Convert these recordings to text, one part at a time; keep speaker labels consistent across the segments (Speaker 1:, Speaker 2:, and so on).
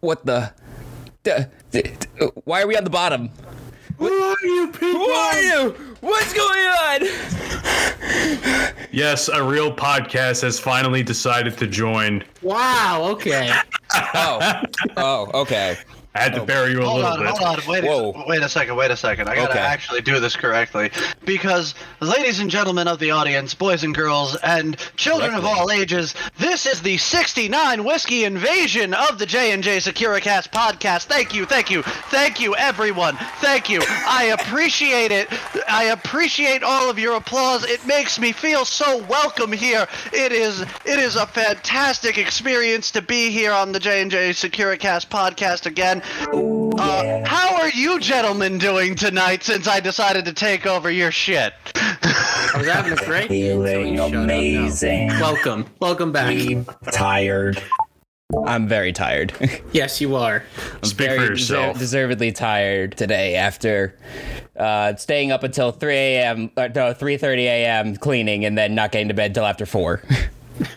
Speaker 1: What the? D- d- d- why are we on the bottom?
Speaker 2: Who are you people?
Speaker 1: Who are you? What's going on?
Speaker 3: Yes, a real podcast has finally decided to join.
Speaker 2: Wow. Okay.
Speaker 1: Oh, oh, okay.
Speaker 3: I had to bury you a
Speaker 4: Oh, Hold
Speaker 3: little
Speaker 4: on,
Speaker 3: bit.
Speaker 4: hold on, wait,
Speaker 1: Whoa.
Speaker 4: a, wait a second, wait a second. I gotta
Speaker 1: Okay.
Speaker 4: actually do this correctly because, ladies and gentlemen of the audience, boys and girls, and children of
Speaker 1: Correctly.
Speaker 4: all ages, this is the '69 whiskey invasion of the J and J Securicast podcast. Thank you, thank you, thank you, everyone. Thank you. I appreciate it. I appreciate all of your applause. It makes me feel so welcome here. It is, it is a fantastic experience to be here on the J and J Securicast podcast again. Uh, how are you gentlemen doing tonight since I decided to take over your shit?
Speaker 2: I was having a great day until you
Speaker 5: Feeling
Speaker 2: showed up. No.
Speaker 5: amazing.
Speaker 2: Welcome. Welcome back.
Speaker 5: Tired.
Speaker 1: I'm very tired.
Speaker 2: Yes, you are.
Speaker 3: Speak
Speaker 1: very
Speaker 3: for yourself.
Speaker 1: deser- deservedly tired today after uh, staying up until 3 a.m. or uh, no, 3:30 a.m. cleaning and then not getting to bed till after four.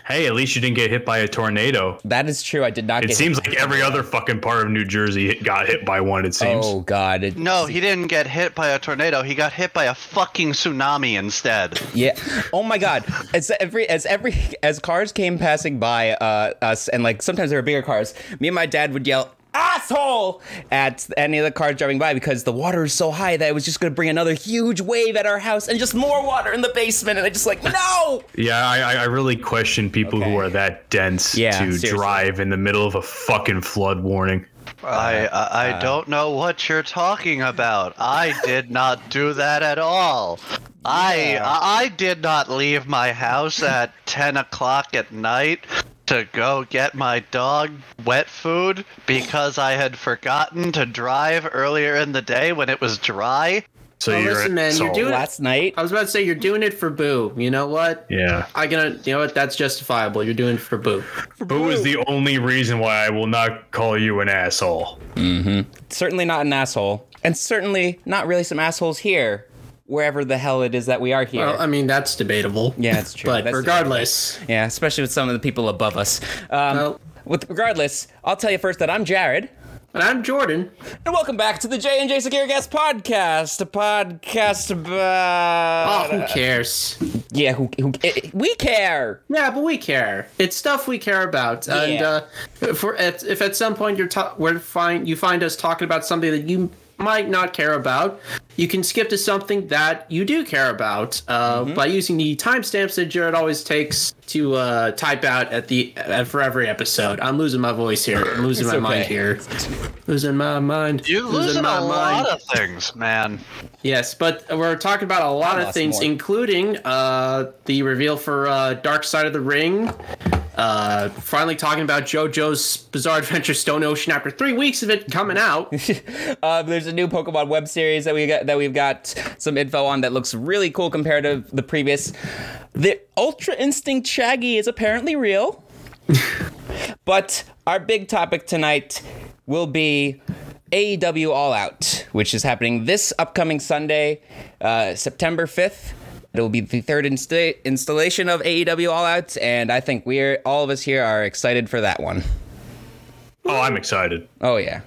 Speaker 3: hey, at least you didn't get hit by a tornado.
Speaker 1: that is true. I did not.
Speaker 3: It
Speaker 1: get
Speaker 3: seems like every other fucking part of New Jersey hit- got hit by one. It seems.
Speaker 1: Oh God! It,
Speaker 4: No, he didn't get hit by a tornado. He got hit by a fucking tsunami instead.
Speaker 1: Yeah. Oh my God. As every as every as cars came passing by uh, us, and like sometimes there were bigger cars. Me and my dad would yell "asshole" at any of the cars driving by because the water is so high that it was just going to bring another huge wave at our house and just more water in the basement. And I just like no.
Speaker 3: Yeah, I, I- I really question people
Speaker 1: Okay.
Speaker 3: who are that dense
Speaker 1: Yeah,
Speaker 3: to
Speaker 1: seriously.
Speaker 3: drive in the middle of a fucking flood warning.
Speaker 4: I I, I don't know what you're talking about. I did not do that at all. I I I did not leave my house at ten o'clock at night to go get my dog wet food because I had forgotten to drive earlier in the day when it was dry.
Speaker 3: So
Speaker 2: Well,
Speaker 3: you're
Speaker 2: listen, man,
Speaker 3: so-
Speaker 2: you're doing-
Speaker 1: Last night.
Speaker 2: I was about to say you're doing it for Boo. You know what?
Speaker 3: Yeah,
Speaker 2: I gonna. You know what? That's justifiable. You're doing it for Boo.
Speaker 3: who is the only reason why I will not call you an asshole?
Speaker 1: certainly not an asshole, and certainly not really some assholes here, wherever the hell it is that we are here.
Speaker 2: Well, I mean that's debatable.
Speaker 1: Yeah, that's true.
Speaker 2: But
Speaker 1: That's
Speaker 2: regardless,
Speaker 1: yeah, especially with some of the people above us. Um,
Speaker 2: well,
Speaker 1: with, regardless, I'll tell you first that I'm Jared.
Speaker 2: and I'm Jordan.
Speaker 1: And welcome back to the J and J Secure Guest Podcast, a podcast
Speaker 2: Oh,
Speaker 1: about
Speaker 2: who cares?
Speaker 1: Ah, yeah, who, who eh, eh, we care.
Speaker 2: Yeah, but we care. It's stuff we care about, and
Speaker 1: Yeah.
Speaker 2: uh, if, we're at, if at some point you're ta- we're find you find us talking about something that you might not care about, you can skip to something that you do care about uh,
Speaker 1: Mm-hmm.
Speaker 2: by using the timestamps that Jared always takes to uh, type out at the uh, for every episode. I'm losing my voice here. I'm losing my
Speaker 1: It's
Speaker 2: mind
Speaker 1: okay.
Speaker 2: here. Losing my mind.
Speaker 4: You're losing a lot of things, man.
Speaker 2: Yes, but we're talking about a lot of
Speaker 1: lost
Speaker 2: things,
Speaker 1: more.
Speaker 2: including uh, the reveal for uh, Dark Side of the Ring. Uh, finally, talking about JoJo's Bizarre Adventure Stone Ocean after three weeks of it coming out.
Speaker 1: Uh, there's a new Pokemon web series that we got that we've got some info on that looks really cool compared to the previous. The Ultra Instinct Shaggy is apparently real, but our big topic tonight will be AEW All Out, which is happening this upcoming Sunday, uh, September 5th. It will be the third insta- installation of AEW All Out, and I think we're all of us here are excited for that one.
Speaker 3: Oh, I'm excited.
Speaker 1: Oh yeah.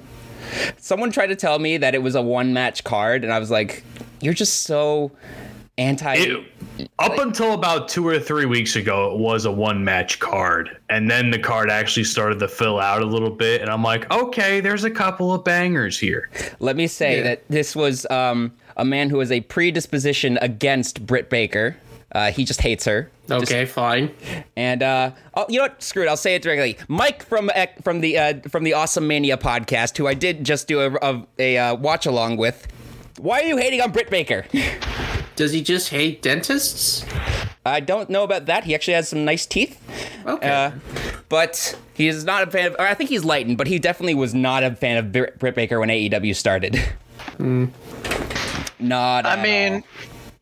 Speaker 1: Someone tried to tell me that it was a one match card, and I was like, "You're just so anti."
Speaker 3: It, up until about two or three weeks ago, it was a one match card. And then the card actually started to fill out a little bit. And I'm like, okay, there's a couple of bangers here.
Speaker 1: Let me say
Speaker 2: Yeah.
Speaker 1: that this was um, a man who has a predisposition against Britt Baker. Uh, he just hates her. Just-
Speaker 2: Okay, fine.
Speaker 1: and uh, oh, you know what? Screw it. I'll say it directly. Mike from ec- from the uh, from the Awesome Mania podcast, who I did just do a, a, a uh, watch along with. Why are you hating on Britt Baker?
Speaker 2: Does he just hate dentists?
Speaker 1: I don't know about that. He actually has some nice teeth.
Speaker 2: Okay.
Speaker 1: Uh, but he is not a fan of. Or I think he's lightened, but he definitely was not a fan of Br- Britt Baker when AEW started. Not.
Speaker 4: Hmm. I
Speaker 1: at
Speaker 4: mean,
Speaker 1: all.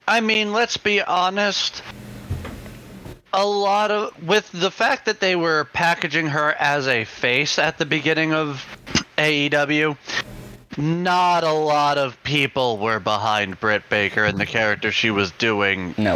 Speaker 4: I mean, let's be honest. A lot of with the fact that they were packaging her as a face at the beginning of AEW, not a lot of people were behind Britt Baker and the character she was doing
Speaker 1: no.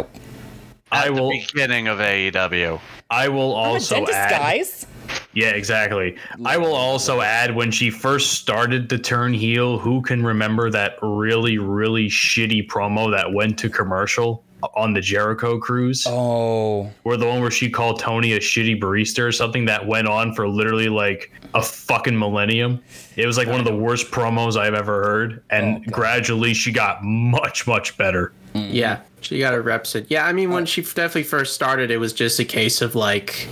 Speaker 4: at
Speaker 3: I will
Speaker 4: the beginning of E AEW.
Speaker 3: I will
Speaker 1: I'm a
Speaker 3: also
Speaker 1: dentist,
Speaker 3: add
Speaker 1: guys.
Speaker 3: Yeah, exactly. I will also add when she first started to turn heel, who can remember that really, really shitty promo that went to commercial on the Jericho cruise?
Speaker 1: Oh,
Speaker 3: Where the one where she called Tony a shitty barista or something that went on for literally like a fucking millennium. It was like one of the worst promos I've ever heard. And gradually she got much, much better.
Speaker 2: Yeah, she got her reps. in. Yeah, I mean, when she definitely first started, it was just a case of like,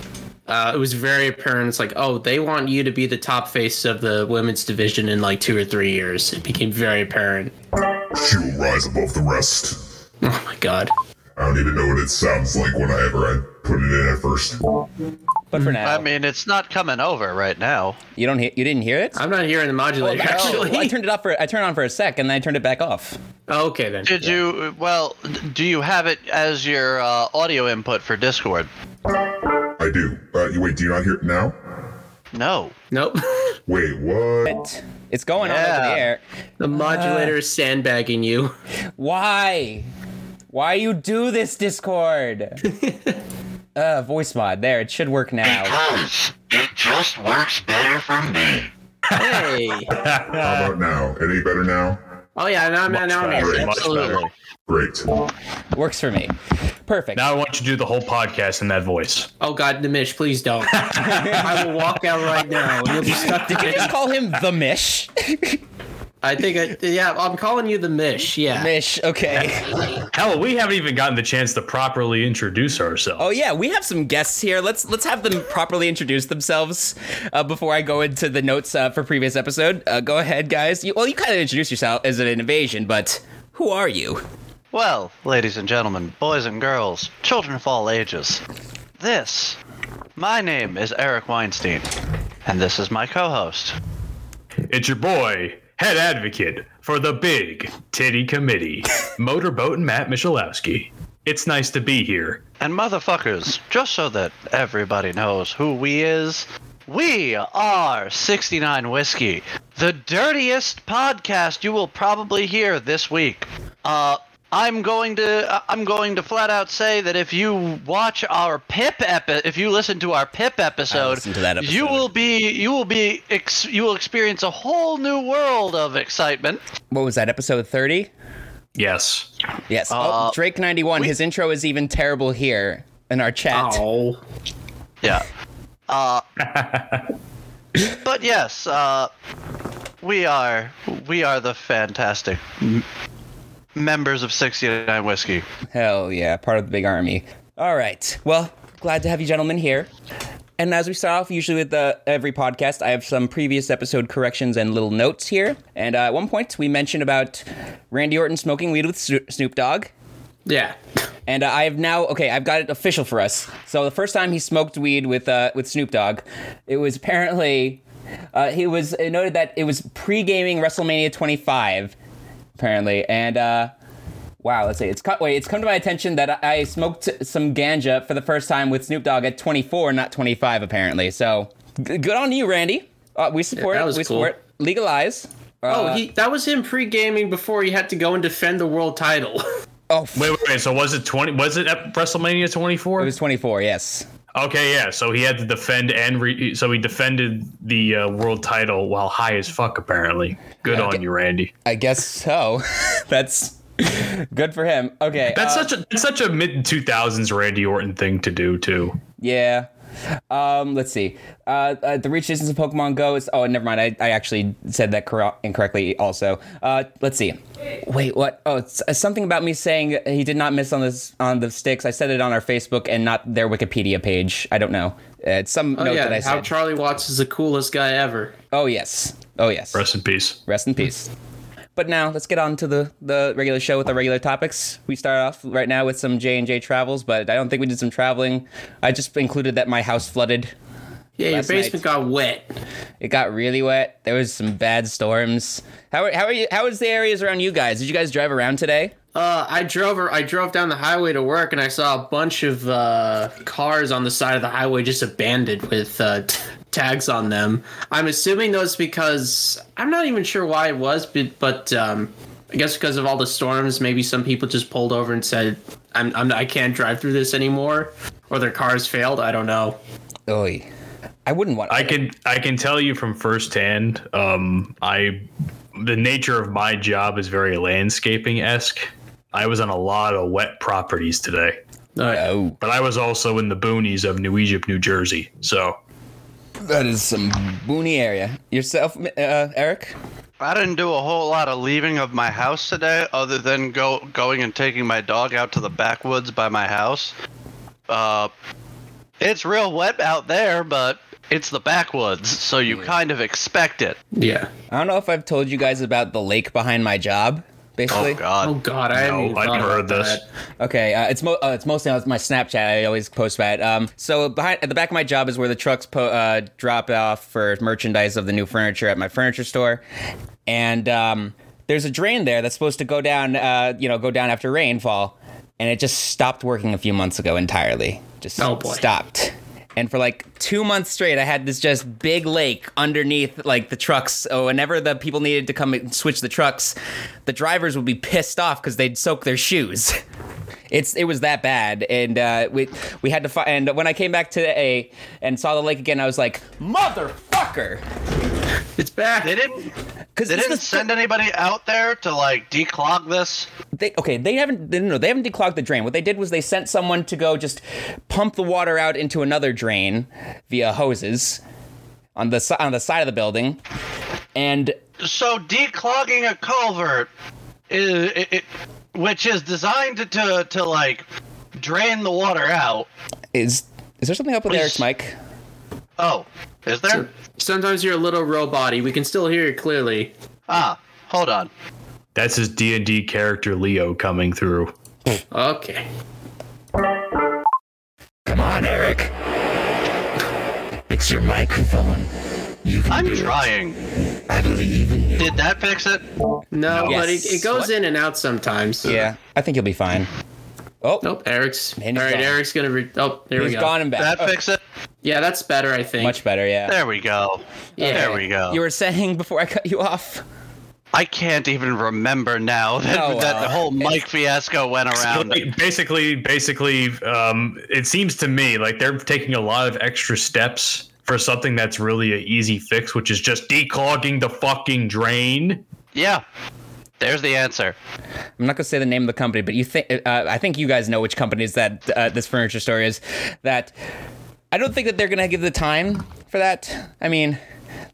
Speaker 2: uh, it was very apparent. It's like, oh, they want you to be the top face of the women's division in like two or three years. It became very apparent.
Speaker 6: She will rise above the rest.
Speaker 2: Oh my god.
Speaker 6: I don't even know what it sounds like whenever I put it in at first.
Speaker 1: but for now,
Speaker 4: Hmm. I mean, it's not coming over right now.
Speaker 1: you don't hear. You didn't hear it.
Speaker 2: I'm not hearing the modulator actually.
Speaker 1: Well, I turned it up for. I turned it on for a sec, and then I turned it back off.
Speaker 2: Oh, okay then.
Speaker 4: Did you? Well, do you have it as your uh, audio input for Discord?
Speaker 6: I do. Uh, you wait, do you not hear it now?
Speaker 4: No.
Speaker 2: Nope.
Speaker 6: Wait, what?
Speaker 1: It- It's going on over
Speaker 4: Yeah.
Speaker 1: the air.
Speaker 2: the modulator is sandbagging you.
Speaker 1: Why? Why you do this, Discord? uh, voice mod. There, it should work now.
Speaker 7: It just works better for me.
Speaker 2: Hey. uh.
Speaker 6: How about now? It ain't better now?
Speaker 2: Oh yeah, now, now, now I'm
Speaker 3: Much
Speaker 2: here.
Speaker 3: better.
Speaker 2: Absolutely.
Speaker 6: Great.
Speaker 1: Works for me. Perfect.
Speaker 3: Now I want you to do the whole podcast in that voice.
Speaker 2: Oh god, Nimish, please don't. I will walk out right now. and You'll be stuck.
Speaker 1: Did you just call him the Mish?
Speaker 2: I think I, yeah, I'm calling you the Mish. Yeah.
Speaker 1: Mish. Okay.
Speaker 3: Hell, we haven't even gotten the chance to properly introduce ourselves.
Speaker 1: Oh yeah, we have some guests here. Let's let's have them properly introduce themselves uh, before I go into the notes uh, for previous episode. Uh, go ahead, guys. You, well, you kind of introduced yourself as an invasion, but who are you?
Speaker 4: Well, ladies and gentlemen, boys and girls, children of all ages, this. My name is Eric Weinstein, and this is my co-host.
Speaker 3: It's your boy, head advocate for the Big Titty Committee, Motorboat and Matt Michalowski. It's nice to be here.
Speaker 4: And motherfuckers, just so that everybody knows who we is, we are 69 Whiskey, the dirtiest podcast you will probably hear this week. Uh I'm going to I- I'm going to flat out say that if you watch our Pip epi- if you listen to our Pip episode,
Speaker 1: listened to that episode.
Speaker 4: you will be you will be ex- you will experience a whole new world of excitement.
Speaker 1: What was that episode thirty?
Speaker 3: Yes.
Speaker 1: Yes. oh, Drake ninety one. His intro is even terrible here in our chat.
Speaker 2: Oh.
Speaker 4: Yeah. Uh, but yes, uh, we are we are the fantastic m- members of 69 Whiskey.
Speaker 1: Hell yeah, part of the big army. All right. Well, glad to have you gentlemen here. And as we start off usually with uh, every podcast, I have some previous episode corrections and little notes here. And uh, at one point, we mentioned about Randy Orton smoking weed with Sno- Snoop Dogg.
Speaker 2: Yeah.
Speaker 1: And uh, I have now okay, I've got it official for us. So the first time he smoked weed with uh, with Snoop Dogg, it was apparently uh, he was it noted that it was pre gaming WrestleMania 25, apparently. And uh, wow, let's see, it's co- wait, it's come to my attention that I, I smoked some ganja for the first time with Snoop Dogg at 24, not 25, apparently. So g- good on you, Randy. Uh, we support.
Speaker 2: Yeah, that
Speaker 1: it.
Speaker 2: was
Speaker 1: we
Speaker 2: cool.
Speaker 1: support. Legalize. Uh,
Speaker 2: oh, he, that was him pre-gaming before he had to go and defend the world title.
Speaker 1: Oh, f-
Speaker 3: Wait, wait, wait. So was it 20? Was it at WrestleMania
Speaker 1: it
Speaker 3: 24?
Speaker 1: was 24. Yes.
Speaker 3: okay, yeah. So he had to defend and re- so he defended the uh, world title while high as fuck, apparently. Good on you, Randy.
Speaker 1: I guess so. That's good for him. Okay. uh,
Speaker 3: That's such a that's such a mid 2000s Randy Orton thing to do, too.
Speaker 1: Yeah. Um, let's see. Uh, uh, the reach distance of Pokemon Go is. Oh, never mind. I, I actually said that cor- incorrectly. Also, uh, let's see. Wait, what? Oh, it's, uh, something about me saying he did not miss on this on the sticks. I said it on our Facebook and not their Wikipedia page. I don't know. Uh, It's some
Speaker 2: Oh
Speaker 1: note
Speaker 2: yeah,
Speaker 1: that I
Speaker 2: how
Speaker 1: said.
Speaker 2: Charlie Watts is the coolest guy ever.
Speaker 1: oh yes. Oh yes.
Speaker 3: Rest in peace.
Speaker 1: Rest in peace. But now let's get on to the, the regular show with our regular topics. We start off right now with some J and J travels, but I don't think we did some traveling. I just included that my house flooded.
Speaker 2: Yeah, your
Speaker 1: Last night.
Speaker 2: basement got wet.
Speaker 1: It got really wet. There was some bad storms. How are, how are you? How is the areas around you guys? Did you guys drive around today?
Speaker 2: Uh, I drove I drove down the highway to work and I saw a bunch of uh, cars on the side of the highway just abandoned with uh, t- tags on them. I'm assuming those because I'm not even sure why it was, but, but um, I guess because of all the storms, maybe some people just pulled over and said, "I'm, I'm I can't drive through this anymore," or their cars failed. I don't know.
Speaker 1: Oy. I wouldn't want.
Speaker 3: I can I can tell you from firsthand. Um, I the nature of my job is very landscaping esque. I was on a lot of wet properties today,
Speaker 2: Uh,
Speaker 1: Oh,
Speaker 3: but I was also in the boonies of New Egypt, New Jersey. So
Speaker 1: that is some boony area. Yourself, uh, Eric.
Speaker 4: I didn't do a whole lot of leaving of my house today, other than go going and taking my dog out to the backwoods by my house. Uh, it's real wet out there, but it's the backwoods, so you kind of expect it.
Speaker 2: Yeah.
Speaker 1: I don't know if I've told you guys about the lake behind my job. Basically,
Speaker 4: Oh God.
Speaker 2: Oh God, I haven't
Speaker 3: No,
Speaker 2: even
Speaker 3: I've
Speaker 2: thought
Speaker 3: never
Speaker 2: about
Speaker 3: heard this.
Speaker 2: that.
Speaker 1: Okay, uh, it's mo- uh, it's mostly on my Snapchat. I always post about it. Um, so behind at the back of my job is where the trucks po- uh, drop off for merchandise of the new furniture at my furniture store, and um, there's a drain there that's supposed to go down. Uh, you know, go down after rainfall, and it just stopped working a few months ago entirely. Just
Speaker 2: Oh, boy.
Speaker 1: stopped. And for like two months straight, I had this just big lake underneath like the trucks. So whenever the people needed to come and switch the trucks, the drivers would be pissed off because they'd soak their shoes. It's it was that bad, and uh, we we had to find. And when I came back today and saw the lake again, I was like, "Motherfucker!"
Speaker 2: It's back.
Speaker 4: They didn't.
Speaker 1: Because
Speaker 4: They didn't send anybody out there to like declog this.
Speaker 1: they okay they haven't they, no they haven't declogged the drain what they did was they sent someone to go just pump the water out into another drain via hoses on the si- on the side of the building and
Speaker 4: So declogging a culvert, is, it, it, which is designed to, to to like drain the water out.
Speaker 1: is is there something up with Eric's mic
Speaker 4: Oh, is there?
Speaker 2: Sometimes you're a little robot-y. We can still hear you clearly.
Speaker 4: Ah, hold on.
Speaker 3: that's his D and D character Leo coming through.
Speaker 2: Okay.
Speaker 5: Come on, Eric. It's your microphone. You can
Speaker 4: I'm
Speaker 5: do it.
Speaker 4: trying.
Speaker 5: I believe in you.
Speaker 4: Did that fix it?
Speaker 2: No,
Speaker 1: Yes.
Speaker 2: but it, it goes in and out sometimes.
Speaker 1: yeah I think you'll be fine oh
Speaker 2: Nope. Eric's.
Speaker 1: And he's
Speaker 2: all right.
Speaker 1: gone.
Speaker 2: Eric's gonna. Re- oh, there
Speaker 1: he's
Speaker 2: we go.
Speaker 1: gone and
Speaker 4: That
Speaker 1: back Oh,
Speaker 4: fix it?
Speaker 2: Yeah, that's better. I think.
Speaker 1: much better yeah
Speaker 4: There we go.
Speaker 2: Yeah.
Speaker 4: There we go.
Speaker 1: you were saying before I cut you off
Speaker 4: I can't even remember now that,
Speaker 1: Oh,
Speaker 4: that
Speaker 1: well.
Speaker 4: the whole mic fiasco went around.
Speaker 3: Basically, basically, um, it seems to me like they're taking a lot of extra steps for something that's really an easy fix, which is just declogging the fucking drain.
Speaker 4: Yeah. There's the answer.
Speaker 1: I'm not gonna say the name of the company, but you think uh, I think you guys know which companies that uh, this furniture store is. That I don't think that they're gonna give the time for that. I mean,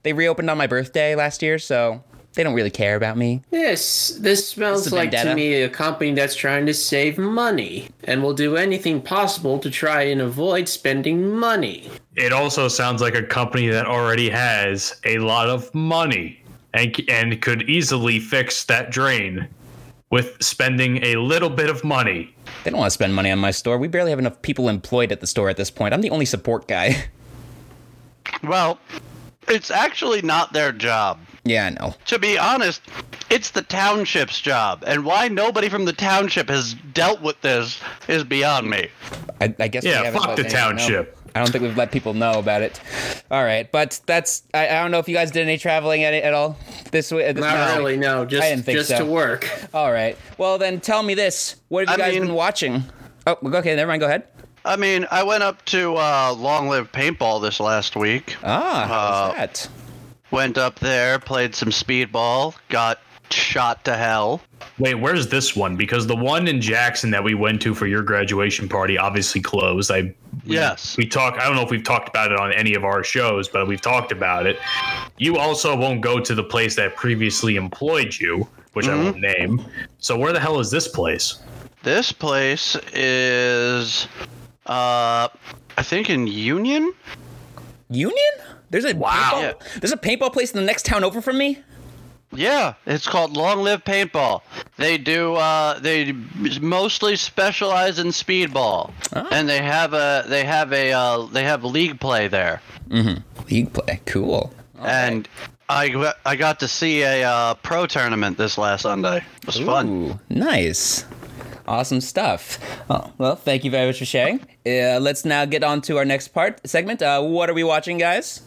Speaker 1: they reopened on my birthday last year, so they don't really care about me.
Speaker 2: This this smells
Speaker 1: It's a
Speaker 2: like
Speaker 1: vendetta.
Speaker 2: to me a company that's trying to save money and will do anything possible to try and avoid spending money.
Speaker 3: It also sounds like a company that already has a lot of money and c- and could easily fix that drain with spending a little bit of money.
Speaker 1: They don't want to spend money on my store. We barely have enough people employed at the store at this point. I'm the only support guy.
Speaker 4: Well, it's actually not their job.
Speaker 1: yeah, I know.
Speaker 4: To be honest, it's the township's job, and why nobody from the township has dealt with this is beyond me.
Speaker 1: I, I guess. we
Speaker 3: Yeah,
Speaker 1: haven't let
Speaker 3: fuck the
Speaker 1: anyone know.
Speaker 3: township.
Speaker 1: I don't think we've let people know about it. All right, but that's I, I don't know if you guys did any traveling at, at all this way.
Speaker 2: Not really. No, just
Speaker 1: I didn't think
Speaker 2: just
Speaker 1: so.
Speaker 2: to work.
Speaker 1: All right. Well, then tell me this. What have you
Speaker 4: I
Speaker 1: guys
Speaker 4: mean-
Speaker 1: been watching? Oh, okay. Never mind. Go ahead.
Speaker 4: I mean, I went up to uh, Long Live Paintball this last week.
Speaker 1: Ah, how's
Speaker 4: Uh,
Speaker 1: that?
Speaker 4: Went up there, played some speedball, got shot to hell.
Speaker 3: Wait, where's this one? Because the one in Jackson that we went to for your graduation party obviously closed. I we,
Speaker 4: Yes.
Speaker 3: we talk. I don't know if we've talked about it on any of our shows, but we've talked about it. You also won't go to the place that previously employed you, which I won't name. So where the hell is this place?
Speaker 4: This place is, uh, I think in Union.
Speaker 1: Union? There's a Paintball,
Speaker 4: Yeah.
Speaker 1: There's a paintball place in the next town over from me.
Speaker 4: Yeah, it's called Long Live Paintball. They do. Uh, they mostly specialize in speedball, and they have a they have a uh, they have league play there.
Speaker 1: League play. Cool.
Speaker 4: and I got- I got to see a uh, pro tournament this last Sunday. It was fun.
Speaker 1: Ooh, nice. Awesome stuff. Oh, well, thank you very much for sharing. Uh, let's now get on to our next part segment. Uh, what are we watching, guys?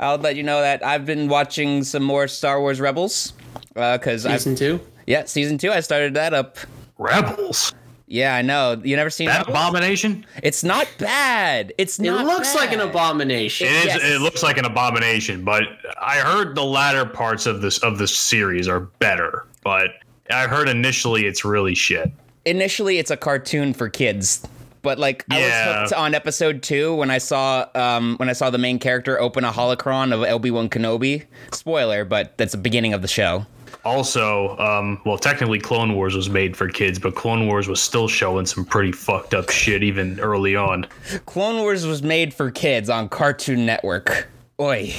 Speaker 1: I'll let you know that I've been watching some more Star Wars Rebels. Because I've
Speaker 2: Season two.
Speaker 1: yeah, season two. I started that up.
Speaker 3: Rebels.
Speaker 1: Yeah, I know. You never seen
Speaker 3: That
Speaker 1: that?
Speaker 3: abomination?
Speaker 1: It's not bad. It's
Speaker 2: It
Speaker 1: not.
Speaker 2: looks like an
Speaker 1: bad.
Speaker 2: abomination.
Speaker 3: It is.
Speaker 1: Yes.
Speaker 3: It looks like an abomination, but I heard the latter parts of this of this series are better. But I heard initially it's really shit.
Speaker 1: Initially, it's a cartoon for kids. But like I
Speaker 3: Yeah.
Speaker 1: was hooked on episode two when I saw um, when I saw the main character open a holocron of Obi Wan Kenobi. Spoiler, but that's the beginning of the show.
Speaker 3: Also, um, well, technically Clone Wars was made for kids, but Clone Wars was still showing some pretty fucked up shit even early on.
Speaker 1: Clone Wars was made for kids on Cartoon Network. Oi,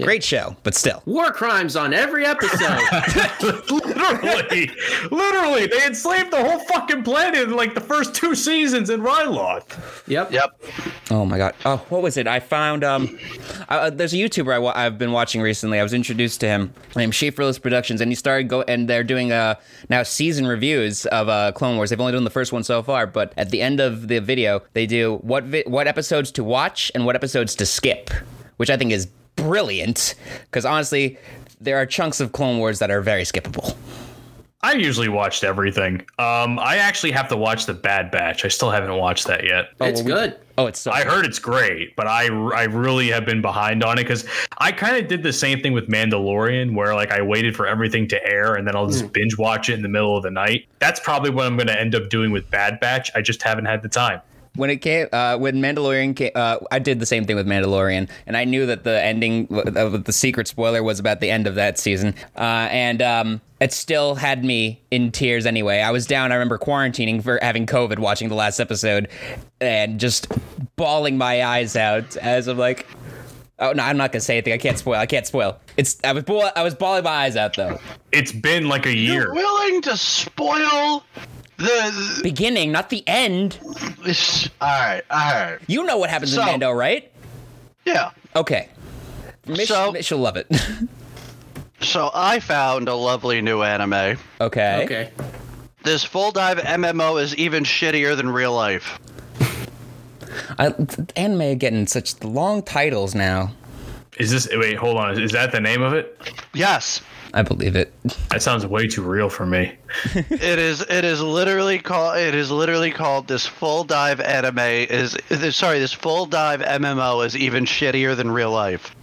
Speaker 1: great show, but still.
Speaker 2: War crimes on every episode.
Speaker 3: literally, literally, they enslaved the whole fucking planet in like the first two seasons in Ryloth.
Speaker 2: yep.
Speaker 4: Yep.
Speaker 1: Oh my god. Oh, what was it? I found um, I, uh, there's a YouTuber I wa- I've been watching recently. I was introduced to him. Named Schaeferless Productions, and he started go and they're doing uh now season reviews of uh Clone Wars. They've only done the first one so far, but at the end of the video, they do what vi- what episodes to watch and what episodes to skip, which I think is brilliant because honestly, there are chunks of Clone Wars that are very skippable.
Speaker 3: I usually watched everything. Um, I actually have to watch the Bad Batch. I still haven't watched that yet.
Speaker 2: It's good.
Speaker 1: Oh, it's so
Speaker 3: I heard it's great, but I I really have been behind on it because I kind of did the same thing with Mandalorian, where like I waited for everything to air and then I'll just binge watch it in the middle of the night. That's probably what I'm going to end up doing with Bad Batch. I just haven't had the time.
Speaker 1: when it came uh, when Mandalorian came, uh, I did the same thing with Mandalorian, and I knew that the ending of the secret spoiler was about the end of that season, uh, and um, it still had me in tears. Anyway, I was down. I remember quarantining for having COVID, watching the last episode, and just bawling my eyes out as I'm like. Oh no! I'm not gonna say anything. I can't spoil. I can't spoil. It's I was bawl- I was bawling my eyes out though.
Speaker 3: It's been like a year.
Speaker 4: Willing to spoil the.
Speaker 1: Beginning, not the end.
Speaker 4: This, all right. All right.
Speaker 1: You know what happens
Speaker 4: So-
Speaker 1: in Mando, right?
Speaker 4: Yeah.
Speaker 1: Okay. Mitch,
Speaker 4: So-
Speaker 1: Mitch will love it.
Speaker 4: So I found a lovely new anime.
Speaker 1: okay.
Speaker 2: Okay.
Speaker 4: This full dive MMO is even shittier than real life.
Speaker 1: I, th- anime are getting such long titles now.
Speaker 3: Is this wait? Hold on. Is that the name of it?
Speaker 4: Yes.
Speaker 1: I believe it.
Speaker 3: That sounds way too real for me.
Speaker 4: It is. It is literally called. It is literally called. This full dive anime is. this- Sorry, this full dive MMO is even shittier than real life.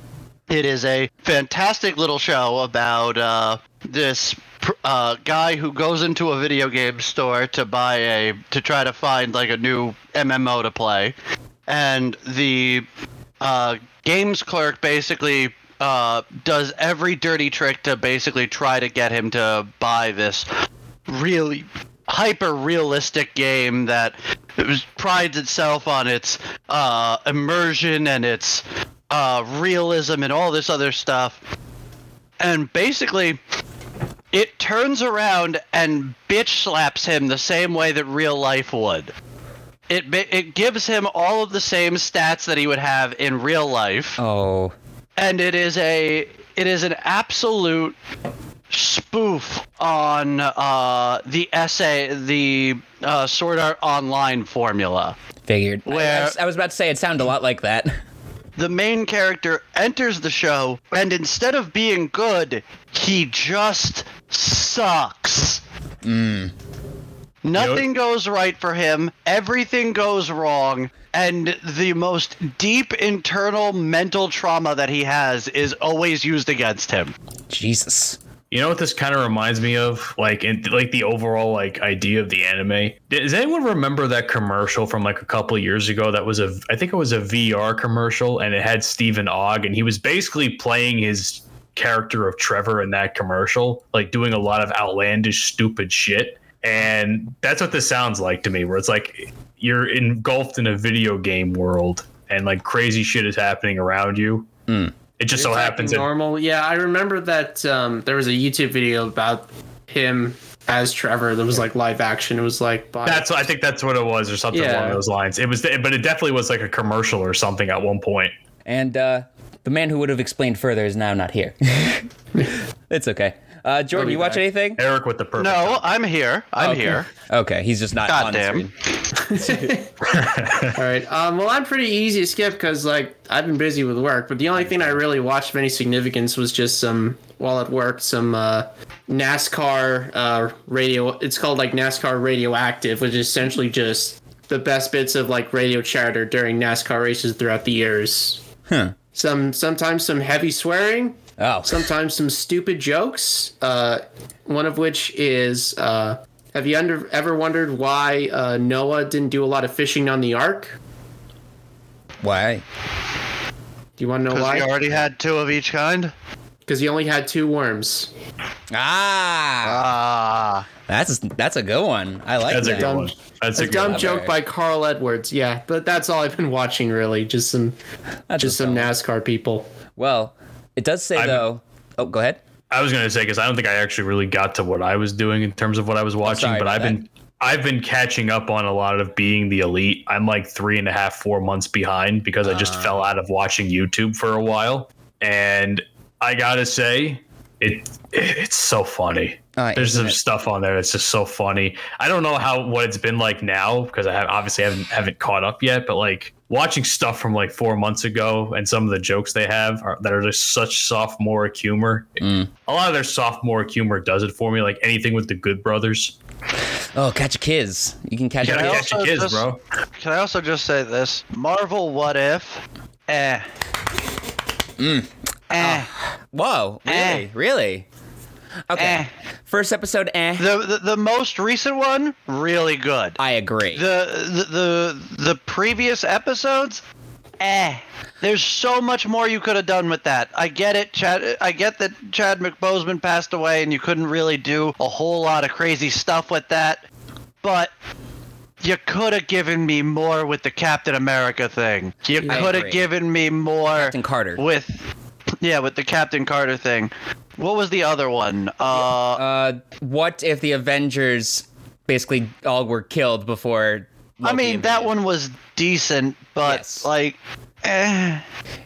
Speaker 4: It is a fantastic little show about uh, this pr- uh, guy who goes into a video game store to buy a to try to find like a new MMO to play, and the uh, games clerk basically uh, does every dirty trick to basically try to get him to buy this really hyper realistic game that it was, prides itself on its uh, immersion and its uh, realism and all this other stuff. And basically, it turns around and bitch slaps him the same way that real life would. It, ba- it gives him all of the same stats that he would have in real life
Speaker 1: Oh,
Speaker 4: and it is a it is an absolute spoof on uh, the essay the uh, Sword Art Online formula.
Speaker 1: figured. I- I
Speaker 4: Where-
Speaker 1: was- I, was about to say it sounded a lot like that.
Speaker 4: The main character enters the show, and instead of being good, he just sucks. Nothing goes right for him. Everything goes wrong. And the most deep internal mental trauma that he has is always used against him.
Speaker 1: Jesus.
Speaker 3: You know what this kind of reminds me of? Like, in, like the overall like idea of the anime. Does anyone remember that commercial from like a couple of years ago? That was a, I think it was a VR commercial, and it had Stephen Ogg, and he was basically playing his character of Trevor in that commercial, like doing a lot of outlandish, stupid shit. And that's what this sounds like to me, where it's like you're engulfed in a video game world, and like crazy shit is happening around you. It just so happens. that-
Speaker 2: normal. Yeah, I remember that um, there was a YouTube video about him as Trevor that was like live action. It was like by
Speaker 3: That's I think that's what it was, or something along
Speaker 2: Yeah.
Speaker 3: those lines. It was, but it definitely was like a commercial or something at one point.
Speaker 1: And uh, the man who would have explained further is now not here. it's okay. Uh, Jordan,
Speaker 2: be
Speaker 1: you watch
Speaker 2: back.
Speaker 1: anything?
Speaker 3: Eric with the perfect.
Speaker 4: No, I'm here. I'm here.
Speaker 1: Okay, he's just not on the
Speaker 4: Goddamn.
Speaker 1: screen.
Speaker 2: all right. Um, well, I'm pretty easy to skip because like I've been busy with work. But the only thing I really watched of any significance was just some while at work some uh, NASCAR uh, radio. It's called like NASCAR Radioactive, which is essentially just the best bits of like radio chatter during NASCAR races throughout the years. Some sometimes some heavy swearing,
Speaker 1: Oh,
Speaker 2: sometimes some stupid jokes. Uh, one of which is, uh, have you under, ever wondered why uh, Noah didn't do a lot of fishing on the Ark?
Speaker 1: why?
Speaker 2: Do you want to know
Speaker 4: Because we
Speaker 2: why?
Speaker 4: already had two of each kind.
Speaker 2: Because he only had two worms.
Speaker 1: Ah,
Speaker 4: Ah.
Speaker 1: that's that's a good one. I like
Speaker 3: That's a
Speaker 1: that.
Speaker 3: good
Speaker 2: Dumb-
Speaker 3: one. That's a,
Speaker 2: a
Speaker 3: good
Speaker 2: dumb
Speaker 3: one.
Speaker 2: joke by Carl Edwards. Yeah, but that's all I've been watching really. Just some,
Speaker 1: That's
Speaker 2: just
Speaker 1: a
Speaker 2: some
Speaker 1: solid-
Speaker 2: NASCAR people.
Speaker 1: Well, it does say
Speaker 3: I'm-
Speaker 1: though. Oh, go ahead.
Speaker 3: I was gonna say because I don't think I actually really got to what I was doing in terms of what I was watching,
Speaker 1: sorry
Speaker 3: but
Speaker 1: about
Speaker 3: I've been I've been catching up on a lot of being the elite. I'm like three and a half, four months behind because I
Speaker 2: Uh.
Speaker 3: just fell out of watching YouTube for a while, and I gotta say, it it's so funny.
Speaker 1: Uh,
Speaker 3: There's
Speaker 1: isn't
Speaker 3: some
Speaker 1: it?
Speaker 3: stuff on there that's just so funny. I don't know how what it's been like now because I have, obviously haven't haven't caught up yet, but like watching stuff from like four months ago and some of the jokes they have are, that are just such sophomore humor. A lot of their sophomore humor does it for me. Like anything with the Good Brothers,
Speaker 1: Oh, catch a kiss. You can catch
Speaker 3: you gotta
Speaker 1: a kiss.
Speaker 3: catch the
Speaker 4: also
Speaker 3: kids,
Speaker 4: just-
Speaker 3: bro.
Speaker 4: Can I also just say this? Marvel What If? Eh. Eh.
Speaker 1: Whoa, really,
Speaker 4: Eh.
Speaker 1: really. Okay,
Speaker 4: Eh.
Speaker 1: first episode. Eh,
Speaker 4: The, the the most recent one, really good.
Speaker 1: I agree.
Speaker 4: The, the the the previous episodes, eh. There's so much more you could have done with that. I get it, Chad. I get that Chad McBoseman passed away, and you couldn't really do a whole lot of crazy stuff with that. But you could have given me more with the Captain America thing. You
Speaker 1: I
Speaker 4: could
Speaker 1: agree.
Speaker 4: have given me more
Speaker 1: Captain Carter.
Speaker 4: with, yeah, with the Captain Carter thing. What was the other one? Uh,
Speaker 1: uh, what if the Avengers basically all were killed before?
Speaker 4: I
Speaker 1: Loki
Speaker 4: mean, that
Speaker 1: invaded?
Speaker 4: one was decent, but
Speaker 1: uh, Yes.
Speaker 4: like, eh.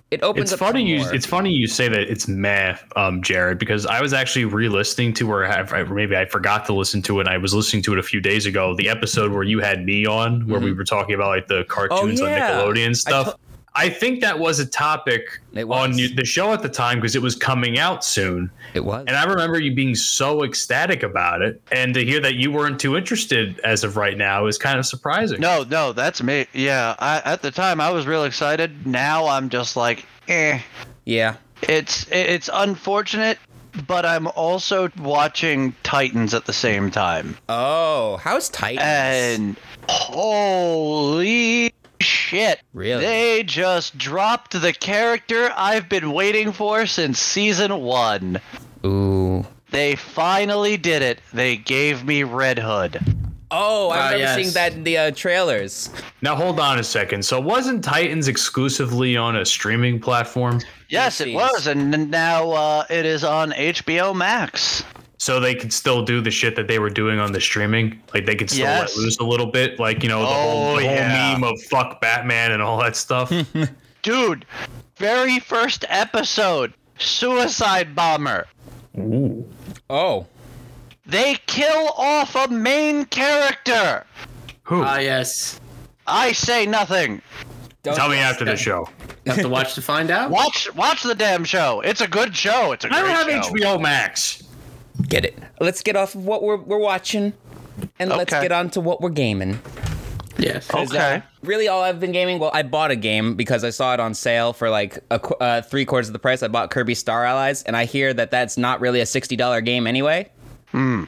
Speaker 1: It opens
Speaker 3: It's
Speaker 1: up.
Speaker 3: funny
Speaker 1: for
Speaker 3: you.
Speaker 1: more.
Speaker 3: It's funny you say that. It's meh, um, Jared, because I was actually re-listening to, or have, I- maybe I forgot to listen to it. And I was listening to it a few days ago. The episode where you had me on, where we were talking about like the cartoons
Speaker 1: Mm-hmm. Oh,
Speaker 3: on
Speaker 1: yeah.
Speaker 3: Nickelodeon and
Speaker 1: I
Speaker 3: stuff. I
Speaker 1: to-
Speaker 3: think that was a topic
Speaker 1: It
Speaker 3: on
Speaker 1: was.
Speaker 3: you- the show at the time because it was coming out soon.
Speaker 1: It was.
Speaker 3: And I remember you being so ecstatic about it. And to hear that you weren't too interested as of right now is kind of surprising.
Speaker 4: No, no, that's me. Yeah, I, at the time I was real excited. Now I'm just like, eh.
Speaker 1: yeah.
Speaker 4: It's it- it's unfortunate, but I'm also watching Titans at the same time,
Speaker 1: Oh, how's Titans?
Speaker 4: and holy shit.
Speaker 1: Really?
Speaker 4: They just dropped the character I've been waiting for since season one.
Speaker 1: Ooh.
Speaker 4: They finally did it. They gave me Red Hood.
Speaker 1: Oh, I
Speaker 2: Ah,
Speaker 1: remember
Speaker 2: yes.
Speaker 1: seeing that in the uh, trailers.
Speaker 3: Now hold on a second. So wasn't Titans exclusively on a streaming platform?
Speaker 4: Yes, it
Speaker 1: DLCs.
Speaker 4: was, and n- now uh, it is on HBO Max.
Speaker 3: so they could still do the shit that they were doing on the streaming. Like they could still
Speaker 4: Yes.
Speaker 3: let loose a little bit, like you know the, whole,
Speaker 4: Oh,
Speaker 3: the whole
Speaker 4: yeah.
Speaker 3: meme of "fuck Batman" and all that stuff.
Speaker 4: Dude, very first episode, Suicide Bomber.
Speaker 1: Oh.
Speaker 4: They kill off a main character.
Speaker 3: Who?
Speaker 2: Ah yes,
Speaker 4: I say nothing.
Speaker 1: Don't
Speaker 3: Tell me after the show.
Speaker 2: have to watch to find out.
Speaker 4: Watch, watch the damn show. It's a good show. It's a great
Speaker 3: I don't have
Speaker 4: show.
Speaker 3: HBO Max.
Speaker 1: Get it. Let's get off of what we're, we're watching and let's
Speaker 4: Okay.
Speaker 1: get on to what we're gaming.
Speaker 2: Yes.
Speaker 1: Is that really all I've been gaming? Well, I bought a game because I saw it on sale for like a, qu- uh, three quarters of the price. I bought Kirby Star Allies, and I hear that that's not really a $60 game anyway. Uh,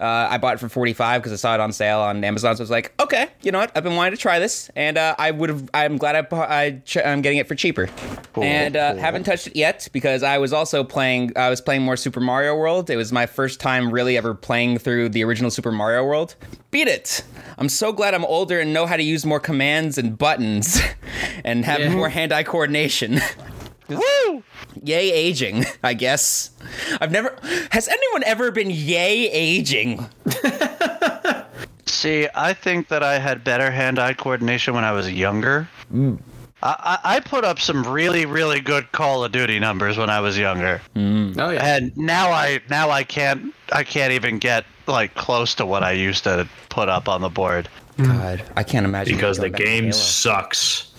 Speaker 1: I bought it for 45 because I saw it on sale on Amazon. So I was like, okay, you know what? I've been wanting to try this, and uh, I would have. I'm glad I, bought- I ch- I'm getting it for cheaper, and uh, haven't touched it yet because I was also playing. I was playing more Super Mario World. It was my first time really ever playing through the original Super Mario World. Beat it! I'm so glad I'm older and know how to use more commands and buttons, and have more hand-eye coordination.
Speaker 4: Woo!
Speaker 1: yay aging, I guess. I've never. Has anyone ever been yay aging?
Speaker 4: See, I think that I had better hand-eye coordination when I was younger.
Speaker 1: Mm.
Speaker 4: I, I I put up some really, really good Call of Duty numbers when I was younger.
Speaker 1: Mm.
Speaker 2: Oh yeah.
Speaker 4: and now I now I can't I can't even get like close to what I used to put up on the board.
Speaker 1: God, I can't imagine
Speaker 3: Because the
Speaker 1: going back to
Speaker 3: game
Speaker 1: Halo.
Speaker 3: sucks.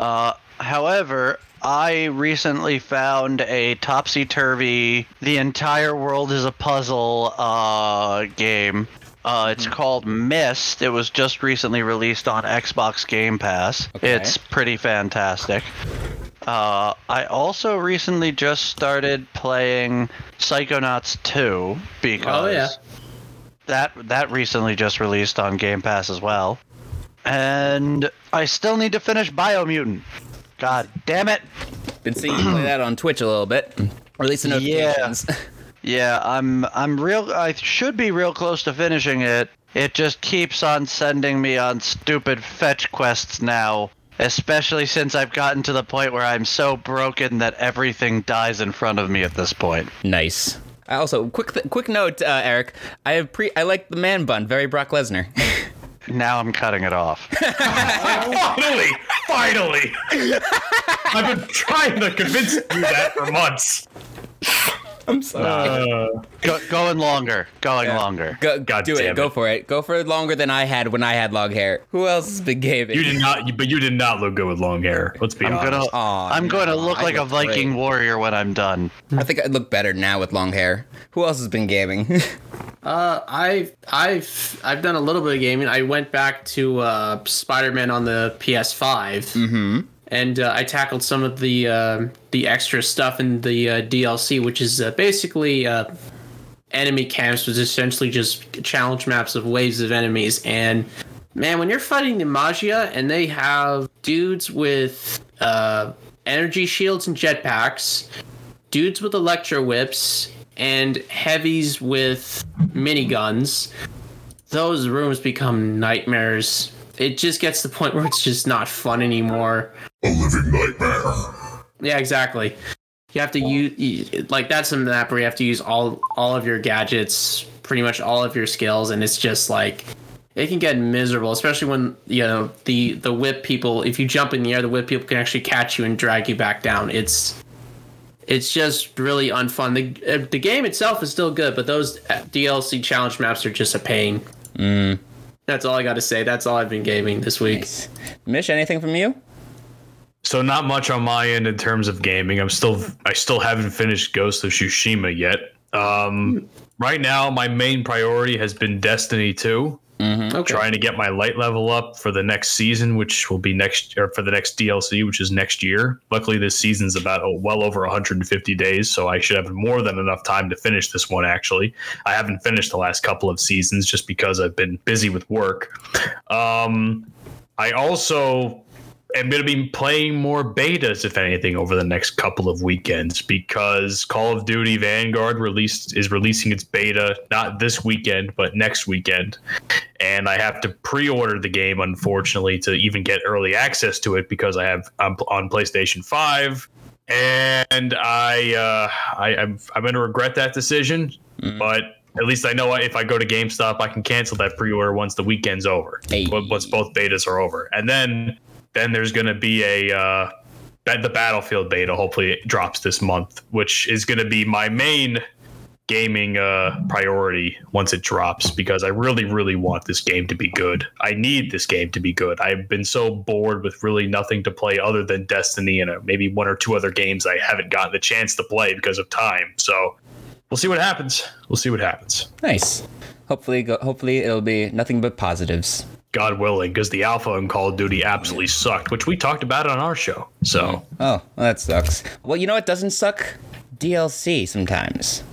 Speaker 4: Uh, However, I recently found a topsy turvy, the entire world is a puzzle uh, game. Uh,
Speaker 2: Hmm.
Speaker 4: it's called Mist. It was just recently released on Xbox Game Pass.
Speaker 1: Okay.
Speaker 4: It's pretty fantastic. Uh, I also recently just started playing Psychonauts 2 because
Speaker 2: Oh, yeah.
Speaker 4: that that recently just released on Game Pass as well. And I still need to finish Biomutant. God damn it.
Speaker 1: Been seeing you play that on Twitch a little bit, or at least the
Speaker 4: Yeah.
Speaker 1: notifications.
Speaker 4: Yeah, I'm I'm real I should be real close to finishing it. It just keeps on sending me on stupid fetch quests now, especially since I've gotten to the point where I'm so broken that everything dies in front of me at this point.
Speaker 1: nice. I also quick th- quick note, uh, Eric. I have pre. I like the man bun, very Brock Lesnar.
Speaker 4: Now I'm cutting it off.
Speaker 3: Finally, finally. I've been trying to convince you that for months.
Speaker 1: I'm sorry.
Speaker 3: Uh,
Speaker 4: Go, going longer, going longer.
Speaker 1: Go,
Speaker 3: God
Speaker 1: do it.
Speaker 3: damn
Speaker 1: Go
Speaker 3: it.
Speaker 1: for it. Go for it longer than I had when I had long hair. Who else has been gaming?
Speaker 3: you did not, you- but you did not look good with long hair. Let's be
Speaker 4: I'm
Speaker 3: honest.
Speaker 4: gonna,
Speaker 1: Aw,
Speaker 4: I'm going to look
Speaker 1: I
Speaker 4: like a
Speaker 1: look
Speaker 4: Viking warrior when I'm done.
Speaker 1: I think I look better now with long hair. Who else has been gaming?
Speaker 2: I've I've I've done a little bit of gaming. I went back to uh, Spider-Man on the PS5, and uh, I tackled some of the uh, the extra stuff in the uh, DLC, which is uh, basically uh, enemy camps, was essentially just challenge maps of waves of enemies. And man, when you're fighting the Magia and they have dudes with uh, energy shields and jetpacks, dudes with electro whips and heavies with miniguns, those rooms become nightmares. It just gets to the point where it's just not fun anymore.
Speaker 6: A living nightmare.
Speaker 2: Yeah, exactly. You have to use like that's a map where you have to use all all of your gadgets, pretty much all of your skills, and it's just like it can get miserable, especially when you know the the whip people. If you jump in the air, the whip people can actually catch you and drag you back down. It's it's just really unfun. The uh, the game itself is still good, but those uh, DLC challenge maps are just a pain. That's all I got to say. That's all I've been gaming this week.
Speaker 1: Mish, anything from you?
Speaker 3: So not much on my end in terms of gaming. I'm still I still haven't finished Ghost of Tsushima yet. Um, right now, my main priority has been Destiny 2,
Speaker 1: Mm-hmm.
Speaker 2: Okay.
Speaker 3: trying to get my light level up for the next season, which will be next or for the next DLC, which is next year. Luckily, this season's about oh, well over 150 days, so I should have more than enough time to finish this one. Actually, I haven't finished the last couple of seasons just because I've been busy with work. Um, I also am going to be playing more betas, if anything, over the next couple of weekends because Call of Duty Vanguard released is releasing its beta not this weekend but next weekend, and I have to pre-order the game unfortunately to even get early access to it because I have I'm on PlayStation Five, and I uh, I I'm, I'm going to regret that decision, but. At least I know if I go to GameStop, I can cancel that pre-order once the weekend's over.
Speaker 1: Hey.
Speaker 3: But Once both betas are over, and then then there's going to be a uh, ba- the Battlefield beta. Hopefully, it drops this month, which is going to be my main gaming uh, priority once it drops because I really, really want this game to be good. I need this game to be good. I've been so bored with really nothing to play other than Destiny and uh, maybe one or two other games I haven't gotten the chance to play because of time. So we'll see what happens. We'll see what happens.
Speaker 1: Nice. Hopefully, go, hopefully it'll be nothing but positives.
Speaker 3: God willing, because the alpha in Call of Duty absolutely sucked, which we talked about on our show. So.
Speaker 1: Oh, well, that sucks. Well, you know what doesn't suck? DLC sometimes.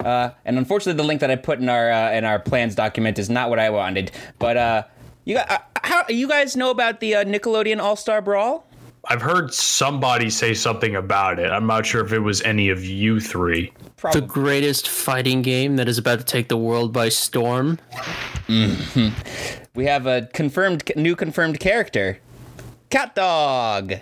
Speaker 1: Uh, and unfortunately, the link that I put in our uh, in our plans document is not what I wanted. But uh, you got, uh, how you guys know about the uh, Nickelodeon All Star Brawl?
Speaker 3: I've heard somebody say something about it. I'm not sure if it was any of you three.
Speaker 2: the greatest fighting game that is about to take the world by storm.
Speaker 1: We have a confirmed new confirmed character, Cat Dog.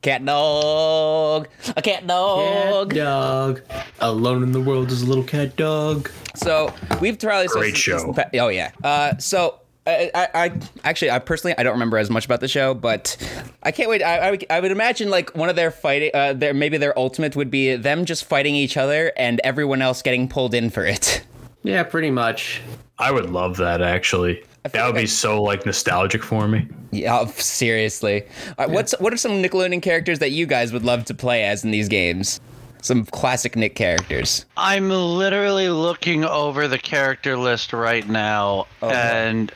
Speaker 1: Cat dog, a cat dog.
Speaker 2: dog. Alone in the world is a little cat dog.
Speaker 1: So we've probably
Speaker 3: Great show.
Speaker 1: oh yeah. Uh, so I, I, I actually I personally I don't remember as much about the show, but I can't wait. I, I, would- I would imagine like one of their fighting, uh, their maybe their ultimate would be them just fighting each other and everyone else getting pulled in for it.
Speaker 2: Yeah, pretty much.
Speaker 3: I would love that actually. That would be so like nostalgic for me.
Speaker 1: Yeah, f- seriously. All right, What's what are some Nickelodeon characters that you guys would love to play as in these games? Some classic Nick characters.
Speaker 4: I'm literally looking over the character list right now,
Speaker 1: no.
Speaker 4: and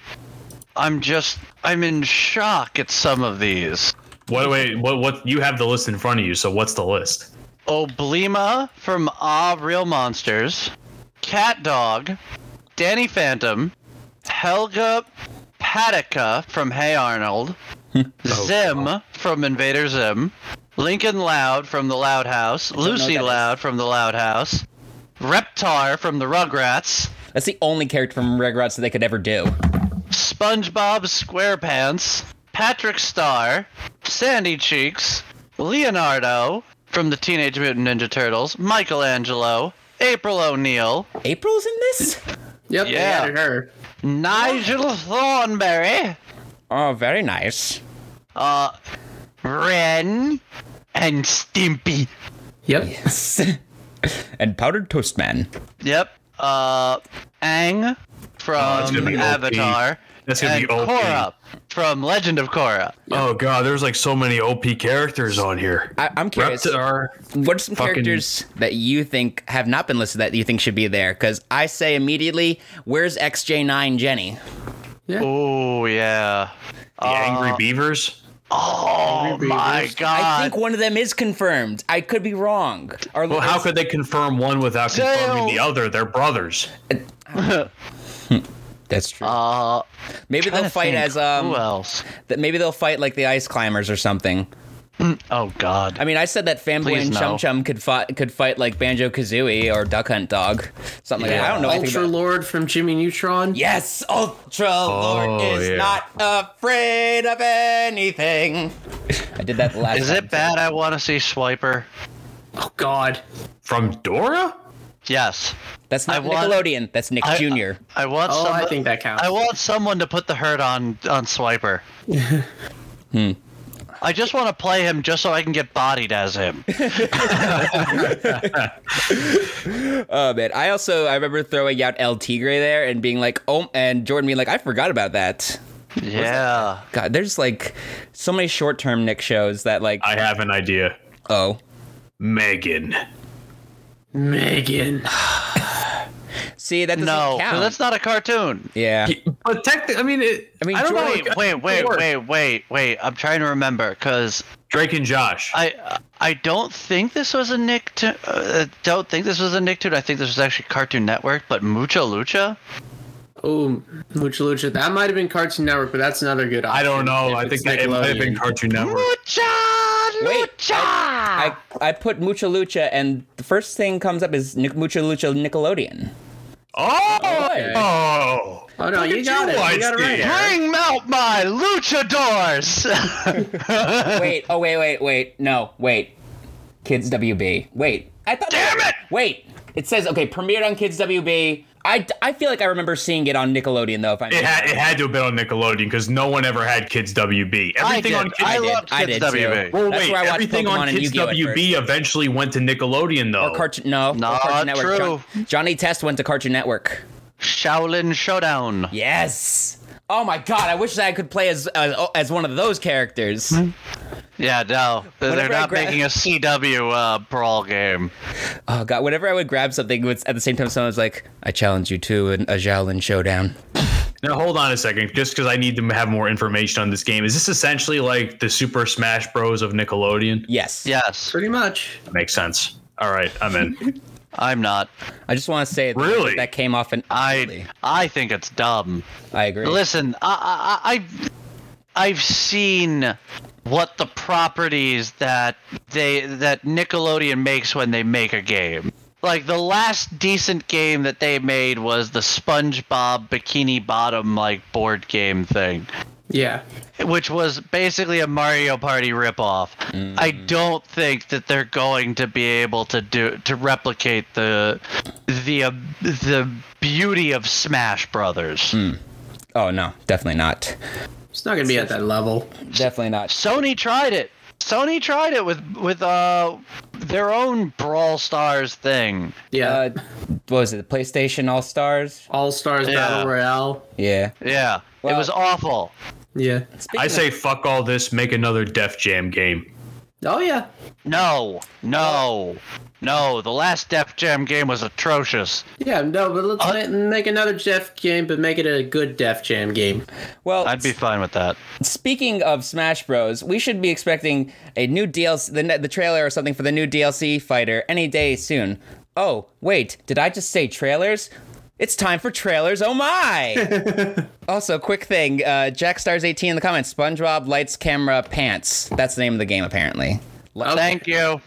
Speaker 4: I'm just I'm in shock at some of these.
Speaker 3: What wait, what what you have the list in front of you, so what's the list?
Speaker 4: Oblima from Ah Real Monsters, Cat Dog, Danny Phantom, Helga Patica from Hey Arnold,
Speaker 1: Oh,
Speaker 4: Zim from Invader Zim, Lincoln Loud from The Loud House, Lucy
Speaker 1: that is.
Speaker 4: Loud from The Loud House, Reptar from The Rugrats,
Speaker 1: That's the only character from Rugrats that they could ever do.
Speaker 4: SpongeBob SquarePants, Patrick Starr, Sandy Cheeks, Leonardo from the Teenage Mutant Ninja Turtles, Michelangelo, April O'Neil,
Speaker 1: April's in this?
Speaker 2: Yep, they
Speaker 4: Yeah.
Speaker 2: added her.
Speaker 4: Nigel Thornberry,
Speaker 1: Oh, very nice.
Speaker 4: Ren, and Stimpy.
Speaker 2: Yep.
Speaker 1: and Powdered Toast Man.
Speaker 4: Yep. Uh, Aang from
Speaker 3: Uh, gonna be OP.
Speaker 4: Avatar.
Speaker 3: That's gonna
Speaker 4: And
Speaker 3: be OP.
Speaker 4: Korra from Legend of Korra.
Speaker 3: Oh god, there's like so many OP characters on here.
Speaker 1: I, I'm curious.
Speaker 3: Reptar.
Speaker 1: What are some
Speaker 3: fucking-
Speaker 1: characters that you think have not been listed that you think should be there? Because I say immediately, where's XJ9 Jenny?
Speaker 4: Oh yeah.
Speaker 3: The Angry Beavers.
Speaker 4: Oh my
Speaker 1: I
Speaker 4: god.
Speaker 1: think one of them is confirmed. I could be wrong. Or
Speaker 3: Well, how could they confirm one without confirming
Speaker 4: Dale.
Speaker 3: the other? They're brothers.
Speaker 1: that's true.
Speaker 4: Uh,
Speaker 1: maybe they'll
Speaker 4: trying to
Speaker 1: fight
Speaker 4: think, uh,
Speaker 1: as um.
Speaker 4: who else?
Speaker 1: th- maybe they'll fight like the ice climbers or something.
Speaker 4: Oh God.
Speaker 1: I mean, I said that Fanboy
Speaker 4: Please
Speaker 1: and
Speaker 4: no.
Speaker 1: Chum Chum could fight could fight like Banjo Kazooie or Duck Hunt Dog, something like that. I don't know. anything
Speaker 2: Ultra
Speaker 1: about-
Speaker 2: Lord from Jimmy Neutron.
Speaker 1: Yes, Ultra Lord
Speaker 3: Oh,
Speaker 1: is
Speaker 3: yeah.
Speaker 1: not afraid of anything. I did that the last.
Speaker 4: Is
Speaker 1: time.
Speaker 4: it bad? I want to see Swiper.
Speaker 2: Oh God.
Speaker 3: From Dora?
Speaker 4: Yes.
Speaker 1: That's
Speaker 4: I
Speaker 1: not
Speaker 4: want-
Speaker 1: Nickelodeon. That's Nick
Speaker 4: I-
Speaker 1: Jr.
Speaker 4: I want.
Speaker 2: Oh,
Speaker 4: some-
Speaker 2: I think that counts.
Speaker 4: I want someone to put the hurt on on Swiper. hmm.
Speaker 1: Hmm.
Speaker 4: I just want to play him just so I can get bodied as him.
Speaker 1: Oh man, I also I remember throwing out El Tigre there and being like, oh, and Jordan being like, I forgot about that.
Speaker 4: yeah.
Speaker 1: God, there's like so many short term Nick shows that like,
Speaker 3: I have an idea.
Speaker 1: oh,
Speaker 3: Megan.
Speaker 2: Megan.
Speaker 1: see that doesn't
Speaker 4: No, 'cause
Speaker 1: count.
Speaker 4: that's not a cartoon.
Speaker 1: yeah,
Speaker 3: But technically, I mean, it,
Speaker 1: I mean,
Speaker 3: don't know.
Speaker 2: Oh,
Speaker 4: Wait, wait, wait, wait, wait, wait. I'm trying to remember because
Speaker 3: Drake and Josh.
Speaker 4: I I don't think this was a Nicktoon. Uh, don't think this was a Nicktoon. I think this was actually Cartoon Network. But Mucha Lucha.
Speaker 2: Oh, Lucha Lucha. That might have been Cartoon Network, but that's another good. Option.
Speaker 3: I don't know.
Speaker 2: If
Speaker 3: I
Speaker 2: it's
Speaker 3: think that it might have been
Speaker 2: Nickelodeon.
Speaker 3: Cartoon Network.
Speaker 4: Lucha,
Speaker 1: Wait,
Speaker 4: Lucha.
Speaker 1: I I put Mucha Lucha and the first thing comes up is Nick, Mucha Lucha Nickelodeon.
Speaker 3: Oh!
Speaker 1: Okay.
Speaker 3: Oh!
Speaker 2: Oh no, you got it. You got it right.
Speaker 3: Weinstein.
Speaker 2: Eric.
Speaker 4: Bring out my luchadors!
Speaker 1: Wait, oh wait, wait, wait, no, wait, Kids WB. Wait, I thought.
Speaker 4: Damn it!
Speaker 1: Wait, it says okay, premiered on Kids WB. I, I feel like I remember seeing it on Nickelodeon though. If I'm
Speaker 3: It had, it had to have been on Nickelodeon because no one ever had Kids WB.
Speaker 4: I
Speaker 3: Everything
Speaker 4: did.
Speaker 3: on Kids
Speaker 4: I
Speaker 1: did.
Speaker 4: loved
Speaker 1: I
Speaker 4: Kids
Speaker 1: did, too.
Speaker 4: WB.
Speaker 3: Well,
Speaker 1: That's
Speaker 3: wait,
Speaker 1: where I watched
Speaker 3: everything
Speaker 1: Pokemon
Speaker 3: on
Speaker 1: and
Speaker 3: Kids
Speaker 1: Yu-Gi-Oh at
Speaker 3: WB eventually went to Nickelodeon, though.
Speaker 1: Or Cartoon no,
Speaker 4: Not
Speaker 1: or Cartoon Network.
Speaker 4: true.
Speaker 1: John- Johnny Test went to Cartoon Network.
Speaker 4: Shaolin Showdown.
Speaker 1: Yes. Oh my God! I wish that I could play as as, as one of those characters.
Speaker 3: Hmm?
Speaker 4: Yeah, no. They're
Speaker 1: Whenever I
Speaker 4: not
Speaker 1: gra-
Speaker 4: making a CW uh, brawl game.
Speaker 1: Oh God! Whenever I would grab something, it was, at the same time someone was like, "I challenge you to an, a Shaolin showdown."
Speaker 3: Now hold on a second, just because I need to have more information on this game. Is this essentially like the Super Smash Bros of Nickelodeon?
Speaker 1: Yes.
Speaker 4: Yes.
Speaker 2: Pretty much.
Speaker 3: Makes sense. All right, I'm in.
Speaker 4: I'm not.
Speaker 1: I just want to say that,
Speaker 3: Really?
Speaker 1: that came off and
Speaker 4: I I think it's dumb.
Speaker 1: I agree.
Speaker 4: Listen, I, I, I, I've- I've seen what the properties that they that Nickelodeon makes when they make a game. Like the last decent game that they made was the SpongeBob Bikini Bottom like board game thing,
Speaker 2: Yeah.
Speaker 4: which was basically a Mario Party ripoff. I don't think that they're going to be able to do to replicate the the uh, the beauty of Smash Brothers.
Speaker 1: oh no, definitely not.
Speaker 2: It's not gonna be at that level.
Speaker 1: Definitely not.
Speaker 4: Sony tried it. Sony tried it with with uh their own Brawl Stars thing.
Speaker 2: Yeah.
Speaker 1: Uh, what was it? The PlayStation All Stars?
Speaker 2: All Stars
Speaker 4: yeah.
Speaker 2: Battle Royale.
Speaker 1: Yeah.
Speaker 4: Yeah,
Speaker 1: Well-
Speaker 4: it was awful.
Speaker 2: Yeah.
Speaker 1: Speaking
Speaker 3: I
Speaker 1: of-
Speaker 3: say fuck all this. Make another Def Jam game.
Speaker 2: Oh yeah.
Speaker 4: No, no, no. The last Def Jam game was atrocious.
Speaker 2: Yeah. No, but let's ma- make another Def game, but make it a good Def Jam game.
Speaker 1: well,
Speaker 4: I'd be fine with that.
Speaker 1: Speaking of Smash Bros, we should be expecting a new DLC, the, the trailer or something for the new DLC fighter any day soon. Oh, wait, did I just say trailers? It's time for trailers, oh my! also, quick thing uh, JackStars18 in the comments SpongeBob Lights Camera Pants. That's the name of the game, apparently.
Speaker 2: Okay.
Speaker 4: Thank you,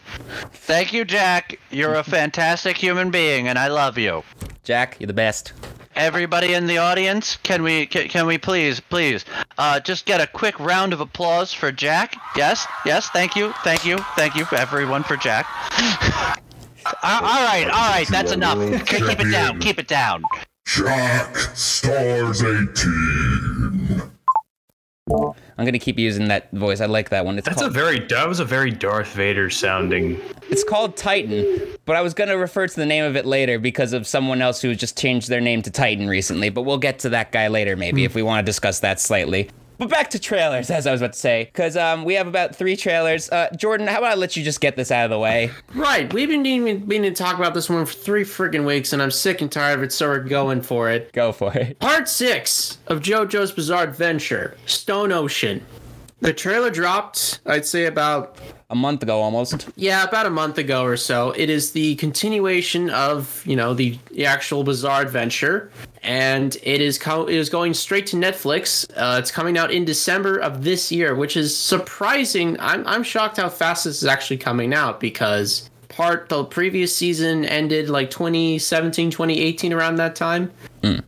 Speaker 4: thank you, Jack. You're a fantastic human being, and I love you.
Speaker 1: Jack, you're the best.
Speaker 4: Everybody in the audience, can we can, can we please please uh, just get a quick round of applause for Jack? Yes, yes, thank you, thank you, thank you for everyone for Jack. all all right, all right, that's enough. Keep it down, keep it down.
Speaker 6: Jack Stars 18.
Speaker 1: I'm gonna keep using that voice. I like that one. It's
Speaker 3: That's a
Speaker 1: called,
Speaker 3: very that was a very Darth Vader sounding.
Speaker 1: it's called Titan, but I was gonna refer to the name of it later because of someone else who just changed their name to Titan recently. But we'll get to that guy later, maybe
Speaker 4: Hmm.
Speaker 1: if we want to discuss that slightly. But back to trailers, as I was about to say, because um, we have about three trailers. Uh, Jordan, how about I let you just get this out of the way?
Speaker 2: Right. We've been needing, meaning to talk about this one for three friggin' weeks, and I'm sick and tired of it, so we're going for it.
Speaker 1: Go for it.
Speaker 2: Part 6 of JoJo's Bizarre Adventure Stone Ocean. The trailer dropped, I'd say about,
Speaker 1: A month ago, almost.
Speaker 2: yeah, about a month ago or so. It is the continuation of, you know, the, the actual Bizarre Adventure. And it is, co- it is going straight to Netflix. Uh, it's coming out in December of this year, which is surprising. I'm, I'm shocked how fast this is actually coming out because part the previous season ended like 2017, 2018, around that time.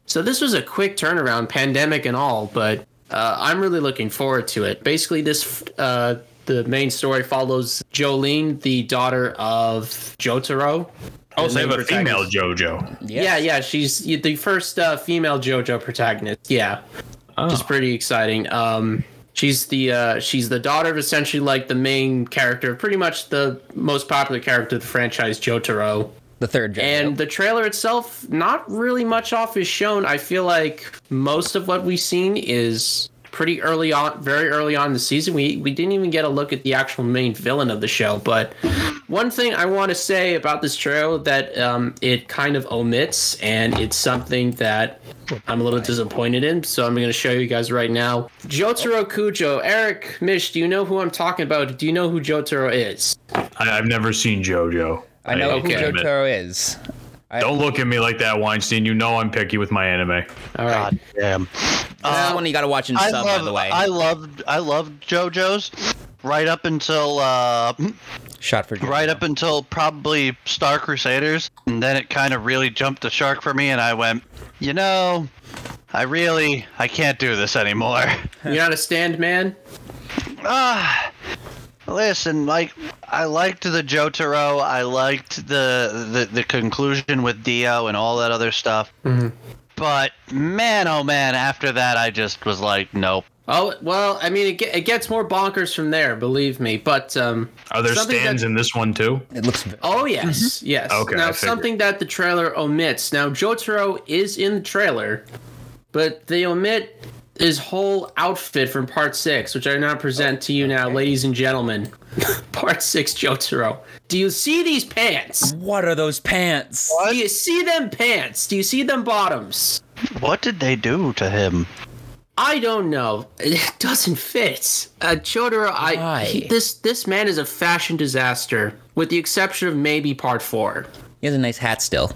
Speaker 2: So this was a quick turnaround, pandemic and all, but uh, I'm really looking forward to it. Basically, this uh, the main story follows Jolene, the daughter of Jotaro.
Speaker 3: Also, they
Speaker 2: main
Speaker 3: have a female
Speaker 2: protagonist.
Speaker 3: JoJo.
Speaker 1: Yes.
Speaker 2: Yeah, yeah, she's the first uh, female JoJo protagonist. Yeah, which is pretty exciting. Um, she's the uh, she's the daughter of essentially like the main character, pretty much the most popular character of the franchise, Jotaro.
Speaker 1: The third. Jojo.
Speaker 2: And the trailer itself, not really much off is shown. I feel like most of what we've seen is pretty early on, very early on in the season. We we didn't even get a look at the actual main villain of the show. But one thing I want to say about this trailer that um, it kind of omits, and it's something that I'm a little disappointed in. So I'm going to show you guys right now. Jotaro Kujo, Eric Mish, do you know who I'm talking about? Do you know who Jotaro is?
Speaker 3: I, I've never seen JoJo.
Speaker 1: I know
Speaker 3: okay.
Speaker 1: who Jotaro is.
Speaker 3: Don't look at me like that, Weinstein. You know I'm picky with my anime.
Speaker 2: All right.
Speaker 4: God damn.
Speaker 1: That's the one you gotta watch in
Speaker 4: I
Speaker 1: sub,
Speaker 4: love,
Speaker 1: by the way.
Speaker 4: I loved I loved JoJo's right up until uh,
Speaker 1: Shot for Jojo.
Speaker 4: right up until probably Star Crusaders, and then it kind of really jumped the shark for me, and I went, you know, I really I can't do this anymore.
Speaker 2: You're not a stand man?
Speaker 4: Listen, like I liked the Jotaro, I liked the the, the conclusion with Dio and all that other stuff. But man, oh man, after that I just was like, nope.
Speaker 2: Oh well, I mean, it, ge- it gets more bonkers from there, believe me. But um,
Speaker 3: Are there
Speaker 2: Something
Speaker 3: stands
Speaker 2: that-
Speaker 3: in this one too?
Speaker 1: It looks. v-
Speaker 2: oh yes, yes.
Speaker 3: Okay, I
Speaker 2: Now
Speaker 3: figured.
Speaker 2: something that the trailer omits. Now Jotaro is in the trailer, but they omit his whole outfit from Part Six, which I now present to you now, ladies and gentlemen. part Six Jotaro. Do you see these pants?
Speaker 1: What are those pants?
Speaker 2: Do you see them pants? Do you see them bottoms?
Speaker 4: What did they do to him?
Speaker 2: I don't know. It doesn't fit. Uh, Chodoro, I
Speaker 1: Why?
Speaker 2: he, this this man is a fashion disaster, with the exception of maybe part four.
Speaker 1: He has a nice hat still.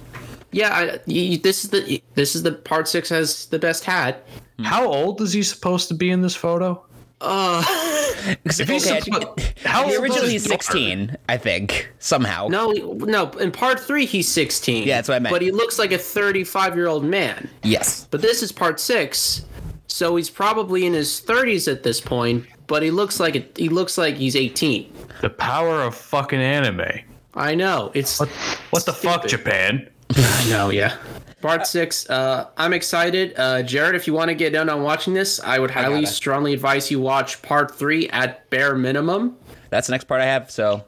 Speaker 2: Yeah, I, y- y- this is the this is the part six has the best hat.
Speaker 3: How old is he supposed to be in this photo? If he's
Speaker 1: Okay, I
Speaker 3: suppo-
Speaker 1: How
Speaker 3: old
Speaker 1: originally he's
Speaker 3: is
Speaker 1: 16, I think, somehow.
Speaker 2: No, no. In part three, he's sixteen.
Speaker 1: Yeah, that's what I meant.
Speaker 2: But he looks like a thirty-five-year-old man.
Speaker 1: Yes.
Speaker 2: But this is part six, so he's probably in his thirties at this point. But he looks like a, he looks like he's eighteen.
Speaker 3: the power of fucking anime.
Speaker 2: I know. It's
Speaker 3: What the fuck,
Speaker 2: Stupid.
Speaker 3: Japan?
Speaker 2: I know, yeah. Part six. Uh, I'm excited, uh, Jared. If you want to get down on watching this, I would highly,
Speaker 1: gotta.
Speaker 2: strongly advise you watch part three at bare minimum.
Speaker 1: that's the next part I have. So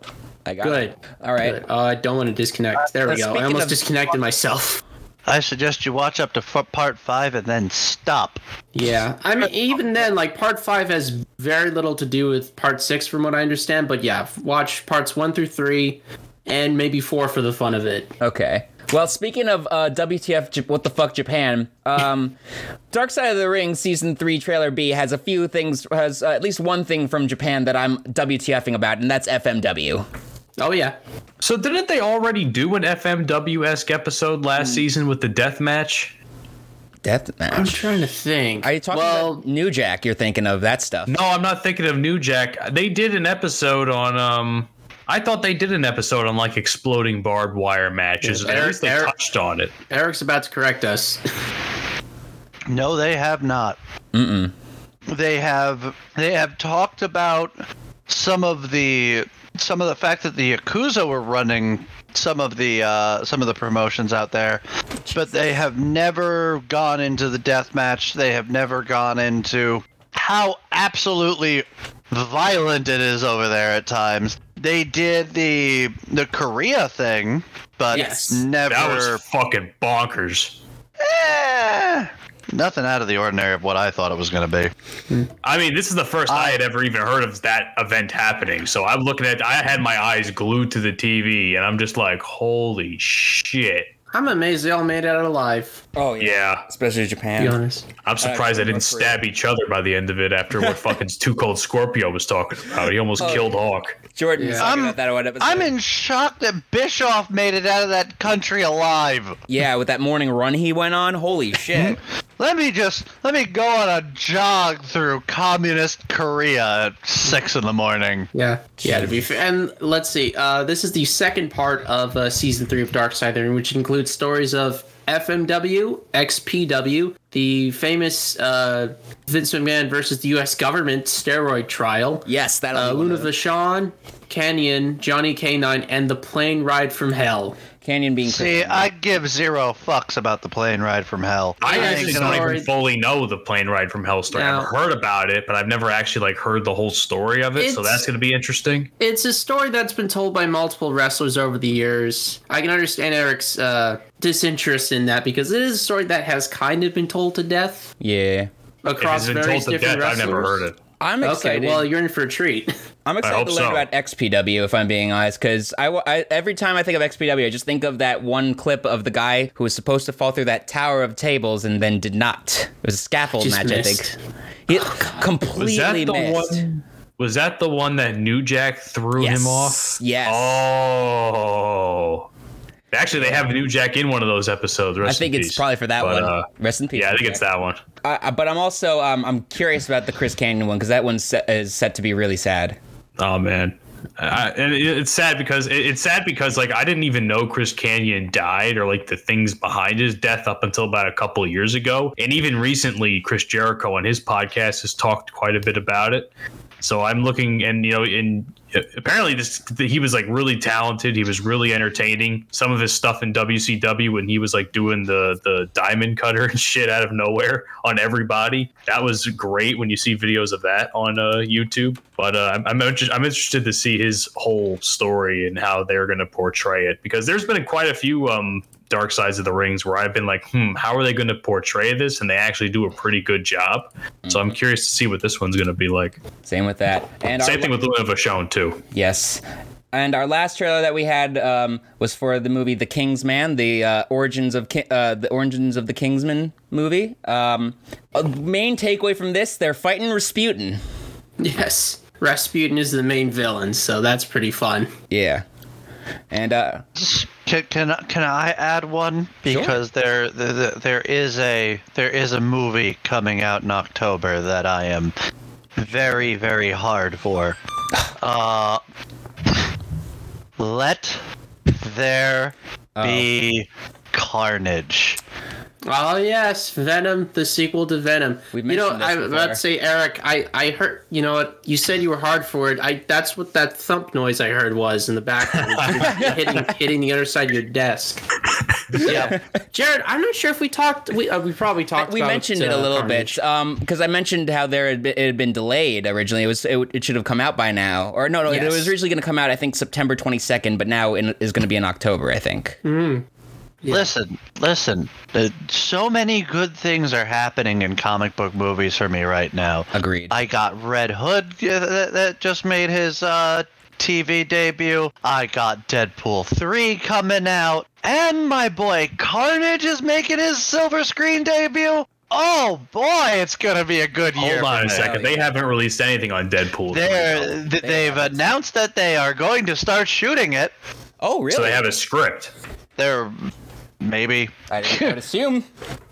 Speaker 1: I got
Speaker 2: Good.
Speaker 1: it. All right.
Speaker 2: Good. Uh, I don't want to disconnect. There we
Speaker 1: Uh,
Speaker 2: go. I
Speaker 1: speaking
Speaker 2: almost
Speaker 1: of-
Speaker 2: disconnected myself.
Speaker 4: I suggest you watch up to f- part five and then stop.
Speaker 2: Yeah. I mean, even then, like, part five has very little to do with part six, from what I understand. But yeah, watch parts one through three and maybe four for the fun of it.
Speaker 1: Okay. Well, speaking of uh, WTF, J- what the fuck, Japan? Um, Dark Side of the Ring season three trailer B has a few things, has uh, at least one thing from Japan that I'm WTFing about, and that's FMW.
Speaker 2: Oh, yeah.
Speaker 3: So didn't they already do an FMW esque episode last season with the death match?
Speaker 2: I'm
Speaker 1: Deathmatch.
Speaker 2: trying to think.
Speaker 1: Are you talking
Speaker 2: well,
Speaker 1: about New Jack? You're thinking of that stuff.
Speaker 3: No, I'm not thinking of New Jack. They did an episode on um I thought they did an episode on like exploding barbed wire matches.
Speaker 2: Eric-
Speaker 3: At least they
Speaker 2: Eric-
Speaker 3: touched on it.
Speaker 2: Eric's about to correct us.
Speaker 4: No, they have not. Mm-mm. They have they have talked about some of the some of the fact that the Yakuza were running some of the uh, some of the promotions out there, but they have never gone into the death match. They have never gone into how absolutely violent it is over there at times. They did the the Korea thing, but
Speaker 2: Yes.
Speaker 4: never
Speaker 3: That was fucking bonkers.
Speaker 4: Eh, nothing out of the ordinary of what I thought it was going to be.
Speaker 3: I mean, this is the first I, had ever even heard of that event happening. So I'm looking at I had my eyes glued to the TV and I'm just like, holy shit.
Speaker 2: I'm amazed they all made it out alive,
Speaker 1: Oh
Speaker 3: Yeah.
Speaker 1: especially
Speaker 2: to be
Speaker 1: Japan.
Speaker 2: honest.
Speaker 3: I'm surprised I didn't stab each other by the end of it after what fucking Too Cold Scorpio was talking about. He almost killed Hawk.
Speaker 1: Jordan, was
Speaker 2: Yeah.
Speaker 1: talking
Speaker 4: I'm-
Speaker 1: about that on one episode.
Speaker 4: I'm in shock that Bischoff made it out of that country alive.
Speaker 1: Yeah, with that morning run he went on. Holy shit.
Speaker 4: Let me just let me go on a jog through communist Korea at six in the morning.
Speaker 2: Yeah. Yeah, to be fair. And let's see. Uh, this is the second part of uh, season three of Dark Side of the Ring, which includes stories of FMW, XPW, the famous uh, Vince McMahon versus the U.S. government steroid trial,
Speaker 1: yes, that'll
Speaker 2: uh,
Speaker 1: be one
Speaker 2: Luna
Speaker 1: of them.
Speaker 2: Vachon, Canyon, Johnny K9, and the plane ride from hell.
Speaker 1: Canyon being
Speaker 4: See, I give zero fucks about the plane ride from hell.
Speaker 3: I
Speaker 4: ain't
Speaker 3: actually
Speaker 4: gonna-
Speaker 3: don't
Speaker 2: sorry.
Speaker 3: even fully know the plane ride from hell story.
Speaker 2: No.
Speaker 3: I've heard about it, but I've never actually like heard the whole story of it. so
Speaker 2: It's-
Speaker 3: that's going to be interesting.
Speaker 2: It's a story that's been told by multiple wrestlers over the years. I can understand Eric's uh, disinterest in that because it is a story that has kind of been told to death
Speaker 1: Yeah.
Speaker 3: If
Speaker 2: across
Speaker 3: it's been
Speaker 2: various
Speaker 3: told to death,
Speaker 2: different wrestlers.
Speaker 3: I've never heard it.
Speaker 1: I'm
Speaker 2: Okay,
Speaker 1: excited.
Speaker 2: well, you're in for a treat.
Speaker 1: I'm excited
Speaker 3: hope
Speaker 1: to learn
Speaker 3: so.
Speaker 1: about XPW if I'm being honest, because I, wa- I- every time I think of XPW, I just think of that one clip of the guy who was supposed to fall through that tower of tables and then did not. It was a scaffold
Speaker 2: Just
Speaker 1: match,
Speaker 2: missed. Oh,
Speaker 1: I think. He completely
Speaker 3: Was that the
Speaker 1: missed.
Speaker 3: one? Was that the one that New Jack threw
Speaker 1: Yes,
Speaker 3: him off?
Speaker 1: yes.
Speaker 3: Oh. Actually, they have New Jack in one of those episodes.
Speaker 1: I
Speaker 3: Rest in
Speaker 1: think it's
Speaker 3: peace.
Speaker 1: probably for that
Speaker 3: But,
Speaker 1: one.
Speaker 3: uh,
Speaker 1: Rest in peace.
Speaker 3: yeah, I think
Speaker 1: Jack.
Speaker 3: it's that one.
Speaker 1: I- I- but I'm also um, I'm curious about the Chris Canyon one because that one se- is set to be really sad.
Speaker 3: Oh man, I, and it, it's sad because it, it's sad because like I didn't even know Chris Canyon died or like the things behind his death up until about a couple of years ago, and even recently Chris Jericho on his podcast has talked quite a bit about it. So I'm looking, and you know, in apparently this he was like really talented. He was really entertaining. Some of his stuff in WCW when he was like doing the the diamond cutter and shit out of nowhere on everybody. That was great when you see videos of that on uh, YouTube. But uh, I'm I'm, inter- I'm interested to see his whole story and how they're going to portray it because there's been quite a few um dark sides of the rings where I've been like, hmm, how are they going to portray this? And they actually do a pretty good job. So I'm curious to see what this one's going to be like.
Speaker 1: Same with that. And our
Speaker 3: Same thing with Luna Vachon too.
Speaker 1: Yes. And our last trailer that we had um, was for the movie The Kingsman, the uh, origins of Ki- uh, the origins of the Kingsman movie. Um, a main takeaway from this: they're fighting Rasputin.
Speaker 2: yes. Rasputin is the main villain, so that's pretty fun.
Speaker 1: Yeah. And uh,
Speaker 4: Can, can I- can I add one because there, there there is a there is a movie coming out in October that I am very very hard for. Uh, let there be carnage.
Speaker 2: Oh yes, Venom, the sequel to Venom.
Speaker 1: We've
Speaker 2: you know,
Speaker 1: mentioned this
Speaker 2: I
Speaker 1: before.
Speaker 2: let's say Eric, I I heard you know what you said you were hard for it. I that's what that thump noise I heard was in the background It was hitting hitting the other side of your desk. yeah, Jared, I'm not sure if we talked. We uh, we probably talked.
Speaker 1: we
Speaker 2: about,
Speaker 1: mentioned it a
Speaker 2: uh,
Speaker 1: little
Speaker 2: Carnage.
Speaker 1: bit because I mentioned how there had been, it had been delayed originally. It was it, it should have come out by now, or no, no, it
Speaker 2: Yes.
Speaker 1: was originally going to come out I think September 22nd, but now in, is going to be in October, I think.
Speaker 2: Hmm. Mm.
Speaker 4: Listen, listen. Uh, so many good things are happening in comic book movies for me right now.
Speaker 1: Agreed.
Speaker 4: I got Red Hood yeah, that, that just made his uh, TV debut. I got Deadpool 3 coming out. And my boy Carnage is making his silver screen debut. Oh boy, it's going to be a good year.
Speaker 3: Hold on
Speaker 4: for
Speaker 3: a
Speaker 4: me.
Speaker 3: second. They haven't released anything on Deadpool.
Speaker 4: They're, th- they've announced that they are going to start shooting it.
Speaker 1: oh, really?
Speaker 3: so they have a script.
Speaker 4: They're maybe.
Speaker 1: I, didn't- I would assume.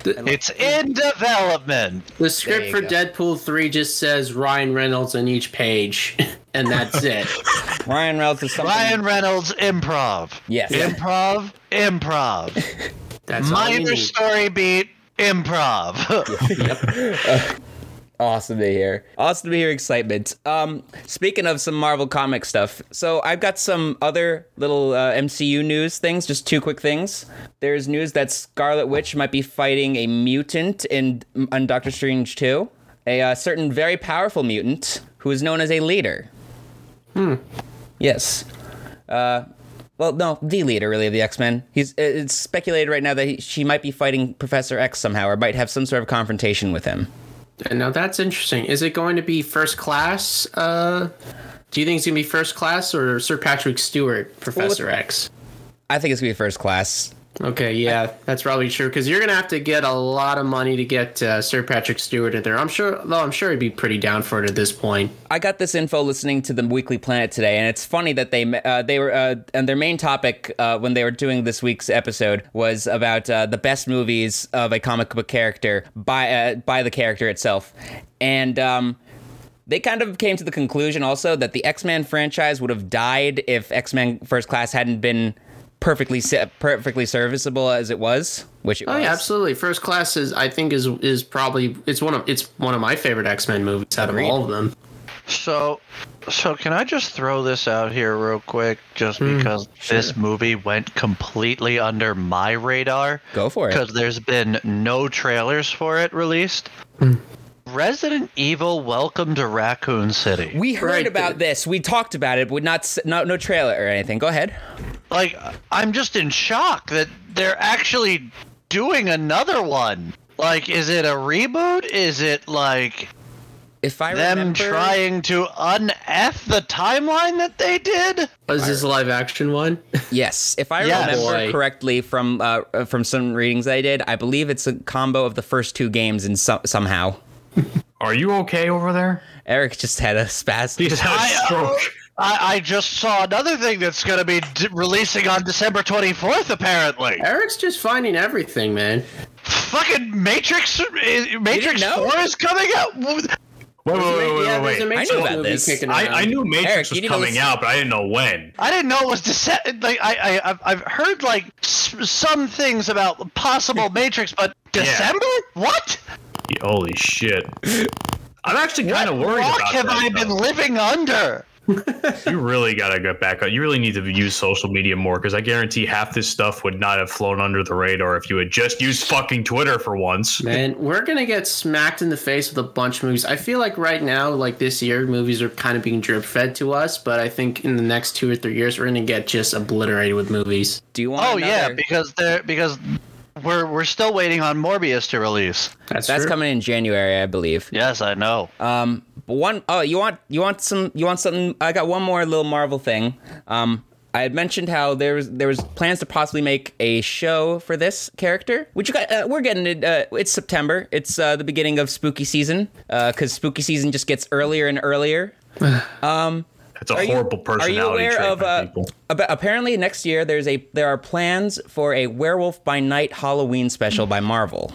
Speaker 4: It's in development.
Speaker 2: The script
Speaker 1: you
Speaker 2: for
Speaker 1: go.
Speaker 2: Deadpool three just says Ryan Reynolds on each page, and that's it.
Speaker 1: Ryan Reynolds is something.
Speaker 4: Ryan Reynolds improv.
Speaker 1: Yes.
Speaker 4: Improv, improv.
Speaker 2: That's all you
Speaker 4: Minor
Speaker 2: need.
Speaker 4: story beat, improv.
Speaker 1: Awesome to hear. Awesome to hear excitement. Um, speaking of some Marvel comic stuff, so I've got some other little uh, MCU news things. Just two quick things. There's news that Scarlet Witch might be fighting a mutant in on Doctor Strange 2, a uh, certain very powerful mutant who is known as a leader. Hmm. Yes. Uh, well, no, the leader really of the X Men. He's it- it's speculated right now that he, she might be fighting Professor X somehow, or might have some sort of confrontation with him.
Speaker 2: And now that's interesting. Is it going to be first class? Uh, do you think it's gonna be first class or Sir Patrick Stewart, Professor X?
Speaker 1: I think it's gonna be first class.
Speaker 2: Okay, yeah, that's probably true because you're gonna have to get a lot of money to get uh, Sir Patrick Stewart in there. I'm sure, though. I'm sure he'd be pretty down for it at this point.
Speaker 1: I got this info listening to the Weekly Planet today, and it's funny that they uh, they were uh, and their main topic uh, when they were doing this week's episode was about uh, the best movies of a comic book character by uh, by the character itself, and. Um, they kind of came to the conclusion also that the X-Men franchise would have died if X-Men First Class hadn't been perfectly se- perfectly serviceable as it was, which it
Speaker 2: Oh
Speaker 1: was.
Speaker 2: yeah, absolutely. First class is, I think, is is probably it's one of it's one of my favorite X Men movies out of all of them.
Speaker 4: so so can I just throw this out here real quick just
Speaker 1: Hmm,
Speaker 4: because this movie went completely under my radar?
Speaker 1: Go for it.
Speaker 4: Because there's been no trailers for it released.
Speaker 1: Hmm.
Speaker 4: Resident Evil Welcome to Raccoon City.
Speaker 1: We heard
Speaker 2: Right.
Speaker 1: about this. We talked about it, but not s- no no trailer or anything. Go ahead.
Speaker 4: like I'm just in shock that they're actually doing another one. Like, is it a reboot? Is it like
Speaker 1: If I
Speaker 4: them
Speaker 1: remember,
Speaker 4: trying to unf the timeline that they did?
Speaker 2: Oh, Is this a live action one?
Speaker 1: yes, if I
Speaker 4: Yes.
Speaker 1: remember
Speaker 2: Boy.
Speaker 1: correctly from uh, uh, from some readings I did, I believe it's a combo of the first two games and some somehow.
Speaker 3: Are you okay over there?
Speaker 1: Eric just had a spasm.
Speaker 3: He just had a
Speaker 1: uh,
Speaker 4: I-
Speaker 3: stroke.
Speaker 4: I, I just saw another thing that's going to be d- releasing on December 24th, apparently.
Speaker 2: Eric's just finding everything, man.
Speaker 4: Fucking Matrix eh, Matrix
Speaker 1: know?
Speaker 4: 4 is coming out.
Speaker 3: Wait, wait, wait,
Speaker 2: yeah,
Speaker 3: wait,
Speaker 2: there's
Speaker 3: wait,
Speaker 2: a
Speaker 3: wait.
Speaker 2: Matrix
Speaker 1: I knew about
Speaker 2: movie
Speaker 1: this.
Speaker 2: kicking
Speaker 3: I,
Speaker 2: around.
Speaker 3: I knew Matrix
Speaker 1: Eric, you
Speaker 3: was
Speaker 1: need to
Speaker 3: coming
Speaker 1: listen-
Speaker 3: out, but I didn't know when.
Speaker 4: I didn't know it was December. Like I, I, I've, I've heard like s- some things about possible Matrix, but December? What?
Speaker 3: Holy shit! I'm actually kind of worried
Speaker 4: Rock
Speaker 3: about
Speaker 4: have
Speaker 3: that,
Speaker 4: I
Speaker 3: though.
Speaker 4: been living under?
Speaker 3: You really gotta get back up. You really need to use social media more because I guarantee half this stuff would not have flown under the radar if you had just used fucking Twitter for once.
Speaker 2: Man, we're gonna get smacked in the face with a bunch of movies. I feel like right now, like this year, movies are kind of being drip fed to us. But I think in the next two or three years, we're gonna get just obliterated with movies.
Speaker 1: Do you want?
Speaker 4: Oh yeah,
Speaker 1: another?
Speaker 4: because they're because we're we're still waiting on Morbius to release.
Speaker 2: That's,
Speaker 1: that's
Speaker 2: true.
Speaker 1: coming in January, I believe.
Speaker 4: Yes, I know.
Speaker 1: Um, but one oh, you want you want some you want something? I got one more little Marvel thing. Um, I had mentioned how there was there was plans to possibly make a show for this character, which you got, uh, we're getting it. Uh, it's September. It's uh, the beginning of spooky season because spooky season just gets earlier and earlier.
Speaker 3: That's a
Speaker 1: Are you-
Speaker 3: horrible personality
Speaker 1: Are you aware
Speaker 3: trait
Speaker 1: of
Speaker 3: by
Speaker 1: uh,
Speaker 3: people.
Speaker 1: ab- apparently next year there's a there are plans for a Werewolf by Night Halloween special by Marvel.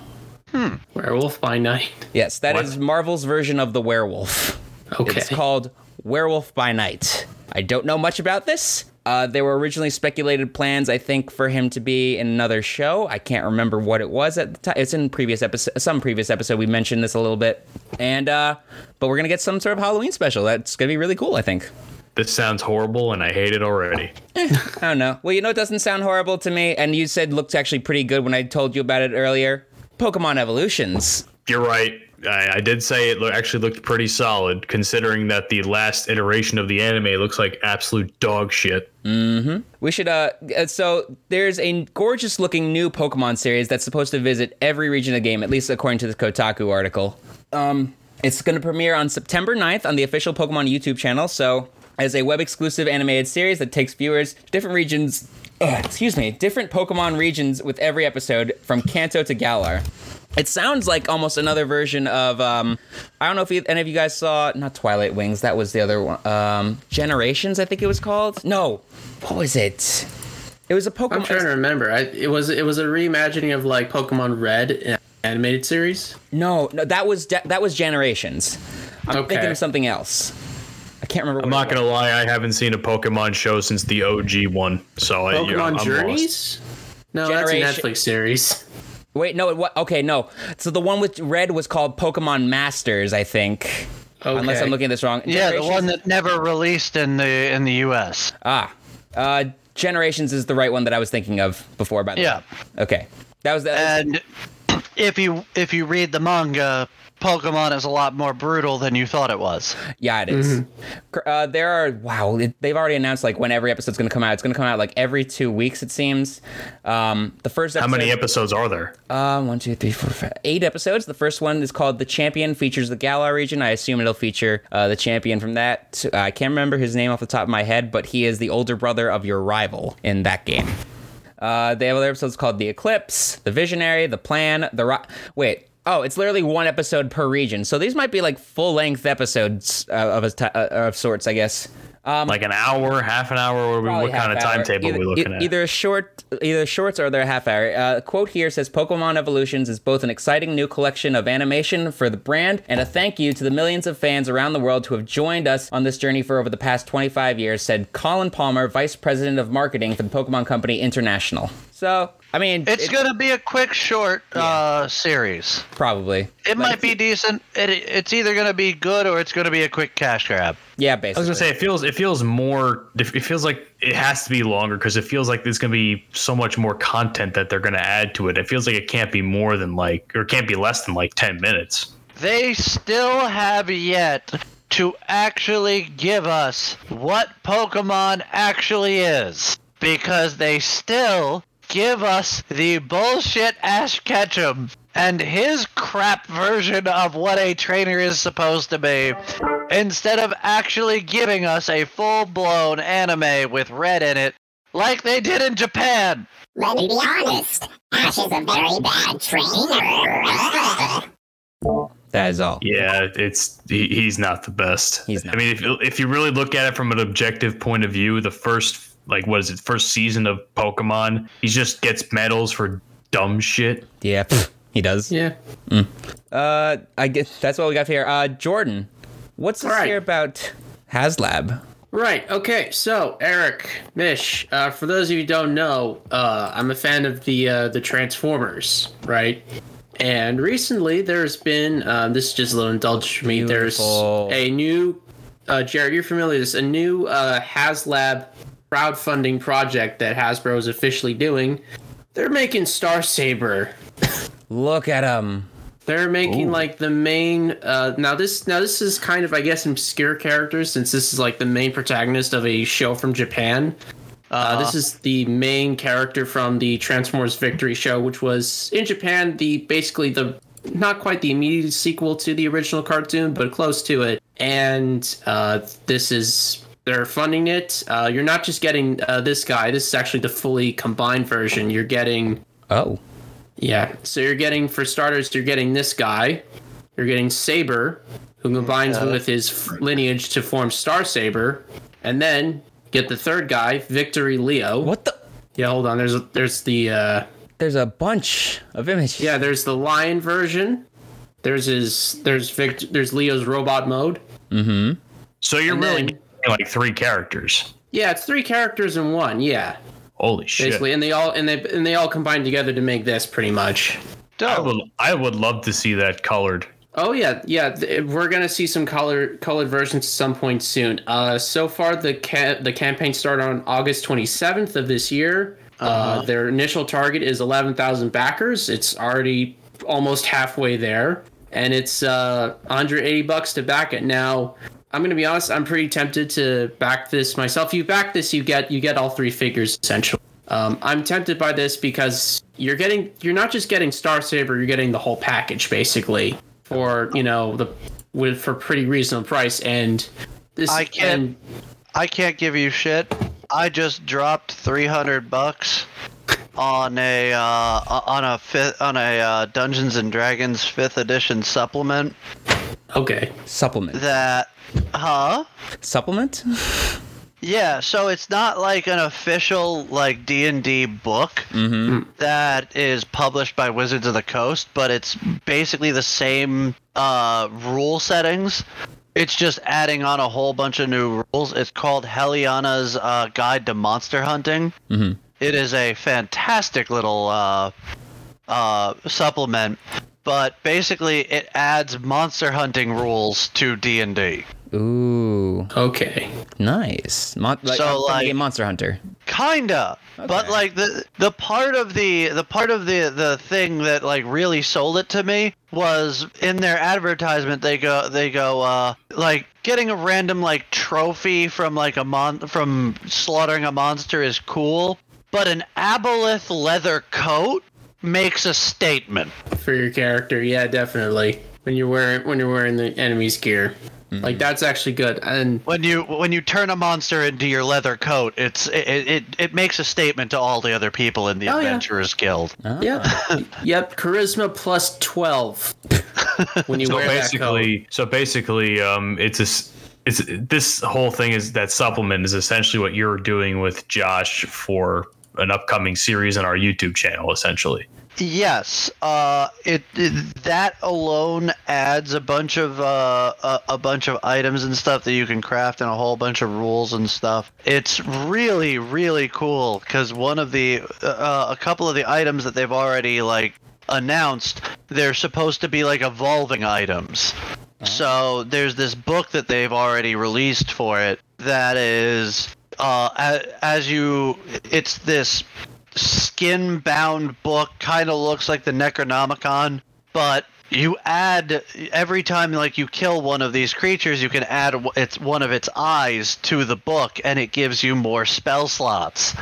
Speaker 2: Werewolf by Night.
Speaker 1: Yes, that is
Speaker 3: What?
Speaker 1: Marvel's version of the werewolf.
Speaker 2: Okay.
Speaker 1: It's called Werewolf by Night. I don't know much about this. Uh, there were originally speculated plans, I think, for him to be in another show. I can't remember what it was at the time. It's in previous episode, some previous episode. We mentioned this a little bit, and uh, but we're gonna get some sort of Halloween special. That's gonna be really cool, I think.
Speaker 3: This sounds horrible and I hate it already.
Speaker 1: I don't know. Well, you know it doesn't sound horrible to me, and you said looked actually pretty good when I told you about it earlier. Pokemon Evolutions.
Speaker 3: You're right. I, I did say it lo- actually looked pretty solid, considering that the last iteration of the anime looks like absolute dog shit.
Speaker 1: We should uh uh, so there's a gorgeous looking new Pokemon series that's supposed to visit every region of the game, at least according to this Kotaku article. Um it's gonna premiere on September 9th on the official Pokemon YouTube channel, so as a web exclusive animated series that takes viewers to different regions ugh, excuse me, different Pokemon regions with every episode from Kanto to Galar. It sounds like almost another version of um, I don't know if you, any of you guys saw not Twilight Wings that was the other one um, Generations I think it was called no what was it it was a Pokemon
Speaker 2: I'm trying to remember. I, it was it was a reimagining of like Pokemon Red an- animated series.
Speaker 1: no no that was de- that was Generations I'm
Speaker 2: Okay.
Speaker 1: thinking of something else I can't remember
Speaker 3: I'm not gonna lie, I haven't seen a Pokemon show since the OG one, so I, yeah,
Speaker 2: Pokemon
Speaker 3: I'm lost.
Speaker 2: Journeys. No, that's
Speaker 1: Generation-
Speaker 2: a Netflix series.
Speaker 1: wait no it, wa- okay no so the one with red was called Pokemon Masters I think
Speaker 2: Okay.
Speaker 1: unless I'm looking at this wrong
Speaker 4: Yeah, the
Speaker 1: Generations-
Speaker 4: one that never released in the in the U.S.
Speaker 1: Ah, uh, Generations is the right one that I was thinking of before. By the
Speaker 4: Yeah.
Speaker 1: way. Okay, that was the.
Speaker 4: And if you if you read the manga, Pokemon is a lot more brutal than you thought it was.
Speaker 1: yeah, it is.
Speaker 4: mm-hmm.
Speaker 1: Cr- Uh, there are wow. It, they've already announced like when every episode's going to come out. It's going to come out like every two weeks, it seems. Um, the first
Speaker 3: How
Speaker 1: episode,
Speaker 3: many episodes are there?
Speaker 1: Uh, one, two, three, four, five, eight episodes. The first one is called "The Champion," features the Galar region. I assume it'll feature uh, the champion from that. Uh, I can't remember his name off the top of my head, but he is the older brother of your rival in that game. Uh, they have other episodes called "The Eclipse," "The Visionary," "The Plan," "The Ro- Wait. Oh, it's literally one episode per region. So these might be like full-length episodes uh, of a t- uh, of sorts, I guess.
Speaker 3: like an hour, half an hour, or
Speaker 1: Um, Probably
Speaker 3: what kind of
Speaker 1: Oh, half hour.
Speaker 3: timetable
Speaker 1: either,
Speaker 3: are we looking
Speaker 1: e-
Speaker 3: at?
Speaker 1: Either short, either shorts or their half hour. Uh, quote here says Pokemon Evolutions is both an exciting new collection of animation for the brand and a thank you to the millions of fans around the world who have joined us on this journey for over the past 25 years, said Colin Palmer, Vice President of Marketing for the Pokemon Company International. So, I mean,
Speaker 4: It's
Speaker 1: it-
Speaker 4: gonna be a quick short uh, series.
Speaker 1: probably.
Speaker 4: It might be decent. It, it's either gonna be good or it's gonna be a quick cash grab.
Speaker 1: Yeah,
Speaker 3: I
Speaker 1: basically.
Speaker 3: was gonna say it feels it feels more it feels like it has to be longer because it feels like there's gonna be so much more content that they're gonna add to it. It feels like it can't be more than like or it can't be less than like ten minutes.
Speaker 4: They still have yet to actually give us what Pokemon actually is. Because they still give us the bullshit Ash Ketchum and his crap version of what a trainer is supposed to be instead of actually giving us a full blown anime with red in it like they did in Japan.
Speaker 8: Let me be honest. Ash is a very bad trainer.
Speaker 1: that is all.
Speaker 3: Yeah, it's he, he's not the best.
Speaker 1: He's not.
Speaker 3: I mean, if you- if you really look at it from an objective point of view, the first like what is it first season of Pokemon, he just gets medals for dumb shit.
Speaker 1: Yeah, pff, he does.
Speaker 2: Yeah.
Speaker 1: Uh, I guess that's what we got here. Uh, Jordan, what's this
Speaker 2: Alright.
Speaker 1: here about HasLab?
Speaker 2: Right. Okay. So Eric Mish, uh, for those of you who don't know, uh, I'm a fan of the uh, the Transformers, right? And recently, there's been um, this is just a little indulge for me.
Speaker 1: Beautiful.
Speaker 2: There's a new uh, Jared, you're familiar with this, a new uh, HasLab crowdfunding project that Hasbro is officially doing. They're making Star Saber.
Speaker 1: Look at him.
Speaker 2: They're making like the main uh now this now this is kind of I guess obscure characters since this is like the main protagonist of a show from Japan. Uh, this is the main character from the Transformers Victory show, which was in Japan the basically the not quite the immediate sequel to the original cartoon, but close to it. And uh, this is they're funding it. Uh, you're not just getting uh, this guy. This is actually the fully combined version. You're getting
Speaker 1: Oh.
Speaker 2: yeah. So you're getting, for starters, you're getting this guy. You're getting Saber, who combines with his f- lineage to form Star Saber, and then get the third guy, Victory Leo.
Speaker 1: What the?
Speaker 2: Yeah, hold on. There's a, there's the uh,
Speaker 1: There's a bunch of images.
Speaker 2: yeah. There's the lion version. There's his there's Vict there's Leo's robot mode.
Speaker 3: So you're
Speaker 2: And
Speaker 3: really
Speaker 2: then-
Speaker 3: getting, like three characters.
Speaker 2: Yeah, it's three characters in one. Yeah,
Speaker 3: Holy shit!
Speaker 2: basically, and they all and they and they all combine together to make this pretty much.
Speaker 3: I would I would love to see that colored.
Speaker 2: Oh yeah, yeah. th- We're gonna see some color colored versions at some point soon. Uh, so far the ca- the campaign started on August 27th of this year. Uh, Their initial target is 11,000 backers. It's already almost halfway there, and it's uh 180 bucks to back it. Now, I'm gonna be honest. I'm pretty tempted to back this myself. You back this, you get you get all three figures essentially. Um, I'm tempted by this because you're getting you're not just getting Star Saber, you're getting the whole package basically for you know the with for pretty reasonable price and this
Speaker 4: I can't-
Speaker 2: and
Speaker 4: I can't give you shit. I just dropped 300 bucks on a uh, on a fifth, on a uh, Dungeons and Dragons 5th edition supplement
Speaker 2: okay
Speaker 1: Supplement.
Speaker 4: that huh?
Speaker 1: Supplement?
Speaker 4: Yeah, so it's not like an official like D and D book that is published by Wizards of the Coast, but it's basically the same uh, rule settings. It's just adding on a whole bunch of new rules. It's called Heliana's uh, Guide to Monster Hunting. It is a fantastic little uh, uh, supplement, but basically it adds monster hunting rules to D and D.
Speaker 1: Ooh,
Speaker 2: okay
Speaker 1: nice. Mon- like,
Speaker 4: So,
Speaker 1: so
Speaker 4: like-
Speaker 1: like Monster Hunter.
Speaker 4: kinda but
Speaker 1: Okay.
Speaker 4: like the the part of the the part of the the thing that like really sold it to me was in their advertisement they go they go uh like getting a random like trophy from like a mon from slaughtering a monster is cool but an aboleth leather coat makes a statement
Speaker 2: for your character yeah definitely when you're wearing when you're wearing the enemy's gear
Speaker 3: Hmm.
Speaker 2: like that's actually good and
Speaker 4: when you when you turn a monster into your leather coat it's it it, it makes a statement to all the other people in the
Speaker 2: Oh, yeah.
Speaker 4: adventurers guild
Speaker 2: yep
Speaker 3: Ah.
Speaker 2: yep charisma plus 12 when you
Speaker 3: So
Speaker 2: wear that coat
Speaker 3: basically, so basically, um, it's a s it's this whole thing is that supplement is essentially what you're doing with Josh for an upcoming series on our YouTube channel, essentially.
Speaker 4: Yes, uh, it, it- that alone adds a bunch of uh, a, a bunch of items and stuff that you can craft and a whole bunch of rules and stuff. It's really really cool because one of the uh, a couple of the items that they've already like announced they're supposed to be like evolving items. So there's this book that they've already released for it that is uh, a- as you it's this skin bound book kind of looks like the necronomicon but you add every time like you kill one of these creatures you can add w- it's one of its eyes to the book and it gives you more spell slots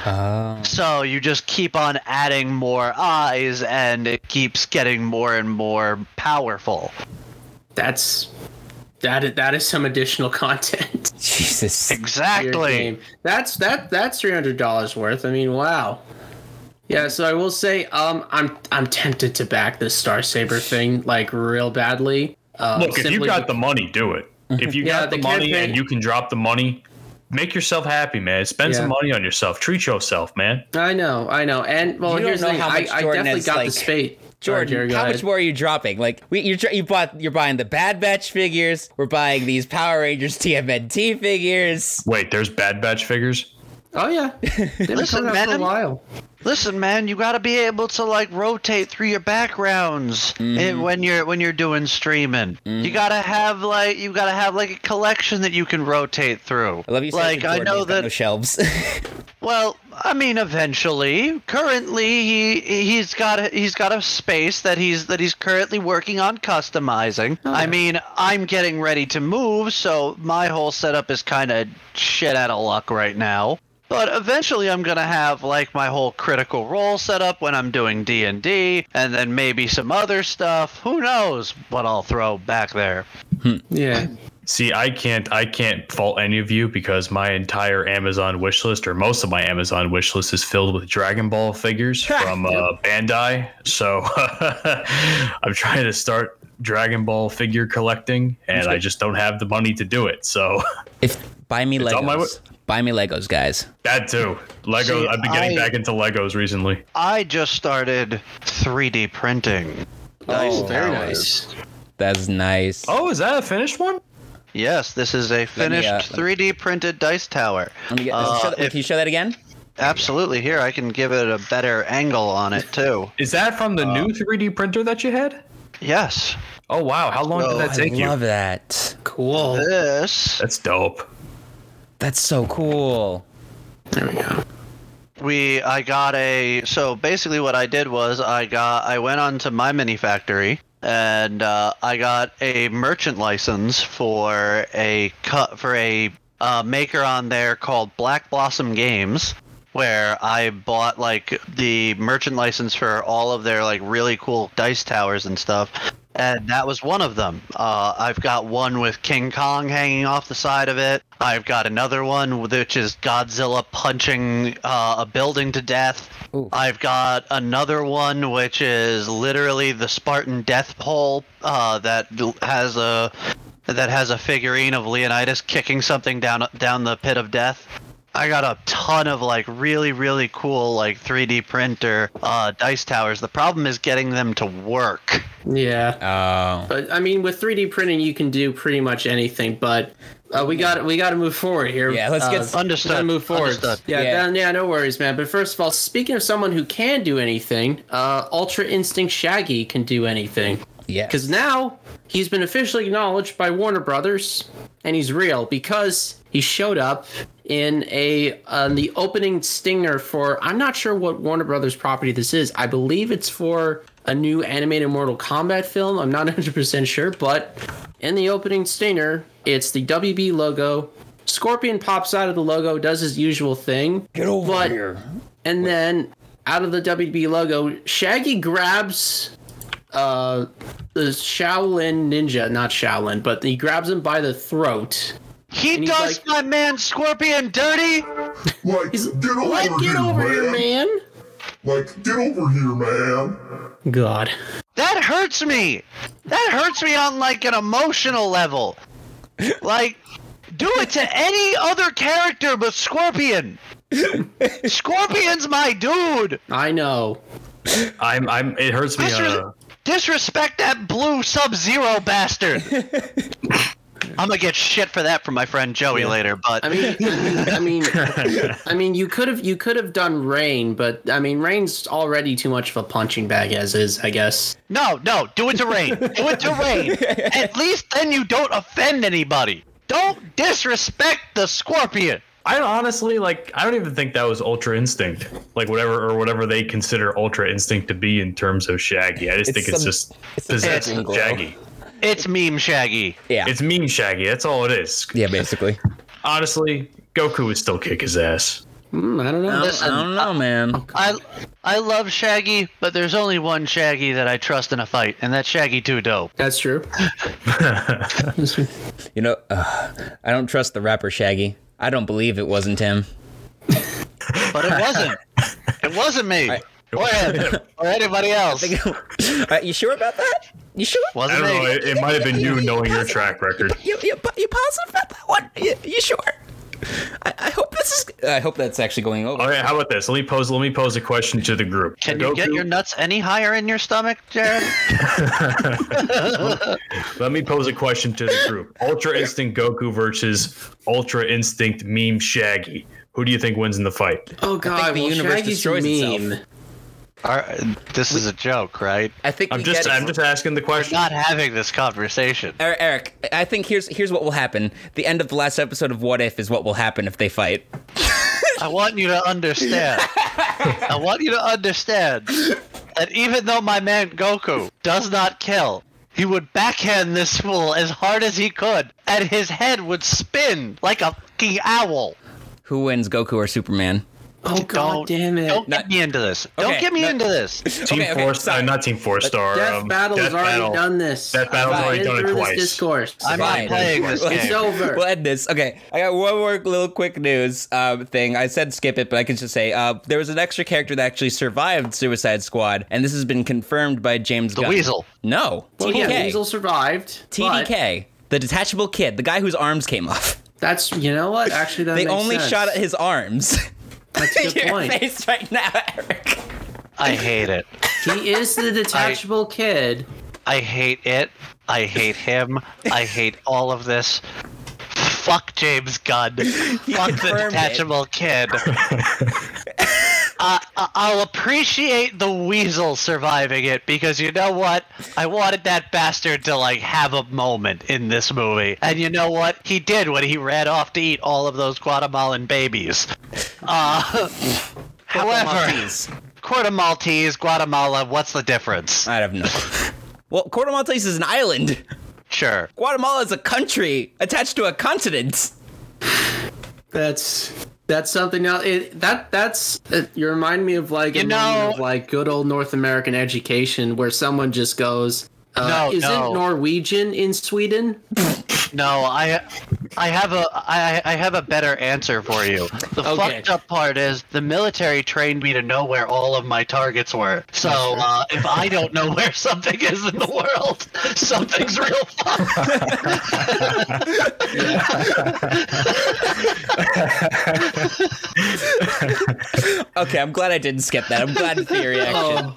Speaker 4: so you just keep on adding more eyes and it keeps getting more and more powerful
Speaker 2: that's that is, that is some additional content
Speaker 1: Jesus.
Speaker 2: your
Speaker 4: exactly
Speaker 2: game. That's that that's three hundred dollars worth. I mean, wow. Yeah, so I will say, um, I'm I'm tempted to back this Star Saber thing like real badly. Um,
Speaker 3: Look, if you
Speaker 2: simply
Speaker 3: got the money, do it. If you
Speaker 2: Mm-hmm. Yeah,
Speaker 3: got the,
Speaker 2: the
Speaker 3: money
Speaker 2: campaign-
Speaker 3: and you can drop the money, make yourself happy, man. Spend
Speaker 2: Yeah.
Speaker 3: some money on yourself. Treat yourself, man.
Speaker 2: I know, I know, and well,
Speaker 1: You don't
Speaker 2: here's the
Speaker 1: know
Speaker 2: thing.
Speaker 1: how
Speaker 2: I,
Speaker 1: much
Speaker 2: I
Speaker 1: Jordan
Speaker 2: definitely
Speaker 1: has,
Speaker 2: got
Speaker 1: like-
Speaker 2: the spade. Sorry, Jerry,
Speaker 1: Jordan,
Speaker 2: go
Speaker 1: how
Speaker 2: ahead.
Speaker 1: much more are you dropping? Like we, you're tr- you bought you're buying the Bad Batch figures. We're buying these Power Rangers TMNT figures.
Speaker 3: Wait, there's Bad Batch figures.
Speaker 2: Oh yeah, they've been
Speaker 4: Listen,
Speaker 2: coming out for a
Speaker 4: Venom-
Speaker 2: while.
Speaker 4: Listen, man, you gotta be able to like rotate through your backgrounds
Speaker 1: Mm-hmm.
Speaker 4: eh, when you're when you're doing streaming. You gotta have like you gotta have like a collection that you can rotate through.
Speaker 1: I love you.
Speaker 4: Like I know that.
Speaker 1: no shelves.
Speaker 4: well, I mean, eventually. Currently, he he's got a, he's got a space that he's that he's currently working on customizing. I mean, I'm getting ready to move, so my whole setup is kind of shit out of luck right now. But eventually, I'm gonna have like my whole critical role set up when I'm doing D and D, and then maybe some other stuff. Who knows what I'll throw back there?
Speaker 2: Yeah,
Speaker 3: See, I can't I can't fault any of you because my entire Amazon wish list or most of my Amazon wish list is filled with Dragon Ball figures from uh, Bandai. So I'm trying to start Dragon Ball figure collecting and I just don't have the money to do it. So
Speaker 1: if buy me
Speaker 3: on my
Speaker 1: Legos, buy me Legos, guys.
Speaker 3: that too. Lego
Speaker 4: See,
Speaker 3: I've been getting
Speaker 4: I-
Speaker 3: back into Legos recently.
Speaker 4: I just started 3D printing.
Speaker 2: oh, very nice.
Speaker 1: That's nice.
Speaker 3: Oh, is that a finished one?
Speaker 4: Yes, this is a
Speaker 1: me,
Speaker 4: finished
Speaker 1: uh,
Speaker 4: 3D printed dice tower.
Speaker 1: Let me get,
Speaker 4: Uh,
Speaker 1: show that-
Speaker 4: if-
Speaker 1: can you show that again?
Speaker 4: Absolutely, here I can give it a better angle on it too.
Speaker 3: Is that from the new 3D printer that you had?
Speaker 4: Yes.
Speaker 3: Oh wow, how long did that
Speaker 1: I
Speaker 3: take you?
Speaker 1: love that.
Speaker 2: Cool.
Speaker 4: This
Speaker 3: That's dope.
Speaker 1: That's so cool.
Speaker 2: There we go.
Speaker 4: we I got a so basically what I did was I got I went on to my mini factory and uh, I got a merchant license for a cut for a uh, maker on there called Black Blossom Games where I bought like the merchant license for all of their like really cool dice towers and stuff. And that was one of them. Uh, I've got one with King Kong hanging off the side of it. I've got another one which is Godzilla punching uh, a building to death.
Speaker 1: Ooh.
Speaker 4: I've got another one which is literally the Spartan death pole uh, that l- has a that has a figurine of Leonidas kicking something down down the pit of death. I got a ton of like really really cool like 3D printer uh, dice towers. The problem is getting them to work.
Speaker 2: Yeah.
Speaker 1: Oh.
Speaker 2: But I mean, with 3D printing, you can do pretty much anything. But uh, we got we got to move forward here.
Speaker 1: Yeah, let's get-
Speaker 2: uh,
Speaker 4: Understood.
Speaker 2: gotta move forward.
Speaker 4: Understood.
Speaker 2: Yeah,
Speaker 1: Yeah.
Speaker 2: then- yeah, no worries, man. But first of all, speaking of someone who can do anything, uh, Ultra Instinct Shaggy can do anything
Speaker 1: Yeah.
Speaker 2: because now he's been officially acknowledged by Warner Brothers, and he's real because he showed up in a on the opening stinger for I'm not sure what Warner Brothers property this is. I believe it's for a new animated Mortal Kombat film. I'm not 100% sure, but in the opening stinger, it's the WB logo. Scorpion pops out of the logo, does his usual thing. Get over here. And then out of the WB logo, Shaggy grabs uh, the Shaolin ninja, not Shaolin, but he grabs him by the throat.
Speaker 4: He
Speaker 2: he's
Speaker 4: does
Speaker 2: like-
Speaker 4: my man Scorpion dirty.
Speaker 6: Like, get over,
Speaker 2: Like, get
Speaker 6: here,
Speaker 2: over
Speaker 6: man.
Speaker 2: here, man!
Speaker 6: Like, get over here, man.
Speaker 2: God.
Speaker 4: That hurts me. That hurts me on like an emotional level. Like, do it to any other character but Scorpion. Scorpion's my dude.
Speaker 2: I know.
Speaker 3: I'm I'm it hurts me
Speaker 4: Disres-
Speaker 3: uh,
Speaker 4: disrespect that blue Sub Zero bastard. I'm gonna get shit for that from my friend Joey later, but
Speaker 2: I mean, I mean, I mean, you could have you could have done Rain, but I mean, Rain's already too much of a punching bag as is, I guess.
Speaker 4: no, no, do it to Rain. Do it to Rain. At least then you don't offend anybody. Don't disrespect the Scorpion.
Speaker 3: I honestly like I don't even think that was Ultra Instinct. Like whatever or whatever they consider Ultra Instinct to be in terms of Shaggy. I just
Speaker 1: It's
Speaker 3: think it's
Speaker 1: some-
Speaker 3: just
Speaker 1: it's some
Speaker 3: possessed
Speaker 1: Shaggy glow.
Speaker 3: Shaggy.
Speaker 4: It's meme Shaggy.
Speaker 1: yeah.
Speaker 3: It's mean Shaggy, that's all it is.
Speaker 1: yeah, basically.
Speaker 3: Honestly, Goku would still kick his ass.
Speaker 2: Hmm, I don't know.
Speaker 4: Listen,
Speaker 1: know, man.
Speaker 4: I I love Shaggy, but there's only one Shaggy that I trust in a fight, and that's Shaggy Two Dope.
Speaker 2: That's true. Oh,
Speaker 1: You know, uh, I don't trust the rapper Shaggy. I don't believe it wasn't him.
Speaker 4: But it wasn't. it wasn't me. Or him, or anybody else.
Speaker 1: Uh, you sure about that? You sure?
Speaker 3: I
Speaker 4: Wasn't
Speaker 3: don't
Speaker 4: me.
Speaker 3: know, it, it might have been you knowing your track record.
Speaker 1: You, you, po- you positive about that one? You, you sure? I, I hope this is. I hope that's actually going over.
Speaker 3: Okay, how about this? Let me pose let me pose a question to the group.
Speaker 4: Can you get your nuts any higher in your stomach, Jared?
Speaker 3: Let me pose a question to the group. Ultra Instinct Goku versus Ultra Instinct Meme Shaggy. Who do you think wins in the fight?
Speaker 2: Oh God,
Speaker 1: the
Speaker 2: well,
Speaker 1: universe
Speaker 2: Shaggy's
Speaker 1: destroys
Speaker 2: mean.
Speaker 1: itself.
Speaker 4: Are- this is a joke, right?
Speaker 1: I think
Speaker 3: I'm
Speaker 1: we
Speaker 3: just
Speaker 1: get it.
Speaker 3: I'm just asking the question.
Speaker 4: Not having this conversation.
Speaker 1: Er- Eric, I think here's here's what will happen. The end of the last episode of What If is what will happen if they fight.
Speaker 4: I want you to understand. I want you to understand that even though my man Goku does not kill, he would backhand this fool as hard as he could, and his head would spin like a fucking owl.
Speaker 1: Who wins, Goku or Superman?
Speaker 2: Oh God, damn it!
Speaker 4: Don't
Speaker 1: No-
Speaker 4: get me into this. Don't
Speaker 1: Okay,
Speaker 4: get me
Speaker 1: no-
Speaker 4: into this.
Speaker 3: Team
Speaker 1: okay, okay,
Speaker 3: Four
Speaker 1: sorry.
Speaker 3: Star, not Team Four Star.
Speaker 2: Death
Speaker 3: um,
Speaker 2: Battle has
Speaker 3: Death
Speaker 2: already
Speaker 3: Battle.
Speaker 2: done this.
Speaker 3: Death Battle's
Speaker 1: I've
Speaker 3: already
Speaker 2: Been
Speaker 3: done it
Speaker 2: through this
Speaker 3: twice.
Speaker 2: discourse.
Speaker 4: I'm not
Speaker 1: Fine.
Speaker 4: playing this
Speaker 2: It's
Speaker 4: game.
Speaker 2: over.
Speaker 1: We'll end this. Okay, I got one more little quick news um, thing. I said skip it, but I can just say uh, there was an extra character that actually survived Suicide Squad, and this has been confirmed by James
Speaker 4: The
Speaker 1: Gunn.
Speaker 4: Weasel.
Speaker 1: No,
Speaker 2: Well,
Speaker 1: TDK.
Speaker 2: yeah, Weasel survived. but
Speaker 1: TDK, the detachable kid, the guy whose arms came off.
Speaker 2: That's you know what? Actually, that
Speaker 1: They
Speaker 2: makes
Speaker 1: only
Speaker 2: sense.
Speaker 1: shot at his arms.
Speaker 2: That's a good
Speaker 1: Your
Speaker 2: point.
Speaker 1: face right now, Eric.
Speaker 4: I hate it.
Speaker 2: He is the detachable kid.
Speaker 4: I hate it. I hate him. I hate all of this. Fuck James Gunn. Fuck the
Speaker 1: confirmed it.
Speaker 4: detachable kid. I, I- I'll appreciate the weasel surviving it because you know what? I wanted that bastard to like have a moment in this movie, and you know what? He did when he ran off to eat all of those Guatemalan babies. Uh, however,
Speaker 1: Maltese.
Speaker 4: Quarter Maltese, Guatemala. What's the difference?
Speaker 1: I don't know. Well, Corto Maltese is an island.
Speaker 4: Sure.
Speaker 1: Guatemala is a country attached to a continent.
Speaker 2: That's that's something else. It, that that's it, you remind me of like
Speaker 4: You
Speaker 2: a moment
Speaker 4: know-
Speaker 2: of like good old North American education where someone just goes, uh,
Speaker 4: No,
Speaker 2: "Isn't
Speaker 4: no.
Speaker 2: Norwegian in Sweden?"
Speaker 4: No, I, I have a, I, I have a better answer for you. The
Speaker 2: Okay.
Speaker 4: fucked up part is the military trained me to know where all of my targets were. So uh, if I don't know where something is in the world, something's real fucked.
Speaker 1: Okay, I'm glad I didn't skip that. I'm glad for your reaction.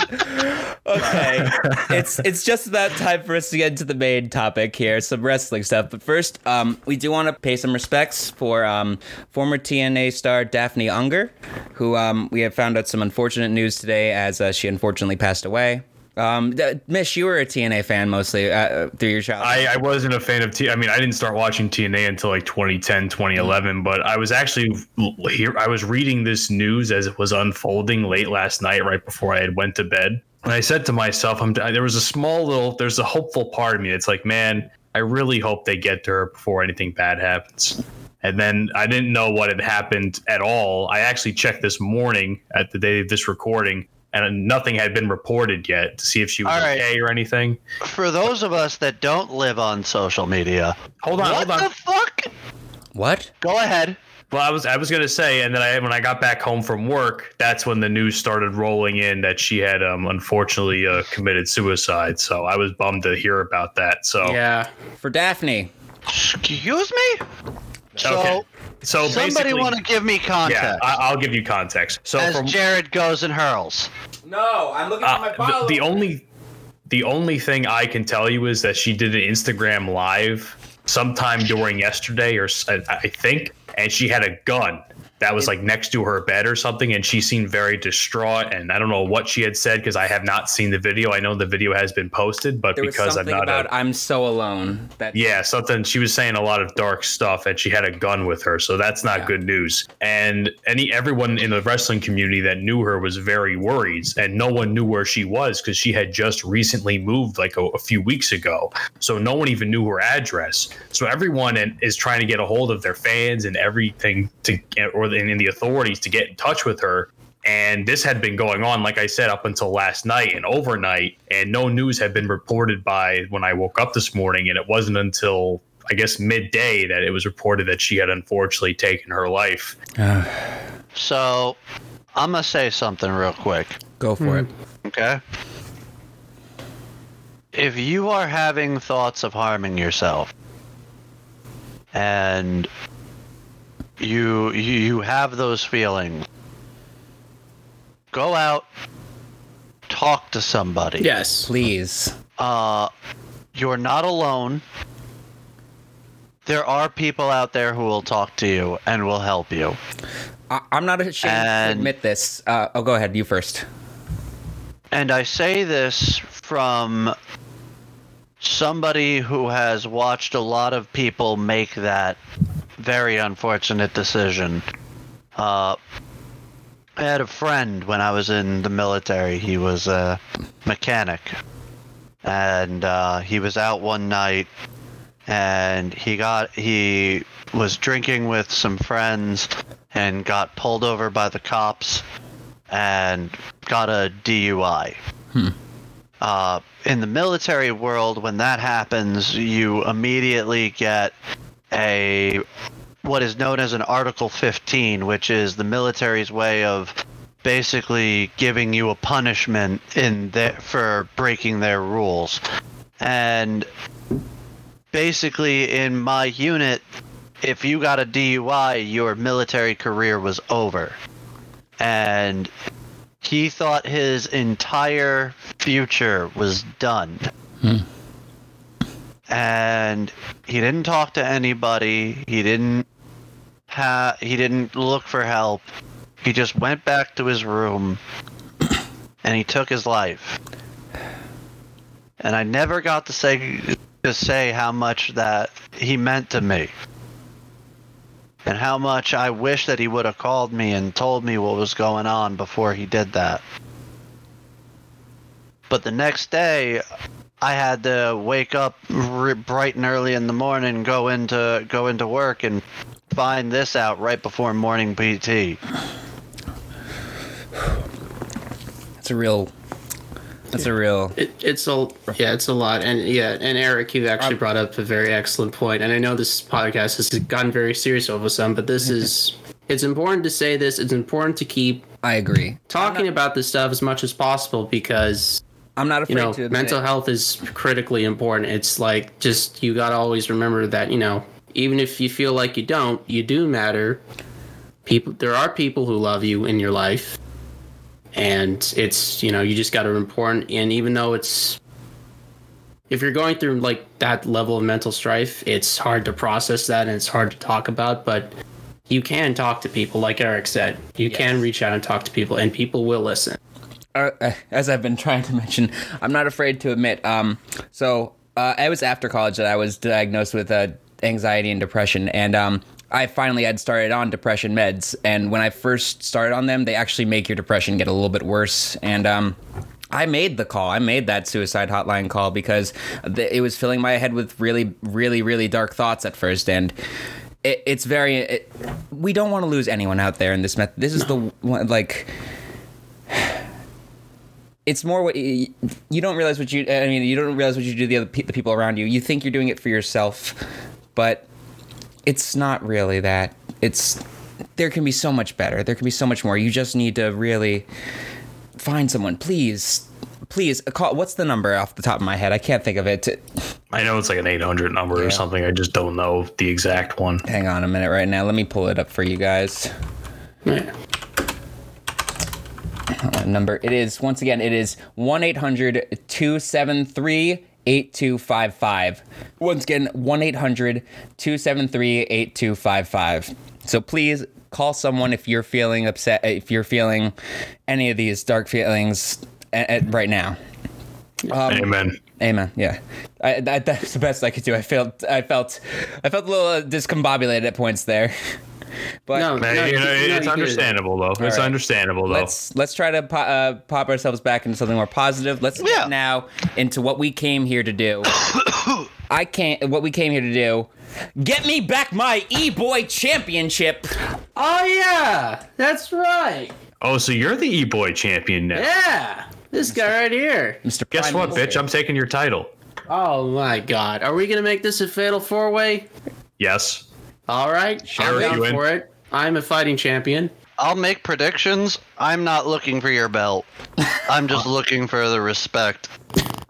Speaker 1: Okay, it's it's just about time for us to get into the main topic here, some wrestling stuff. But first, um, we do want to pay some respects for um, former TNA star Daphne Unger, who um, we have found out some unfortunate news today as uh, she unfortunately passed away. Um, th- Mish, you were a TNA fan mostly uh, uh, through your childhood.
Speaker 3: I, I wasn't a fan of T. I mean, I didn't start watching TNA until like 2010, 2011. But I was actually l- here. I was reading this news as it was unfolding late last night, right before I had went to bed. And I said to myself, I'm, there was a small little, there's a hopeful part of me. It's like, man, I really hope they get to her before anything bad happens. And then I didn't know what had happened at all. I actually checked this morning at the day of this recording, and nothing had been reported yet to see if she was
Speaker 4: All right.
Speaker 3: okay or anything.
Speaker 4: For those of us that don't live on social media,
Speaker 3: Hold on,
Speaker 4: what
Speaker 3: hold on.
Speaker 4: the fuck?
Speaker 1: what?
Speaker 4: Go ahead.
Speaker 3: Well, I was I was gonna say, and then I when I got back home from work, that's when the news started rolling in that she had um unfortunately uh, committed suicide. So I was bummed to hear about that. So
Speaker 2: Yeah,
Speaker 1: For Daphne.
Speaker 4: Excuse me. So
Speaker 3: so
Speaker 4: somebody
Speaker 3: basically,
Speaker 4: want to give me context
Speaker 3: yeah, I, I'll give you context. So
Speaker 4: as
Speaker 3: from
Speaker 4: Jared goes and hurls.
Speaker 1: No, I'm looking
Speaker 3: uh, the, the only the only thing I can tell you is that she did an Instagram live sometime during yesterday, or s- I, I think, and she had a gun that was like next to her bed or something, and she seemed very distraught. And I don't know what she had said because I have not seen the video. I know the video has been posted, but
Speaker 1: there was
Speaker 3: because I'm
Speaker 1: something
Speaker 3: not
Speaker 1: about
Speaker 3: a
Speaker 1: I'm so alone. That
Speaker 3: yeah, something she was saying a lot of dark stuff, and she had a gun with her, so that's not good news. And any everyone in the wrestling community that knew her was very worried, and no one knew where she was because she had just recently moved like a, a few weeks ago, so no one even knew her address. So everyone in, is trying to get a hold of their fans and everything to get, or in, in the authorities to get in touch with her. And this had been going on, like I said, up until last night and overnight, and no news had been reported by when I woke up this morning. And it wasn't until I guess midday that it was reported that she had unfortunately taken her life.
Speaker 4: So I'm gonna say something real quick.
Speaker 1: Go for
Speaker 3: Mm.
Speaker 1: it.
Speaker 4: Okay. If you are having thoughts of harming yourself and you you, you have those feelings, go out talk to somebody.
Speaker 2: yes,
Speaker 1: Please.
Speaker 4: Uh you're not alone. There are people out there who will talk to you and will help you.
Speaker 1: I- I'm not ashamed
Speaker 4: And-
Speaker 1: to admit this. Uh, oh, go ahead. You first.
Speaker 4: And I say this from somebody who has watched a lot of people make that very unfortunate decision. Uh, I had a friend when I was in the military. He was a mechanic. And uh, he was out one night and he got he was drinking with some friends and got pulled over by the cops and got a DUI. Uh, in the military world, when that happens, you immediately get a what is known as an Article 15, which is the military's way of basically giving you a punishment in there for breaking their rules. And basically, in my unit, if you got a DUI, your military career was over and he thought his entire future was done. And he didn't talk to anybody. He didn't ha- he didn't look for help. He just went back to his room and he took his life. And I never got to say to say how much that he meant to me. And how much I wish that he would have called me and told me what was going on before he did that. But the next day, I had to wake up r- bright and early in the morning, go into go into work, and find this out right before morning PT.
Speaker 1: That's a real. That's a real.
Speaker 2: It, it's a yeah, it's a lot, and yeah, and Eric, you actually brought up a very excellent point, and I know this podcast has gotten very serious over some, but this is it's important to say this. It's important to keep
Speaker 1: I agree.
Speaker 2: talking about this stuff as much as possible because
Speaker 1: I'm not afraid
Speaker 2: you know
Speaker 1: to. admit
Speaker 2: mental
Speaker 1: it.
Speaker 2: health is critically important. It's like just you gotta always remember that you know even if you feel like you don't, you do matter. People, there are people who love you in your life, and it's you know you just gotta important. And even though it's if you're going through like that level of mental strife, it's hard to process that and it's hard to talk about, but. You can talk to people, like Eric said. You can reach out and talk to people, and people will listen.
Speaker 1: uh, uh, as I've been trying to mention, I'm not afraid to admit. Um, so uh, it was after college that I was diagnosed with uh, anxiety and depression, and um, I finally had started on depression meds. And when I first started on them, they actually make your depression get a little bit worse. And um, I made the call. I made that suicide hotline call because th- it was filling my head with really, really, really dark thoughts at first, and. It, it's very. It, we don't want to lose anyone out there in this method. This is the one, like it's more what you, you don't realize what you i mean you don't realize what you do to the other pe- the people around you you think you're doing it for yourself but it's not really that it's there can be so much better there can be so much more you just need to really find someone please please uh, call what's the number off the top of my head i can't think of it
Speaker 3: I know it's like an 800 number
Speaker 1: Yeah.
Speaker 3: or something. I just don't know the exact one.
Speaker 1: hang on a minute right now let me pull it up for you guys
Speaker 2: Yeah.
Speaker 1: Uh, number it is once again it is 1-800-273-8255 once again 1-800-273-8255 so please call someone if you're feeling upset if you're feeling any of these dark feelings a- a- right now
Speaker 3: Amen.
Speaker 1: Amen. Yeah, I, that, that's the best I could do. I felt, I felt, I felt a little uh, discombobulated at points there. But
Speaker 2: No,
Speaker 3: Man,
Speaker 2: no,
Speaker 3: you know,
Speaker 2: no, you
Speaker 3: it's
Speaker 2: do.
Speaker 3: understandable though. It's
Speaker 1: right.
Speaker 3: understandable though.
Speaker 1: let's let's try to po- uh, pop ourselves back into something more positive. Let's get
Speaker 4: Yeah.
Speaker 1: now into what we came here to do. I can't. What we came here to do. Get me back my e boy championship.
Speaker 2: Oh yeah, that's right.
Speaker 3: oh, so you're the e boy champion now.
Speaker 2: Yeah, this guy right here.
Speaker 1: Mr.
Speaker 3: Guess
Speaker 1: Prime
Speaker 3: what,
Speaker 1: Minister.
Speaker 3: bitch? I'm taking your title.
Speaker 2: Oh my God, are we gonna make this a fatal four way?
Speaker 3: Yes.
Speaker 2: All right,
Speaker 3: Eric,
Speaker 2: I'm
Speaker 3: you
Speaker 2: down
Speaker 3: in?
Speaker 2: for it. I'm a fighting champion.
Speaker 4: I'll make predictions. I'm not looking for your belt. I'm just looking for the respect.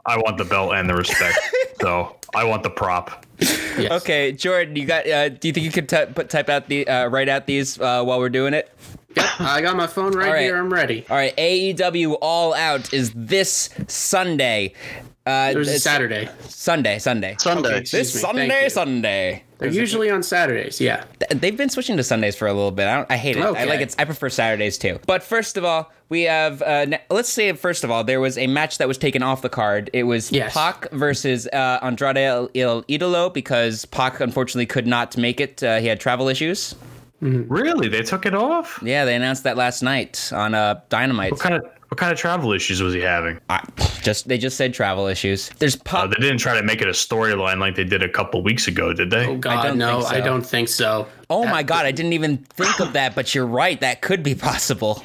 Speaker 3: I want the belt and the respect. so I want the prop.
Speaker 2: Yes.
Speaker 1: Okay, Jordan, you got. Uh, do you think you could ty- put type out the uh, write out these uh, while we're doing it?
Speaker 2: Yep, I got my phone right,
Speaker 1: All right.
Speaker 2: here. I'm ready.
Speaker 1: All right, AEW All Out is this Sunday. Uh,
Speaker 2: There's a
Speaker 1: it's
Speaker 2: Saturday.
Speaker 1: Sunday, Sunday.
Speaker 4: Sunday.
Speaker 2: Okay.
Speaker 1: This
Speaker 2: Excuse me, thank
Speaker 1: Sunday,
Speaker 2: you.
Speaker 1: Sunday.
Speaker 2: They're usually on Saturdays. Yeah.
Speaker 1: Th- They've been switching to Sundays for a little bit. I, don't, I hate it. I
Speaker 2: Okay.
Speaker 1: like it. I prefer Saturdays too. But first of all, we have. Uh, na- let's say first of all, there was a match that was taken off the card. It was
Speaker 2: Yes.
Speaker 1: Pac versus uh, Andrade El, El Idolo because Pac unfortunately could not make it. Uh, he had travel issues.
Speaker 3: Really? They took it off?
Speaker 1: Yeah, they announced that last night on uh, Dynamite.
Speaker 3: What kind of what kind of travel issues was he having?
Speaker 1: I- just they just said travel issues. There's Pac.
Speaker 3: Uh, they didn't try to make it a storyline like they did a couple weeks ago, did they?
Speaker 2: Oh God,
Speaker 1: don't
Speaker 2: no,
Speaker 1: think so.
Speaker 2: I don't think so.
Speaker 1: Oh my god, I didn't even think of that, but you're right. That could be possible.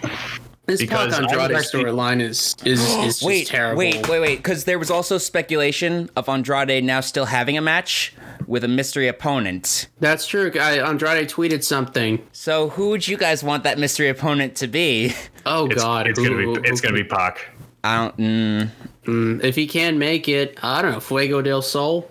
Speaker 2: This Pac
Speaker 3: Because I was
Speaker 2: Andrade
Speaker 3: actually-
Speaker 2: storyline is is is just
Speaker 1: Wait,
Speaker 2: terrible.
Speaker 1: wait, wait, wait, because there was also speculation of Andrade now still having a match with a mystery opponent.
Speaker 2: That's true. I, Andrade tweeted something.
Speaker 1: So who would you guys want that mystery opponent to be?
Speaker 2: Oh
Speaker 3: it's,
Speaker 2: God,
Speaker 3: it's
Speaker 2: Ooh,
Speaker 3: gonna
Speaker 2: ooh,
Speaker 3: be it's
Speaker 2: ooh.
Speaker 3: gonna be Pac.
Speaker 1: I don't. Mm,
Speaker 2: if he can make it. I don't know. Fuego del Sol.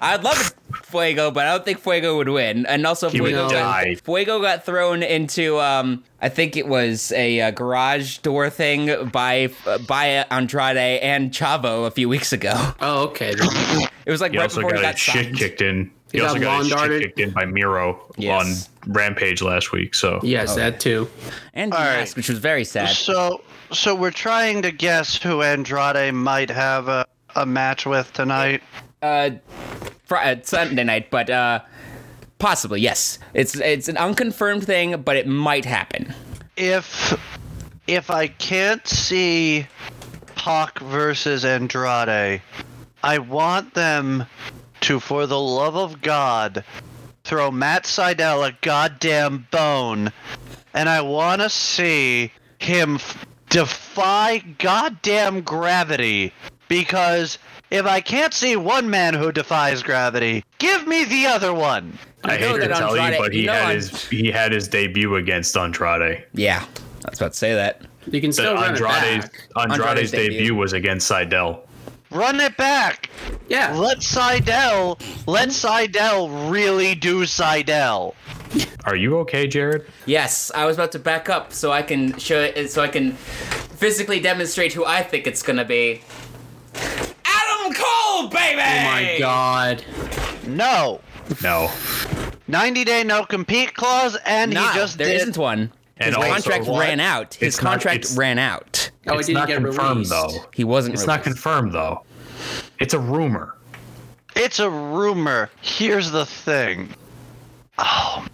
Speaker 1: I'd love Fuego, but I don't think Fuego would win. And also,
Speaker 3: He would
Speaker 1: Fuego,
Speaker 3: die.
Speaker 1: got, Fuego got thrown into um, I think it was a uh, garage door thing by by Andrade and Chavo a few weeks ago.
Speaker 2: Oh, okay. then.
Speaker 1: It was like
Speaker 3: He
Speaker 1: right
Speaker 3: also
Speaker 1: before
Speaker 3: got
Speaker 1: he
Speaker 3: his
Speaker 1: got
Speaker 3: shit
Speaker 1: signed.
Speaker 3: kicked in.
Speaker 2: He got
Speaker 3: also got
Speaker 2: lawn
Speaker 3: his shit
Speaker 2: darted.
Speaker 3: kicked in by Miro
Speaker 1: Yes.
Speaker 3: on Rampage last week. So
Speaker 2: Yes, that too.
Speaker 1: and
Speaker 4: All right.
Speaker 1: mask, which was very sad.
Speaker 4: So, so we're trying to guess who Andrade might have a, a match with tonight.
Speaker 1: Uh, fr- uh, Sunday night, but uh, possibly yes. It's it's an unconfirmed thing, but it might happen.
Speaker 4: If, if I can't see Pac versus Andrade, I want them to, for the love of God, throw Matt Seidel a goddamn bone, and I want to see him f- defy goddamn gravity. Because if I can't see one man who defies gravity, give me the other one.
Speaker 3: I
Speaker 1: know
Speaker 3: hate to
Speaker 1: that
Speaker 3: tell
Speaker 1: Andrade-
Speaker 3: you, but he
Speaker 1: you know
Speaker 3: had
Speaker 1: I'm-
Speaker 3: his he had his debut against Andrade.
Speaker 1: Yeah, I was about to say that.
Speaker 2: You can still
Speaker 3: The
Speaker 2: run it
Speaker 3: Andrade's
Speaker 2: back.
Speaker 3: Andrade's,
Speaker 1: Andrade's
Speaker 3: debut.
Speaker 1: debut
Speaker 3: was against Seidel.
Speaker 4: Run it back.
Speaker 2: Yeah,
Speaker 4: Let Seidel, let Seidel really do Seidel.
Speaker 3: Are you okay, Jared?
Speaker 1: Yes, I was about to back up so I can show it, so I can physically demonstrate who I think it's gonna be. Adam Cole, baby!
Speaker 2: Oh my god.
Speaker 4: No.
Speaker 3: No.
Speaker 4: 90 day no compete clause, and
Speaker 1: Nah,
Speaker 4: he just
Speaker 1: there
Speaker 4: did.
Speaker 1: not one.
Speaker 3: And
Speaker 1: His
Speaker 3: also,
Speaker 1: contract
Speaker 3: what?
Speaker 1: ran out. His
Speaker 3: It's not-
Speaker 1: contract
Speaker 3: it's-
Speaker 1: ran out.
Speaker 2: Oh, it
Speaker 3: it's
Speaker 2: didn't
Speaker 3: not
Speaker 2: get
Speaker 3: confirmed
Speaker 2: released.
Speaker 3: though.
Speaker 1: He wasn't.
Speaker 3: It's not
Speaker 1: released.
Speaker 3: confirmed though. It's a rumor.
Speaker 4: It's a rumor. Here's the thing. Oh,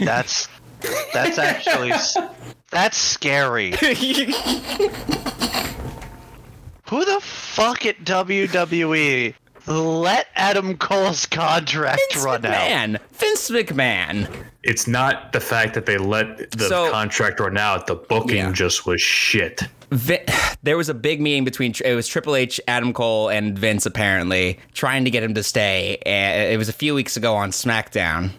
Speaker 4: that's that's actually s- that's scary. Who the fuck at WWE let Adam Cole's contract
Speaker 1: Vince
Speaker 4: run out?
Speaker 1: McMahon. Vince McMahon.
Speaker 3: It's not the fact that they let the
Speaker 1: So-
Speaker 3: contract run out. The booking
Speaker 1: Yeah.
Speaker 3: just was shit.
Speaker 1: Vin- there was a big meeting between it was Triple H, Adam Cole, and Vince apparently trying to get him to stay. And it was a few weeks ago on SmackDown.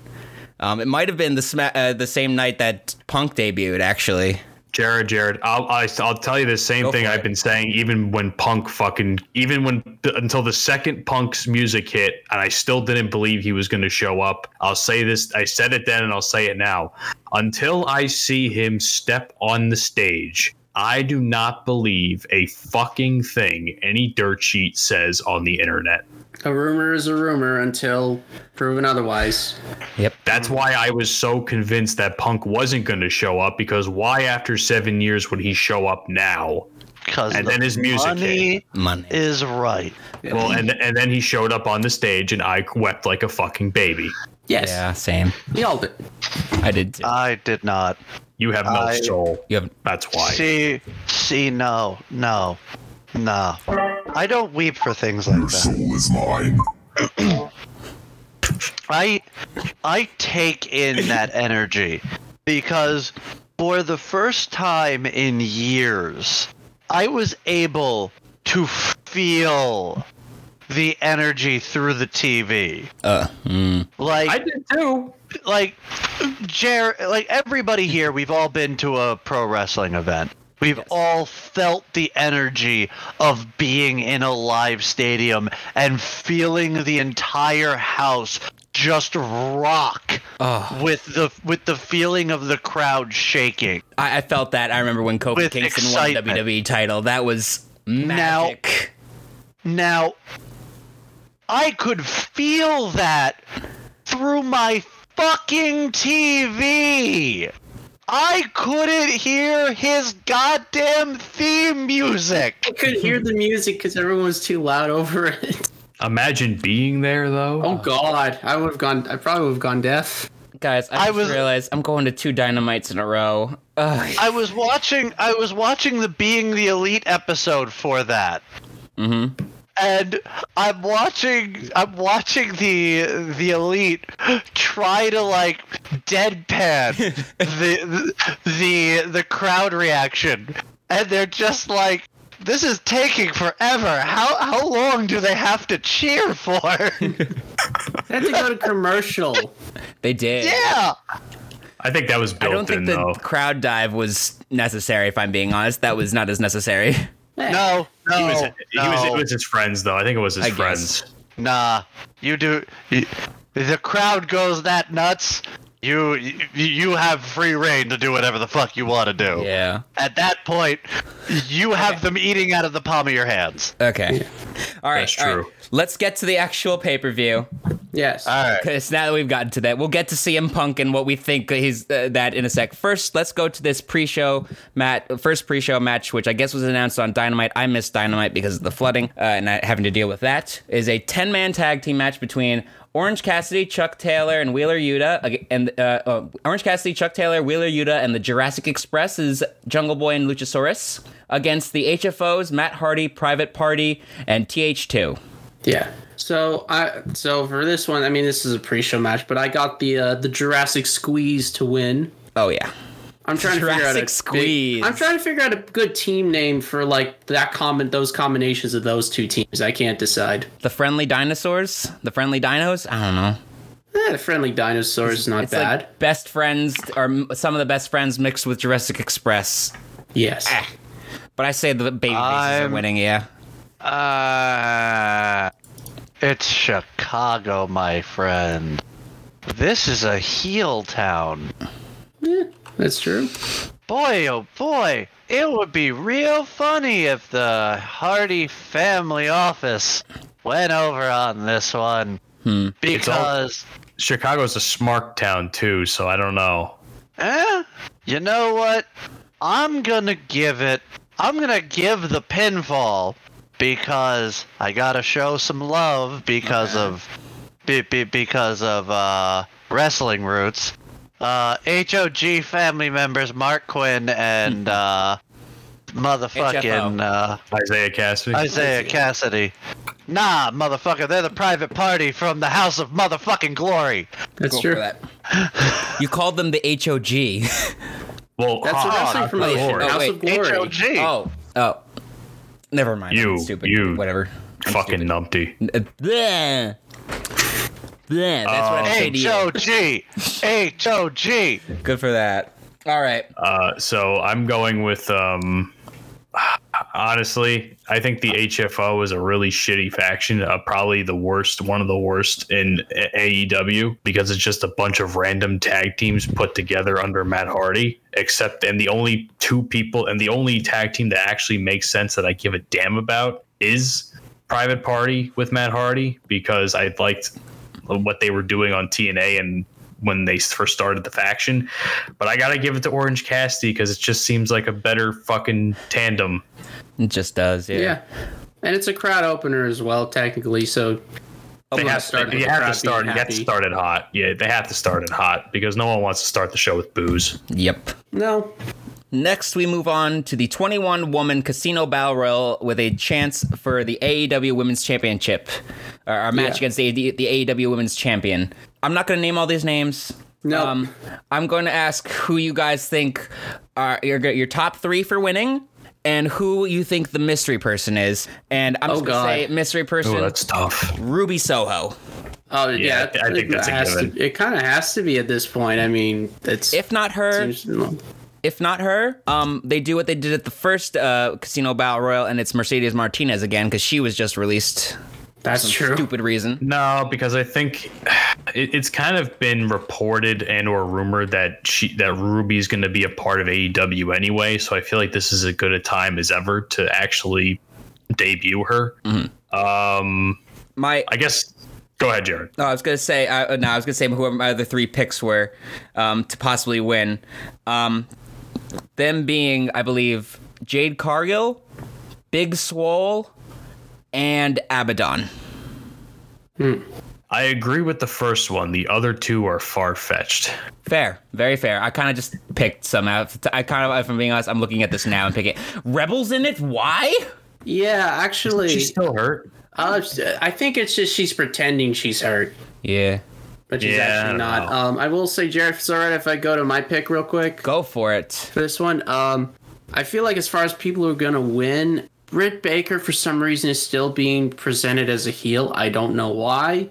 Speaker 1: Um, it might have been the sma- uh, the same night that Punk debuted, actually.
Speaker 3: Jared, Jared, I'll I, I'll tell you the same
Speaker 1: Go
Speaker 3: thing
Speaker 1: for
Speaker 3: I've
Speaker 1: it.
Speaker 3: been saying even when Punk fucking even when until the second Punk's music hit and I still didn't believe he was going to show up. I'll say this, I said it then and I'll say it now. Until I see him step on the stage, I do not believe a fucking thing any dirt sheet says on the internet.
Speaker 2: A rumor is a rumor until proven otherwise.
Speaker 3: That's
Speaker 4: Mm-hmm.
Speaker 3: why I was so convinced that Punk wasn't going to show up because why after 7 years would he show up now?
Speaker 4: Because
Speaker 3: And then his music
Speaker 4: money
Speaker 1: Money.
Speaker 4: is right.
Speaker 3: Well, and and then he showed up on the stage, and I wept like a fucking baby.
Speaker 2: Yes,
Speaker 1: Yeah, same.
Speaker 2: we all did.
Speaker 1: I did. Too.
Speaker 4: I did not
Speaker 3: You have no
Speaker 4: I-
Speaker 3: soul.
Speaker 1: you have
Speaker 3: That's why.
Speaker 4: see. See, no, no, no. I don't weep for things like
Speaker 6: Your
Speaker 4: that.
Speaker 6: soul is mine.
Speaker 4: I I take in that energy because for the first time in years I was able to feel the energy through the TV.
Speaker 1: uh,
Speaker 4: Like
Speaker 3: did too.
Speaker 4: like Jer like everybody here we've all been to a pro wrestling event. We've all felt the energy of being in a live stadium and feeling the entire house just rock
Speaker 1: oh,
Speaker 4: with the with the feeling of the crowd shaking.
Speaker 1: I, I felt that. I remember when Kofi
Speaker 4: With
Speaker 1: Kingston
Speaker 4: excitement.
Speaker 1: won the WWE title. That was
Speaker 4: Now-
Speaker 1: magic.
Speaker 4: Now I could feel that through my fucking TV. I couldn't hear his goddamn theme music.
Speaker 2: I couldn't hear the music because everyone was too loud over it.
Speaker 3: Imagine being there though.
Speaker 2: Oh god, I would have gone. I probably would have gone deaf.
Speaker 1: Guys, I,
Speaker 4: I
Speaker 1: just
Speaker 4: was-
Speaker 1: realized I'm going to two dynamites in a row. Ugh.
Speaker 4: I was watching I was watching the Being the Elite episode for that.
Speaker 1: Mhm.
Speaker 3: Mm-hmm.
Speaker 4: And I'm watching I'm watching the the elite try to like deadpan the the the crowd reaction. And they're just like this is taking forever. How how long do they have to cheer for?
Speaker 2: I had to go to commercial.
Speaker 1: They did.
Speaker 4: yeah.
Speaker 3: I think that was
Speaker 1: I
Speaker 3: built
Speaker 1: don't think
Speaker 3: in
Speaker 1: the
Speaker 3: though.
Speaker 1: crowd dive was necessary. If I'm being honest, that was not as necessary.
Speaker 4: No, no.
Speaker 3: he was, he was,
Speaker 4: no.
Speaker 3: it was his friends though. I think it was his
Speaker 1: Oh, I guess.
Speaker 3: friends.
Speaker 4: Nah, you do. You, the crowd goes that nuts. You, you you have free reign to do whatever the fuck you want to do.
Speaker 1: Yeah.
Speaker 4: At that point, you have them eating out of the palm of your hands.
Speaker 1: Okay. All right.
Speaker 3: That's
Speaker 1: all right.
Speaker 3: true.
Speaker 1: Let's get to the actual pay per view.
Speaker 2: Yes.
Speaker 9: All right.
Speaker 1: Because now that we've gotten to that, we'll get to CM Punk and what we think he's uh, that in a sec. First, let's go to this pre-show mat, first pre-show match, which I guess was announced on Dynamite. I missed Dynamite because of the flooding uh, and not having to deal with that. Is a ten-man tag team match between Orange Cassidy, Chuck Taylor, and Wheeler Yuta, ag- and uh, uh, Orange Cassidy, Chuck Taylor, Wheeler Yuta, and the Jurassic Express is Jungle Boy and Luchasaurus against the HFOs, Matt Hardy, Private Party, and TH2.
Speaker 2: Yeah. So I so for this one, I mean this is a pre-show match, but I got the uh, the Jurassic squeeze to win.
Speaker 1: Oh yeah.
Speaker 2: I'm trying to figure out a
Speaker 1: Jurassic
Speaker 2: big-
Speaker 1: Squeeze.
Speaker 2: I'm trying to figure out a good team name for like that common those combinations of those two teams. I can't decide.
Speaker 1: The friendly dinosaurs? The friendly dinos? I don't know.
Speaker 2: Eh, the friendly dinosaur is not
Speaker 1: It's
Speaker 2: bad.
Speaker 1: like best friends or m- some of the best friends mixed with Jurassic Express.
Speaker 2: yes.
Speaker 1: Ah. But I say the baby faces are
Speaker 4: I'm-
Speaker 1: winning, yeah.
Speaker 4: Uh, it's Chicago, my friend. This is a heel town.
Speaker 2: That's true.
Speaker 4: Boy, oh boy, it would be real funny if the Hardy family office went over on this one. Because,
Speaker 3: Chicago's a smart town too, so I don't know.
Speaker 4: eh, you know what? I'm gonna give it, I'm gonna give the pinfall because I gotta show some love because of, be, be, because of, uh, wrestling roots. Uh, HOG family members Mark Quinn and, uh, motherfucking, uh,
Speaker 3: Isaiah Cassidy.
Speaker 4: Isaiah Cassidy. Nah, motherfucker, they're the private party from the House of Motherfucking Glory.
Speaker 2: That's true.
Speaker 1: you called them the HOG.
Speaker 3: well,
Speaker 2: That's a
Speaker 3: ha,
Speaker 2: wrestling promotion.
Speaker 3: Lord.
Speaker 2: House
Speaker 1: Oh, wait.
Speaker 2: of Glory.
Speaker 4: H.O.G.
Speaker 1: oh, oh. Never mind.
Speaker 3: You-
Speaker 1: I'm stupid.
Speaker 3: you-
Speaker 1: Whatever.
Speaker 3: fucking numpty.
Speaker 1: Uh, bleh. Bleh. That's what
Speaker 3: Oh.
Speaker 1: I say to you.
Speaker 4: H.O.G. H.O.G.
Speaker 1: Good for that. All right.
Speaker 3: Uh, so I'm going with um honestly, I think the HFO is a really shitty faction, uh, probably the worst, one of the worst in A- AEW because it's just a bunch of random tag teams put together under Matt Hardy, except and the only two people and the only tag team that actually makes sense that I give a damn about is Private Party with Matt Hardy because I liked what they were doing on TNA and when they first started the faction. But I gotta give it to Orange Cassidy because it just seems like a better fucking tandem.
Speaker 1: It just does, yeah.
Speaker 2: Yeah. And it's a crowd opener as well, technically. So
Speaker 3: They
Speaker 2: Well,
Speaker 3: have,
Speaker 2: start
Speaker 3: they
Speaker 2: with
Speaker 3: have
Speaker 2: crowd
Speaker 3: to start. You
Speaker 2: being
Speaker 3: have to
Speaker 2: happy.
Speaker 3: start it hot. Yeah, they have to start it hot because no one wants to start the show with booze.
Speaker 1: Yep.
Speaker 2: no,
Speaker 1: Next, we move on to the 21 woman casino battle royal with a chance for the AEW Women's Championship, or our match
Speaker 2: Yeah.
Speaker 1: against the, the AEW Women's Champion. I'm not going to name all these names.
Speaker 2: no.
Speaker 1: Um, I'm going to ask who you guys think are your, your top three for winning. And who you think the mystery person is? And I'm
Speaker 2: Oh,
Speaker 1: just gonna say
Speaker 2: God.
Speaker 1: mystery person
Speaker 3: Oh, that's tough.
Speaker 1: Ruby Soho.
Speaker 2: oh yeah,
Speaker 3: I think that's a
Speaker 2: has to-
Speaker 3: given.
Speaker 2: it kind of has to be at this point. I mean, it's
Speaker 1: If not her, if not her, um, they do what they did at the first uh, Casino Battle Royal, and it's Mercedes Martinez again because she was just released.
Speaker 2: that's true.
Speaker 1: Stupid reason.
Speaker 3: No, because I think it, it's kind of been reported and or rumored that she that Ruby's going to be a part of AEW anyway. So I feel like this is as good a time as ever to actually debut her. Um,
Speaker 1: My,
Speaker 3: I guess. Go ahead, Jared.
Speaker 1: no, I was gonna say, I, uh, no, I was gonna say whoever my other three picks were um, to possibly win. Um, them being, I believe, Jade Cargill, Big Swole, and Abaddon.
Speaker 3: I agree with the first one. The other two are far fetched.
Speaker 1: Fair, very fair. I kind of just picked some out. I kind of, if I'm being honest, I'm looking at this now and picking rebels in it. Why?
Speaker 2: Yeah, actually,
Speaker 3: She's still hurt.
Speaker 2: uh, I think it's just she's pretending she's hurt,
Speaker 1: Yeah,
Speaker 2: but she's
Speaker 3: Yeah, I
Speaker 2: actually
Speaker 3: don't
Speaker 2: not.
Speaker 3: know.
Speaker 2: Um, I will say, Jared, if it's all right if I go to my pick real quick
Speaker 1: go for it.
Speaker 2: for this one. Um, I feel like as far as people who are gonna win, Britt Baker for some reason is still being presented as a heel. I don't know why.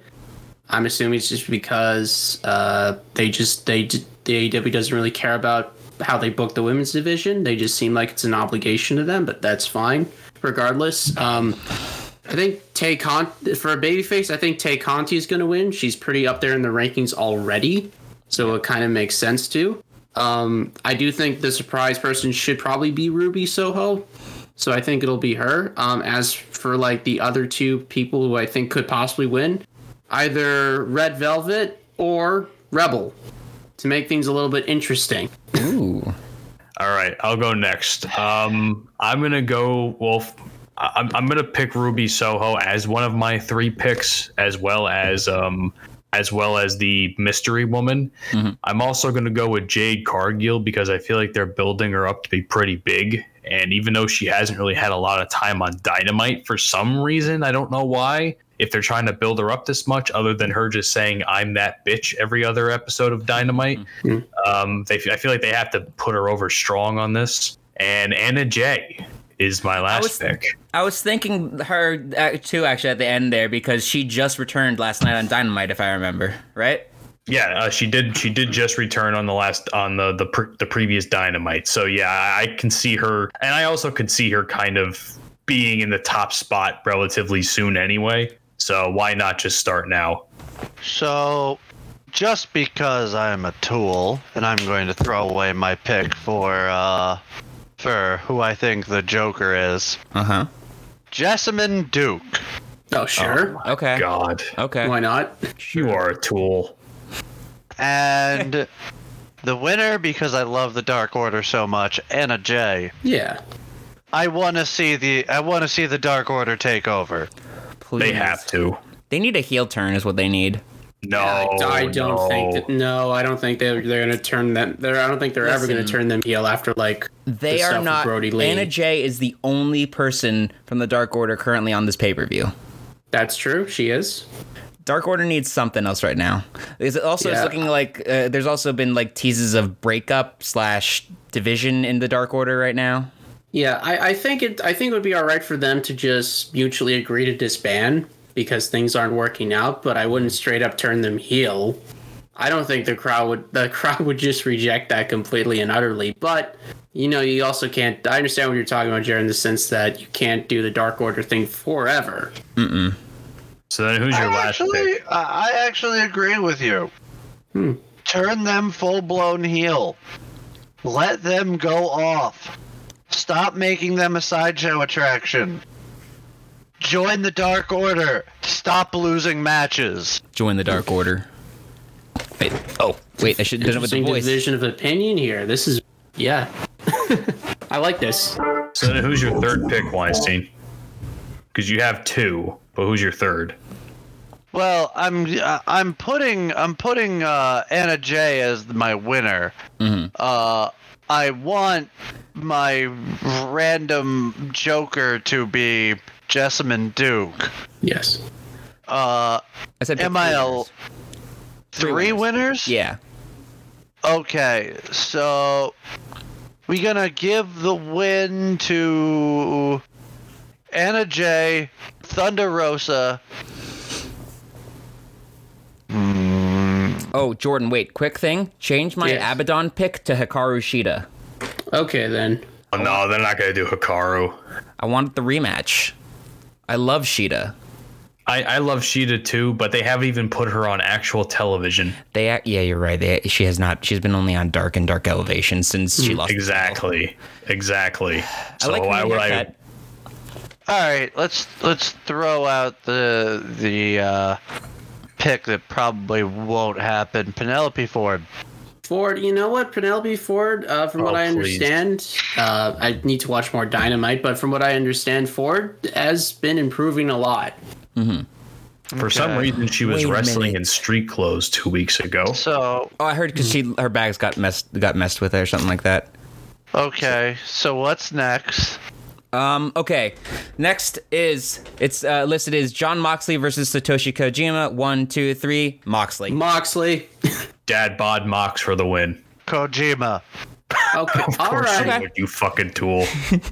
Speaker 2: I'm assuming it's just because uh, they just they d- the AEW doesn't really care about how they book the women's division. They just seem like it's an obligation to them, but that's fine. Regardless, um, I think Tay Con for a babyface. I think Tay Conti is going to win. She's pretty up there in the rankings already, so it kind of makes sense too. Um, I do think the surprise person should probably be Ruby Soho. So I think it'll be her. Um, as for like the other two people who I think could possibly win, either Red Velvet or Rebel to make things a little bit interesting.
Speaker 1: Ooh.
Speaker 3: All right, I'll go next. Um, I'm gonna go. Well, f- I- I'm, I'm gonna pick Ruby Soho as one of my three picks, as well as um, as well as the Mystery Woman. I'm also gonna go with Jade Cargill because I feel like they're building her up to be pretty big. And even though she hasn't really had a lot of time on Dynamite for some reason, I don't know why. If they're trying to build her up this much, other than her just saying "I'm that bitch" every other episode of Dynamite, um, they, I feel like they have to put her over strong on this. And Anna Jay is my last
Speaker 1: was-
Speaker 3: pick.
Speaker 1: I was thinking her uh, too, actually, at the end there because she just returned last night on Dynamite, if I remember right.
Speaker 3: Yeah, uh, she did. She did just return on the last on the the pre, the previous Dynamite. So yeah, I, I can see her, and I also could see her kind of being in the top spot relatively soon anyway. So why not just start now?
Speaker 4: So, just because I'm a tool and I'm going to throw away my pick for uh for who I think the Joker is,
Speaker 1: Uh
Speaker 2: Uh-huh.
Speaker 1: huh.
Speaker 4: Jessamine Duke.
Speaker 2: Oh, sure.
Speaker 1: Okay.
Speaker 3: God,
Speaker 1: Okay.
Speaker 2: Why not?
Speaker 3: you are a tool.
Speaker 4: And the winner because I love the Dark Order so much, Anna Jay.
Speaker 2: Yeah.
Speaker 4: I want to see the I want to see the Dark Order take over.
Speaker 1: Please.
Speaker 3: They have to.
Speaker 1: They need a heel turn, is what they need.
Speaker 3: No,
Speaker 2: I don't
Speaker 3: Oh, no.
Speaker 2: think that. No, I don't think they're they're gonna turn them. They're, I don't think they're ever gonna
Speaker 1: Listen.
Speaker 2: turn them heel after like.
Speaker 1: They
Speaker 2: The stuff
Speaker 1: are
Speaker 2: with
Speaker 1: not.
Speaker 2: Brody Lee.
Speaker 1: Anna Jay is the only person from the Dark Order currently on this pay per view.
Speaker 2: That's true. She is.
Speaker 1: Dark Order needs something else right now. Is it also it's
Speaker 2: Yeah.
Speaker 1: looking like uh, there's also been like teases of breakup slash division in the Dark Order right now.
Speaker 2: Yeah, I, I think it. I think it would be all right for them to just mutually agree to disband because things aren't working out. But I wouldn't straight up turn them heel. I don't think the crowd would. The crowd would just reject that completely and utterly. But you know, you also can't. I understand what you're talking about, Jared, in the sense that you can't do the Dark Order thing forever.
Speaker 3: So then, who's your
Speaker 4: I
Speaker 3: last pick?
Speaker 4: actually, I I actually agree with you. Turn them full blown heel. Let them go off. Stop making them a sideshow attraction. Join the Dark Order. Stop losing matches.
Speaker 1: Join the Dark Order. Wait. Oh, wait. I should have done it with the
Speaker 2: Interesting
Speaker 1: voice.
Speaker 2: division of opinion here. This is yeah. I like this.
Speaker 3: So then who's your third pick, Weinstein? Because you have two, but who's your third?
Speaker 4: Well, I'm uh, I'm putting I'm putting uh, Anna Jay as my winner.
Speaker 3: Mm-hmm.
Speaker 4: Uh, I want my random Joker to be Jessamine Duke.
Speaker 2: Yes.
Speaker 4: Uh,
Speaker 1: I said. pick
Speaker 4: am I
Speaker 1: three
Speaker 4: a
Speaker 1: winners.
Speaker 4: three winners?
Speaker 1: Yeah.
Speaker 4: Okay, so we gonna give the win to Anna J, Thunder Rosa.
Speaker 1: Oh, Jordan. Wait. Quick thing. Change my
Speaker 2: Yes.
Speaker 1: Abaddon pick to Hikaru Shida.
Speaker 2: Okay then.
Speaker 3: Oh no, they're not gonna do Hikaru.
Speaker 1: I wanted the rematch. I love Shida.
Speaker 3: I, I love Sheeta too, but they haven't even put her on actual television.
Speaker 1: They. ac- Yeah, you're right. They, she has not. She's been only on Dark and Dark Elevation since she lost.
Speaker 3: Mm, Exactly. Exactly.
Speaker 1: I
Speaker 3: So
Speaker 1: like why
Speaker 3: why would
Speaker 1: haircut.
Speaker 3: I
Speaker 4: All right, let's let's throw out the the uh, pick that probably won't happen. Penelope Ford.
Speaker 2: Ford, you know what? Penelope Ford, uh, from what
Speaker 3: Oh,
Speaker 2: I
Speaker 3: please.
Speaker 2: understand, uh, I need to watch more Dynamite, but from what I understand, Ford has been improving a lot.
Speaker 3: for some reason she was
Speaker 1: Wait a
Speaker 3: wrestling
Speaker 1: minute.
Speaker 3: in street clothes two weeks ago.
Speaker 4: So
Speaker 1: Oh, I heard because
Speaker 3: Mm.
Speaker 1: she her bags got messed got messed with or something like that.
Speaker 4: okay, so what's next?
Speaker 1: Um, okay. Next is it's uh, listed as John Moxley versus Satoshi Kojima. One, two, three. Moxley.
Speaker 2: Moxley.
Speaker 3: Dad bod mocks for the win.
Speaker 4: Kojima.
Speaker 2: Okay. All
Speaker 3: Of course
Speaker 2: right,
Speaker 3: you would, you fucking tool.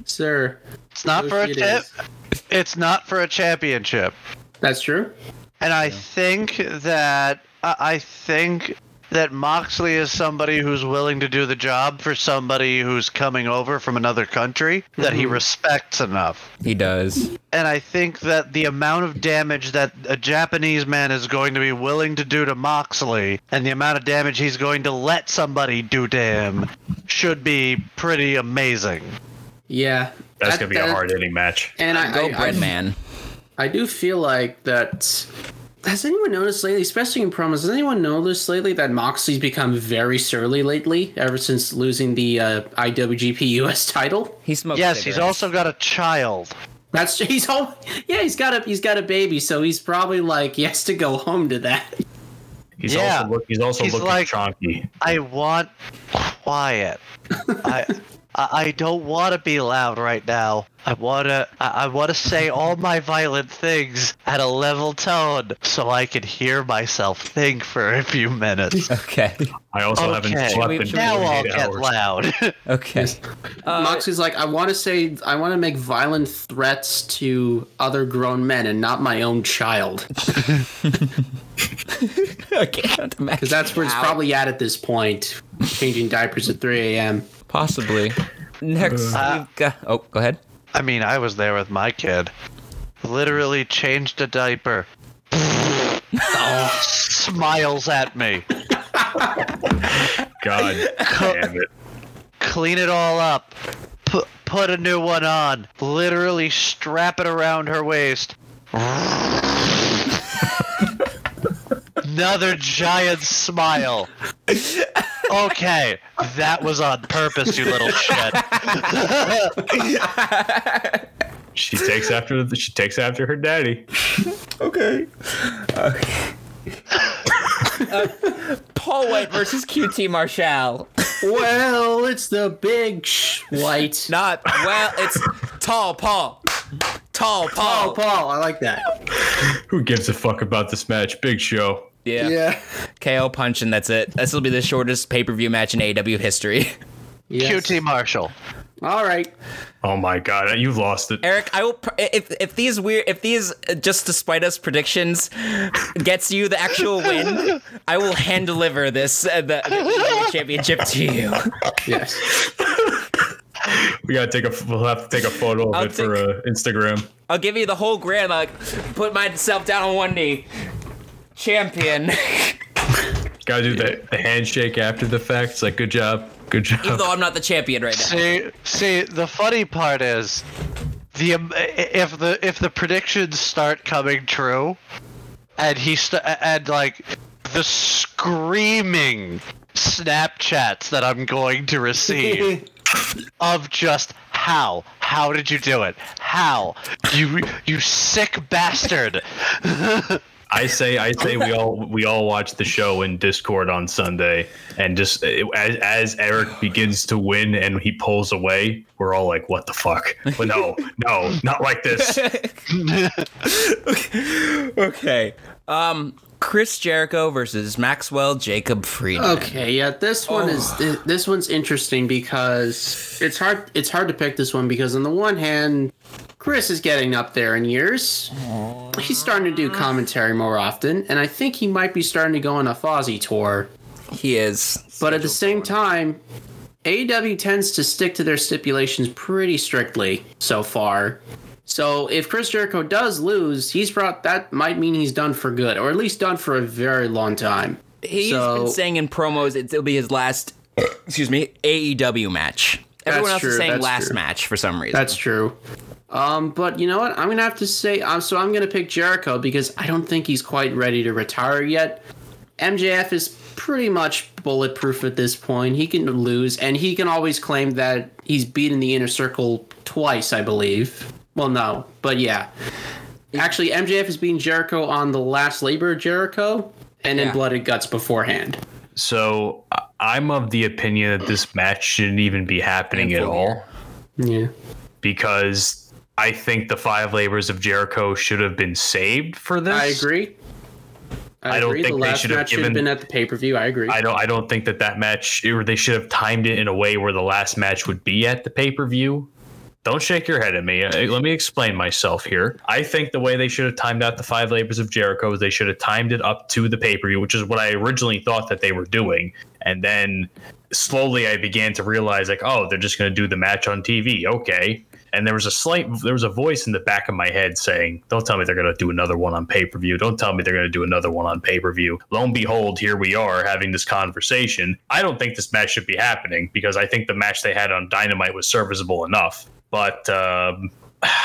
Speaker 2: sir.
Speaker 4: It's not for a
Speaker 2: It
Speaker 4: tip.
Speaker 2: is.
Speaker 4: It's not for a championship.
Speaker 2: That's true.
Speaker 4: And I think that I I think that Moxley is somebody who's willing to do the job for somebody who's coming over from another country that he respects enough.
Speaker 1: He does.
Speaker 4: And I think that the amount of damage that a Japanese man is going to be willing to do to Moxley and the amount of damage he's going to let somebody do to him should be pretty amazing.
Speaker 2: Yeah.
Speaker 3: That's
Speaker 2: That-
Speaker 3: gonna be a
Speaker 2: that-
Speaker 3: hard hitting match.
Speaker 2: And I,
Speaker 1: Go
Speaker 2: I,
Speaker 1: bread
Speaker 2: I,
Speaker 1: man.
Speaker 2: I do feel like that Has anyone noticed lately, especially in promos, has anyone noticed lately that Moxley's become very surly lately ever since losing the uh, IWGP US title?
Speaker 1: He smokes.
Speaker 4: Yes, he's
Speaker 1: cigarettes.
Speaker 4: also got a child.
Speaker 2: That's he's home. Yeah, he's got a he's got a baby, so he's probably like he has to go home to that.
Speaker 3: He's
Speaker 4: Yeah.
Speaker 3: also look, he's also
Speaker 4: He's
Speaker 3: looking
Speaker 4: like-
Speaker 3: chonky.
Speaker 4: I want quiet. I I I don't want to be loud right now. I wanna I, I wanna say all my violent things at a level tone so I can hear myself think for a few minutes.
Speaker 1: Okay.
Speaker 3: I also
Speaker 4: Okay.
Speaker 3: haven't
Speaker 4: Should
Speaker 3: slept
Speaker 1: we-
Speaker 3: in
Speaker 1: should we-
Speaker 4: now I'll
Speaker 3: 48
Speaker 4: get
Speaker 3: hours.
Speaker 4: loud.
Speaker 1: Okay.
Speaker 2: Moxley's like, I want to say, I want to make violent threats to other grown men and not my own child,
Speaker 1: I can't imagine.
Speaker 2: because that's where it's probably at at this point. Changing diapers at 3 a.m.
Speaker 1: Possibly. Next,
Speaker 2: Uh,
Speaker 1: we've got. Oh, go ahead.
Speaker 4: I mean, I was there with my kid. Literally changed a diaper. oh, smiles at me.
Speaker 3: God damn it.
Speaker 4: clean it all up, put put a new one on, literally strap it around her waist. Another giant smile. Okay, that was on purpose, you little shit.
Speaker 3: She takes after the, she takes after her daddy.
Speaker 1: Okay. Paul White versus QT Marshall.
Speaker 2: Well, it's the big sh- white.
Speaker 1: Not well. It's tall Paul. Tall Paul.
Speaker 2: Oh, Paul, I like that.
Speaker 3: Who gives a fuck about this match? Big Show.
Speaker 1: Yeah.
Speaker 2: Yeah.
Speaker 1: KO punch and that's it. This will be the shortest pay per view match in AW history.
Speaker 2: Yes.
Speaker 4: QT Marshall.
Speaker 2: All right.
Speaker 3: Oh my god, you've lost it.
Speaker 1: Eric, I will. Pr- if if these weird, if these uh, just despite us predictions gets you the actual win, I will hand deliver this uh, the, the championship to you.
Speaker 2: Yes.
Speaker 3: We gotta take a we'll have to take a photo of
Speaker 1: I'll
Speaker 3: it for
Speaker 1: take-
Speaker 3: uh, Instagram.
Speaker 1: I'll give you the whole grand. Like, put myself down on one knee. Champion.
Speaker 3: Gotta do the, the handshake after the fact. It's like good job, good job.
Speaker 1: Even though I'm not the champion right now.
Speaker 4: See, see, the funny part is the um, if the if the predictions start coming true, and he st- and like the screaming Snapchats that I'm going to receive of just how how did you do it? How you you sick bastard?
Speaker 3: I say, I say, we all we all watch the show in Discord on Sunday, and just uh, as, as Eric begins to win and he pulls away, we're all like, "What the fuck?" But no, no, not like this.
Speaker 1: Okay. Um, Chris Jericho versus Maxwell Jacob Friedman.
Speaker 2: Okay. Yeah. This one is thi- this one's interesting because it's hard it's hard to pick this one because on the one hand, Chris is getting up there in years. He's starting to do commentary more often, and I think he might be starting to go on a Fozzy tour.
Speaker 1: He is.
Speaker 2: But at the same time, AEW tends to stick to their stipulations pretty strictly so far. So if Chris Jericho does lose, he's brought that might mean he's done for good, or at least done for a very long time.
Speaker 1: He's
Speaker 2: So-
Speaker 1: been saying in promos it's- it'll be his last, excuse me, AEW match. Everyone else is
Speaker 2: true,
Speaker 1: saying
Speaker 2: that's
Speaker 1: last
Speaker 2: true.
Speaker 1: match for some reason.
Speaker 2: That's true. Um, but you know what? I'm gonna have to say. Um, so I'm gonna pick Jericho because I don't think he's quite ready to retire yet. MJF is pretty much bulletproof at this point. He can lose, and he can always claim that he's beaten the inner circle twice, I believe. Well, no, but yeah. Actually, MJF has beaten Jericho on the last Labor of Jericho, and then
Speaker 1: Yeah.
Speaker 2: Blood and Guts beforehand.
Speaker 3: So I- I'm of the opinion that this match shouldn't even be happening at
Speaker 1: Painful
Speaker 3: all
Speaker 2: Yeah.
Speaker 3: because I think the five labors of Jericho should have been saved for this.
Speaker 2: I agree. I,
Speaker 3: I don't
Speaker 2: agree.
Speaker 3: think
Speaker 2: the
Speaker 3: they
Speaker 2: last
Speaker 3: should have
Speaker 2: match should have
Speaker 3: given-
Speaker 2: been at the pay per view. I agree.
Speaker 3: I don't. I don't think that that match. Or they should have timed it in a way where the last match would be at the pay per view. Don't shake your head at me. Uh, Let me explain myself here. I think the way they should have timed out the five labors of Jericho is they should have timed it up to the pay per view, which is what I originally thought that they were doing. And then slowly I began to realize, like, oh, they're just going to do the match on TV. Okay. And there was a slight, there was a voice in the back of my head saying, don't tell me they're going to do another one on pay per view. Don't tell me they're going to do another one on pay per view. Lo and behold, here we are having this conversation. I don't think this match should be happening because I think the match they had on Dynamite was serviceable enough. But, um,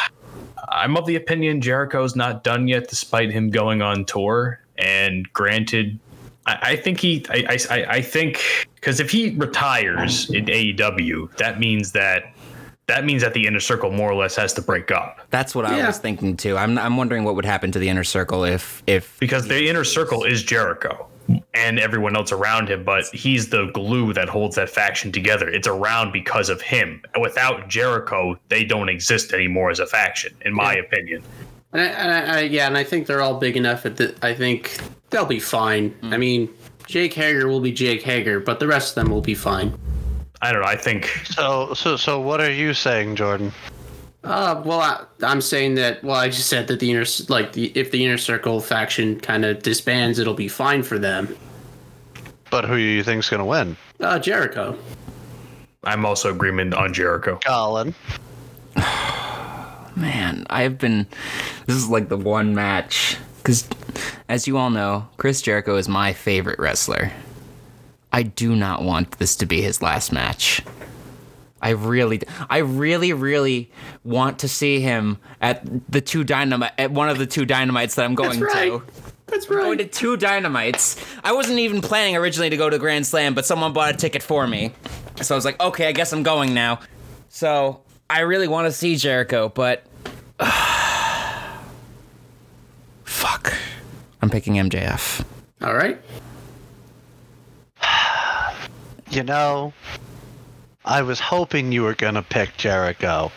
Speaker 3: I'm of the opinion Jericho's not done yet, despite him going on tour. And granted, I, I think he, I, I, I- I think, because if he retires in AEW, that means that that means that the inner circle more or less has to break up
Speaker 9: That's what I
Speaker 2: Yeah.
Speaker 9: was thinking too. I'm I'm wondering what would happen to the inner circle if if
Speaker 3: because the inner circle is Jericho and everyone else around him, but he's the glue that holds that faction together. It's around because of him. Without Jericho, they don't exist anymore as a faction, in my opinion.
Speaker 2: And I, and I, I, yeah, and I think they're all big enough at the. I think they'll be fine. I mean, Jake Hager will be Jake Hager, but the rest of them will be fine.
Speaker 3: I don't know. I think
Speaker 4: So, so, so, what are you saying, Jordan?
Speaker 2: Uh, well, I, I'm saying that. Well, I just said that the inner, like, the if the inner circle faction kind of disbands, it'll be fine for them.
Speaker 4: But who do you think's gonna win?
Speaker 2: Uh, Jericho.
Speaker 3: I'm also agreement on Jericho.
Speaker 4: Colin.
Speaker 9: man, I've been this is like the one match cuz as you all know, Chris Jericho is my favorite wrestler. I do not want this to be his last match. I really I really really want to see him at the two dynamite at one of the two dynamites that I'm going
Speaker 2: right.
Speaker 9: to.
Speaker 2: That's
Speaker 9: going to
Speaker 2: right.
Speaker 9: two dynamites. I wasn't even planning originally to go to Grand Slam, but someone bought a ticket for me. So I was like, okay, I guess I'm going now. So I really want to see Jericho, but. Fuck. I'm picking MJF.
Speaker 2: All right.
Speaker 4: You know, I was hoping you were gonna pick Jericho.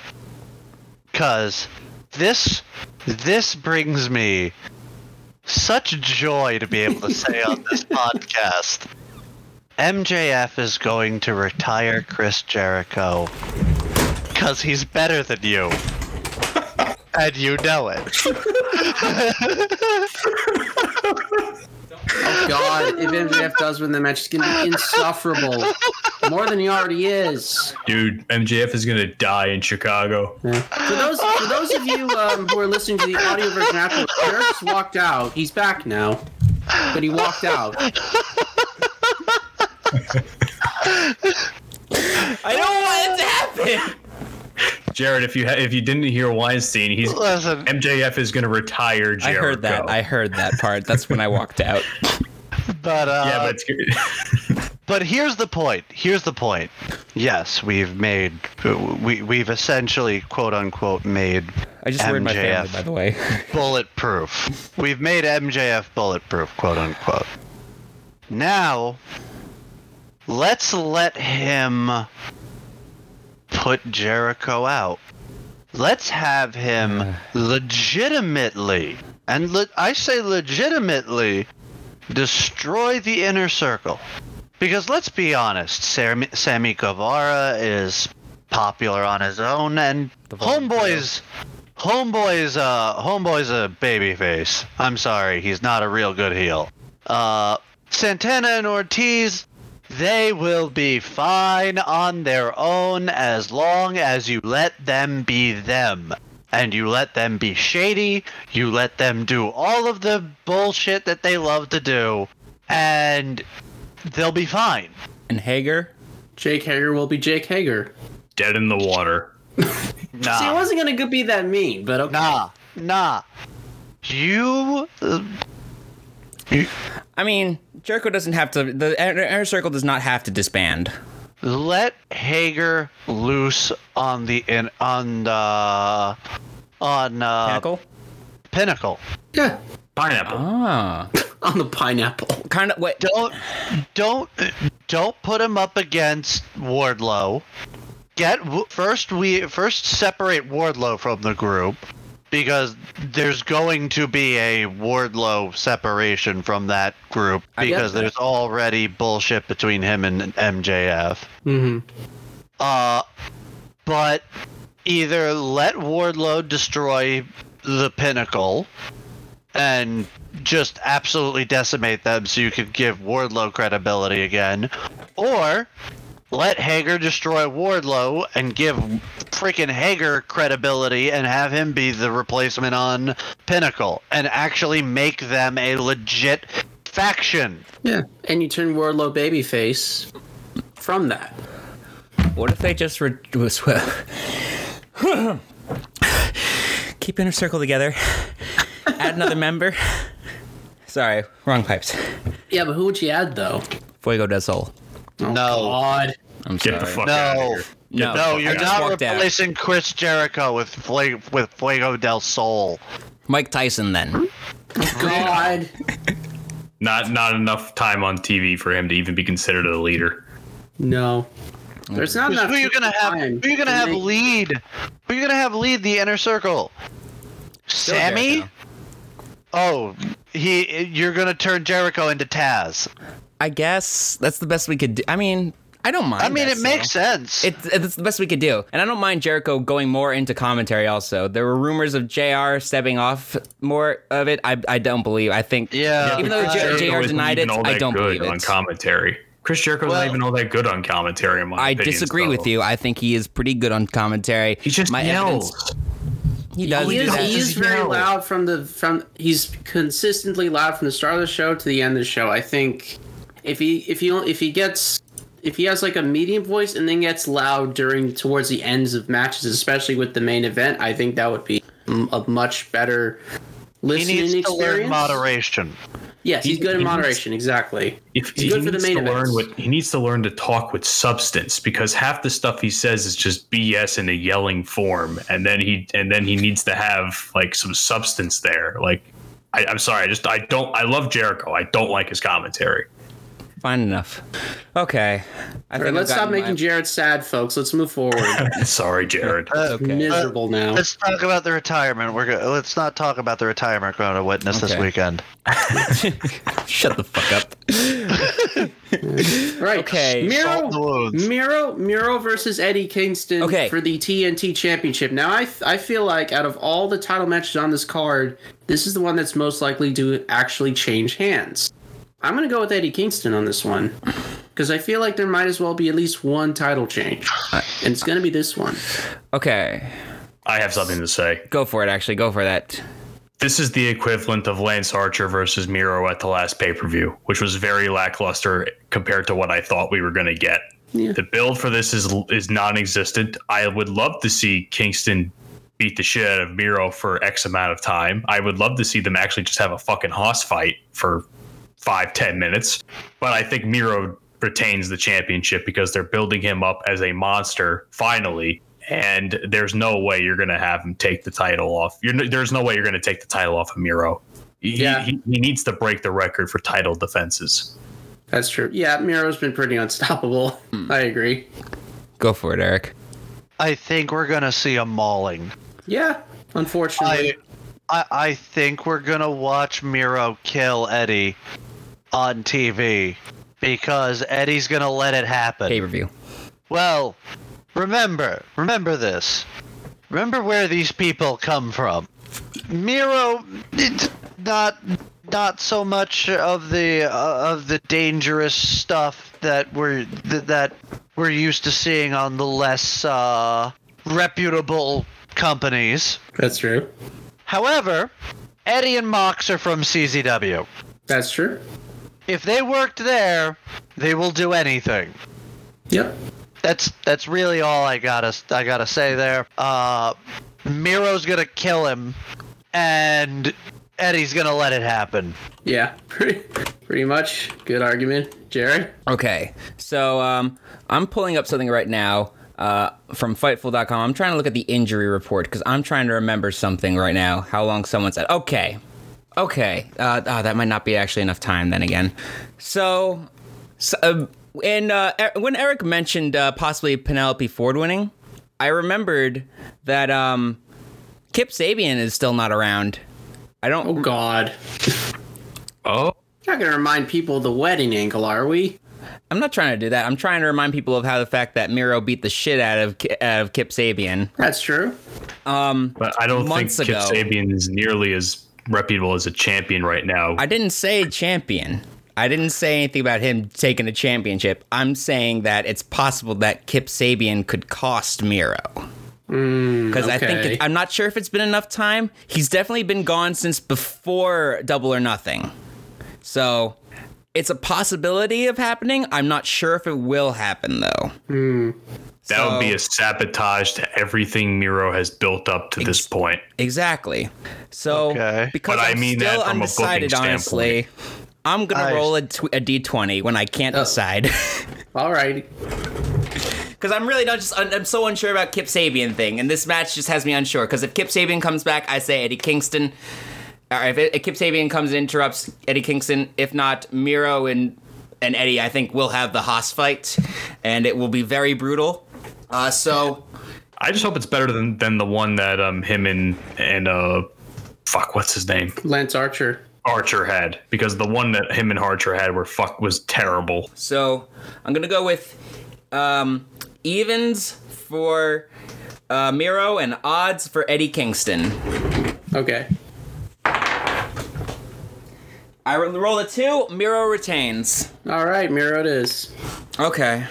Speaker 4: Cause this this brings me such joy to be able to say on this podcast. MJF is going to retire Chris Jericho. Cause he's better than you. and you know it.
Speaker 2: God, if MJF does win the match, it's gonna be insufferable, more than he already is.
Speaker 3: Dude, MJF is gonna die in Chicago.
Speaker 2: For those, for those of you um, who are listening to the audio version after, Eric's walked out. He's back now, but he walked out.
Speaker 9: I don't want it to happen!
Speaker 3: Jared, if you ha- if you didn't hear Weinstein, he's
Speaker 4: Listen,
Speaker 3: MJF is gonna retire
Speaker 1: I
Speaker 3: Jericho.
Speaker 1: heard that. I heard that part. That's when I walked out.
Speaker 4: but uh
Speaker 3: yeah, but it's good.
Speaker 4: But here's the point. Here's the point. Yes, we've made we we've essentially quote unquote made
Speaker 1: I just worried my family,
Speaker 4: MJF.
Speaker 1: by the way.
Speaker 4: bulletproof. We've made MJF bulletproof, quote unquote. Now, let's let him put Jericho out. Let's have him legitimately, and le- I say legitimately, destroy the inner circle. Because let's be honest, Sammy, Sammy Guevara is popular on his own, and Homeboy's Homeboy's uh Homeboy's a babyface. I'm sorry, he's not a real good heel. Uh Santana and Ortiz, they will be fine on their own as long as you let them be them. And you let them be shady, you let them do all of the bullshit that they love to do, and they'll be fine.
Speaker 1: And Hager,
Speaker 2: Jake Hager will be Jake Hager.
Speaker 3: Dead in the water.
Speaker 4: Nah.
Speaker 2: See, it wasn't gonna go- be that mean, but okay.
Speaker 4: Ah. nah. Nah. You uh,
Speaker 1: I mean, Jericho doesn't have to. The inner inner circle does not have to disband.
Speaker 4: let Hager loose on the in on the on uh,
Speaker 1: Tackle.
Speaker 4: pinnacle.
Speaker 2: Yeah,
Speaker 3: Pineapple.
Speaker 1: Oh,
Speaker 2: on the pineapple.
Speaker 1: Kind of. Ah. Wait.
Speaker 4: Don't don't don't put him up against Wardlow. Get first we first separate Wardlow from the group because there's going to be a Wardlow separation from that group because there's already bullshit between him and MJF.
Speaker 2: Mm-hmm.
Speaker 4: Uh, but either let Wardlow destroy the pinnacle and just absolutely decimate them so you could give Wardlow credibility again, or let Hager destroy Wardlow and give freaking Hager credibility and have him be the replacement on Pinnacle and actually make them a legit faction.
Speaker 2: Yeah, and you turn Wardlow babyface from that.
Speaker 1: What if they just re- was well? Keep inner circle together. Add another member. Sorry, wrong pipes.
Speaker 2: Yeah, but who would you add though?
Speaker 1: Fuego del Sol.
Speaker 4: No,
Speaker 2: Odd.
Speaker 9: I'm
Speaker 3: Get the
Speaker 9: sorry.
Speaker 3: fuck out of
Speaker 4: no,
Speaker 3: here.
Speaker 1: No,
Speaker 4: no. You're
Speaker 1: I just
Speaker 4: not
Speaker 1: walked out.
Speaker 4: replacing Chris Jericho with Fla- with Fuego del Sol.
Speaker 9: Mike Tyson then.
Speaker 2: God.
Speaker 3: Not not enough time on TV for him to even be considered a leader.
Speaker 2: No. There's not enough.
Speaker 4: Who you gonna have?
Speaker 2: time
Speaker 4: Who you gonna
Speaker 2: to
Speaker 4: have
Speaker 2: make-
Speaker 4: lead? Who you gonna have lead the inner circle? Sammy.
Speaker 1: Jericho.
Speaker 4: Oh, he. You're gonna turn Jericho into Taz.
Speaker 1: I guess that's the best we could do. I mean, I don't mind.
Speaker 4: I mean,
Speaker 1: that,
Speaker 4: it makes
Speaker 1: so.
Speaker 4: sense.
Speaker 1: It's, it's the best we could do. And I don't mind Jericho going more into commentary also. There were rumors of JR stepping off more of it. I, I don't believe. I think.
Speaker 4: Yeah.
Speaker 1: Even though
Speaker 4: Uh,
Speaker 1: J-
Speaker 3: Jericho
Speaker 1: JR
Speaker 3: isn't
Speaker 1: denied it,
Speaker 3: even all
Speaker 1: I
Speaker 3: that
Speaker 1: don't
Speaker 3: good
Speaker 1: believe
Speaker 3: on
Speaker 1: it.
Speaker 3: commentary. Chris Jericho's
Speaker 4: Well-
Speaker 3: not even all that good on commentary. In my
Speaker 1: I
Speaker 3: opinion,
Speaker 1: disagree
Speaker 3: so.
Speaker 1: with you. I think he is pretty good on commentary.
Speaker 3: He just
Speaker 1: My
Speaker 3: yells.
Speaker 1: evidence- He
Speaker 4: Oh,
Speaker 1: does.
Speaker 2: He
Speaker 1: do
Speaker 2: is,
Speaker 1: that.
Speaker 2: he is very loud from the from. He's consistently loud from the start of the show to the end of the show. I think if he if he if he gets if he has like a medium voice and then gets loud during towards the ends of matches, especially with the main event, I think that would be m- a much better
Speaker 4: he
Speaker 2: listening
Speaker 4: needs to
Speaker 2: experience.
Speaker 4: learn moderation.
Speaker 2: Yes, he's good in moderation. Exactly.
Speaker 3: If,
Speaker 2: He's
Speaker 3: he,
Speaker 2: good for the
Speaker 3: needs
Speaker 2: main
Speaker 3: to learn
Speaker 2: events.
Speaker 3: what, he needs to learn to talk with substance because half the stuff he says is just BS in a yelling form, and then he and then he needs to have like some substance there. Like, I, I'm sorry, I just I don't I love Jericho. I don't like his commentary.
Speaker 1: Fine enough. Okay. I
Speaker 2: All right,
Speaker 1: I've
Speaker 2: let's stop
Speaker 1: gotten my-
Speaker 2: making Jared sad, folks. Let's move forward.
Speaker 3: sorry, Jared.
Speaker 1: Okay.
Speaker 2: Miserable now.
Speaker 4: Let's talk about the retirement. We're go- let's not talk about the retirement we're going to witness this
Speaker 1: Okay.
Speaker 4: weekend.
Speaker 1: Shut the fuck up.
Speaker 2: Right.
Speaker 1: Okay.
Speaker 4: Salt in the
Speaker 2: Miro,
Speaker 4: wounds.
Speaker 2: Miro, Miro versus Eddie Kingston
Speaker 1: Okay.
Speaker 2: for the TNT Championship. Now, I, I feel like out of all the title matches on this card, this is the one that's most likely to actually change hands. I'm going to go with Eddie Kingston on this one because I feel like there might as well be at least one title change. And it's going to be this one.
Speaker 1: Okay.
Speaker 3: I have something to say.
Speaker 1: Go for it, actually. Go for that.
Speaker 3: This is the equivalent of Lance Archer versus Miro at the last pay per view, which was very lackluster compared to what I thought we were going to get. The build for this is is non-existent. I would love to see Kingston beat the shit out of Miro for X amount of time. I would love to see them actually just have a fucking hoss fight for five ten minutes. But I think Miro retains the championship because they're building him up as a monster finally. And there's no way you're gonna have him take the title off. You're, n- there's no way you're gonna take the title off of Miro. He,
Speaker 2: Yeah.
Speaker 3: he, he needs to break the record for title defenses.
Speaker 2: That's true. Yeah, Miro's been pretty unstoppable.
Speaker 1: Hmm.
Speaker 2: I agree.
Speaker 1: Go for it, Eric.
Speaker 4: I think we're going to see a mauling.
Speaker 2: Yeah, unfortunately.
Speaker 4: I, I I think we're gonna watch Miro kill Eddie on TV because Eddie's gonna let it happen.
Speaker 1: Pay per view.
Speaker 4: Well, remember, remember this. Remember where these people come from. Miro, it's not not so much of the uh, of the dangerous stuff that we're th- that we're used to seeing on the less uh, reputable companies.
Speaker 2: that's true.
Speaker 4: However, Eddie and Mox are from CZW.
Speaker 2: That's true.
Speaker 4: If they worked there, they will do anything.
Speaker 2: Yep.
Speaker 4: That's that's really all I gotta I gotta say there. Uh, Miro's gonna kill him, and Eddie's gonna let it happen.
Speaker 2: Yeah, pretty, pretty much. Good argument. Jared?
Speaker 1: Okay. So um, I'm pulling up something right now uh, from Fightful.com. I'm trying to look at the injury report because I'm trying to remember something right now. How long someone's at? Okay. Okay. Uh, ah, that might not be actually enough time then again. So, so uh, and uh, Er- when Eric mentioned uh, possibly Penelope Ford winning, I remembered that um, Kip Sabian is still not around. I don't.
Speaker 2: Oh, God.
Speaker 3: Oh,
Speaker 2: Not gonna remind people of the wedding angle, are we?
Speaker 1: I'm not trying to do that. I'm trying to remind people of how the fact that Miro beat the shit out of Ki- out of Kip Sabian.
Speaker 2: That's true.
Speaker 3: But I don't think
Speaker 1: months
Speaker 3: Kip
Speaker 1: ago.
Speaker 3: Sabian is nearly as reputable as a champion right now.
Speaker 1: I didn't say champion. I didn't say anything about him taking a championship. I'm saying that it's possible that Kip Sabian could cost Miro. Because I think
Speaker 2: okay.
Speaker 1: it, I'm not sure if it's been enough time. He's definitely been gone since before Double or Nothing. So It's a possibility of happening. I'm not sure if it will happen though.
Speaker 3: That would be a sabotage to everything Miro has built up to this point.
Speaker 1: Exactly. So
Speaker 4: Okay.
Speaker 1: because
Speaker 3: But I
Speaker 1: I'm
Speaker 3: mean that
Speaker 1: still
Speaker 3: from a booking
Speaker 1: undecided, honestly, I'm gonna
Speaker 4: I- Oh.
Speaker 1: roll a tw- a d20 when I can't decide.
Speaker 2: All right.
Speaker 1: Because I'm really not just un- I'm so unsure about Kip Sabian thing, and this match just has me unsure. Because if Kip Sabian comes back, I say Eddie Kingston. Or if, if Kip Sabian comes and interrupts Eddie Kingston, if not Miro and and Eddie, I think will have the Haas fight, and it will be very brutal. Uh, so
Speaker 3: I just hope it's better than than the one that um him and and uh fuck what's his name
Speaker 2: Lance Archer.
Speaker 3: Archer had because the one that him and Archer had were fuck was terrible.
Speaker 1: so I'm gonna go with um, evens for uh, Miro and odds for Eddie Kingston.
Speaker 2: Okay.
Speaker 1: I ro- roll a two. Miro retains.
Speaker 2: All right, Miro it is.
Speaker 1: Okay.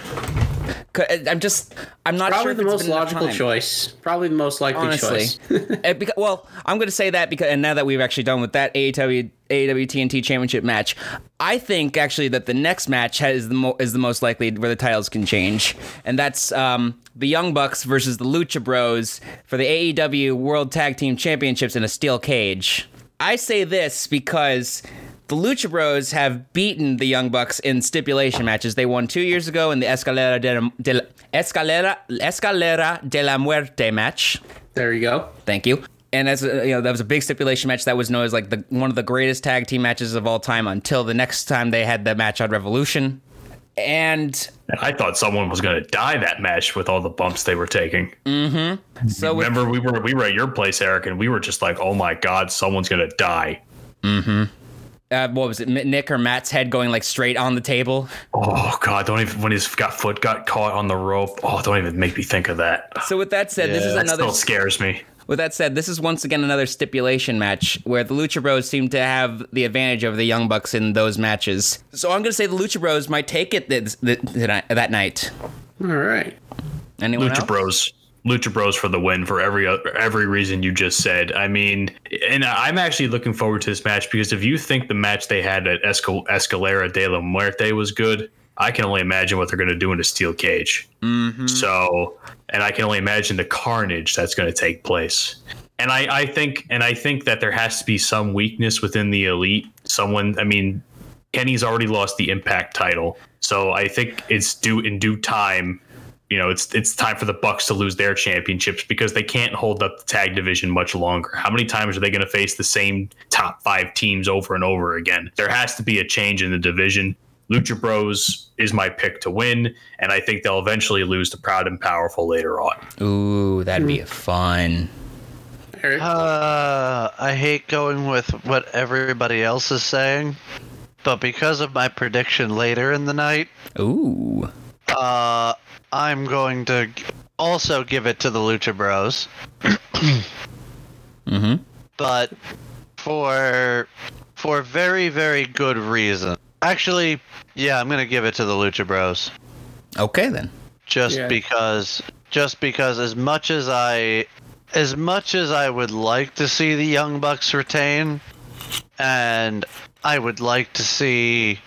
Speaker 1: C- I'm just. I'm not sure.
Speaker 2: Probably
Speaker 1: if
Speaker 2: the
Speaker 1: it's
Speaker 2: most
Speaker 1: been enough
Speaker 2: logical
Speaker 1: time,
Speaker 2: choice. Probably the most likely
Speaker 1: Honestly,
Speaker 2: choice.
Speaker 1: Uh, beca- well, I'm going to say that because, and now that we've actually done with that E AEW AEW TNT Championship match, I think actually that the next match has the mo- is the most likely where the titles can change, and that's um, the Young Bucks versus the Lucha Bros for the AEW World Tag Team Championships in a steel cage. I say this because the Lucha Bros have beaten the Young Bucks in stipulation matches. They won two years ago in the Escalera de, de la, Escalera Escalera de la Muerte match.
Speaker 2: There you go.
Speaker 1: Thank you. And as uh, you know, that was a big stipulation match that was known as like the one of the greatest tag team matches of all time until the next time they had the match on Revolution. And
Speaker 3: And I thought someone was gonna die that match with all the bumps they were taking.
Speaker 1: Mm. so with,
Speaker 3: Remember we were we were at your place, Eric, and we were just like, oh my god, someone's gonna die.
Speaker 1: uh, what was it, Mi- Nick or Matt's head going like straight on the table?
Speaker 3: Oh god, don't even when his got foot got caught on the rope. Oh, don't even make me think of that.
Speaker 1: So with that said, this is
Speaker 3: That
Speaker 1: another
Speaker 3: still scares me.
Speaker 1: With that said, this is once again another stipulation match where the Lucha Bros seem to have the advantage over the Young Bucks in those matches. So I'm going to say the Lucha Bros might take it th- th- th- that night.
Speaker 2: All right.
Speaker 1: Anyone
Speaker 3: Lucha
Speaker 1: else?
Speaker 3: Bros. Lucha Bros for the win for every for every reason you just said. I mean, and I'm actually looking forward to this match because if you think the match they had at Escal- Escalera de la Muerte was good, I can only imagine what they're going to do in a steel cage.
Speaker 1: Mm-hmm.
Speaker 3: So, and I can only imagine the carnage that's going to take place. And I, I think, and I think that there has to be some weakness within the elite. Someone, I mean, Kenny's already lost the Impact title, so I think it's due in due time. You know, it's it's time for the Bucks to lose their championships because they can't hold up the tag division much longer. How many times are they going to face the same top five teams over and over again? There has to be a change in the division. Lucha Bros is my pick to win, and I think they'll eventually lose to Proud and Powerful later on.
Speaker 1: Ooh, that'd be fun.
Speaker 2: Eric.
Speaker 4: Uh, I hate going with what everybody else is saying, but because of my prediction later in the night,
Speaker 1: Ooh.
Speaker 4: uh, I'm going to g- also give it to the Lucha Bros.
Speaker 1: Mhm.
Speaker 4: But for for very very good reason. Actually, yeah, I'm gonna give it to the Lucha Bros.
Speaker 1: Okay then.
Speaker 4: just
Speaker 2: Yeah.
Speaker 4: because just because as much as I as much as I would like to see the Young Bucks retain and I would like to see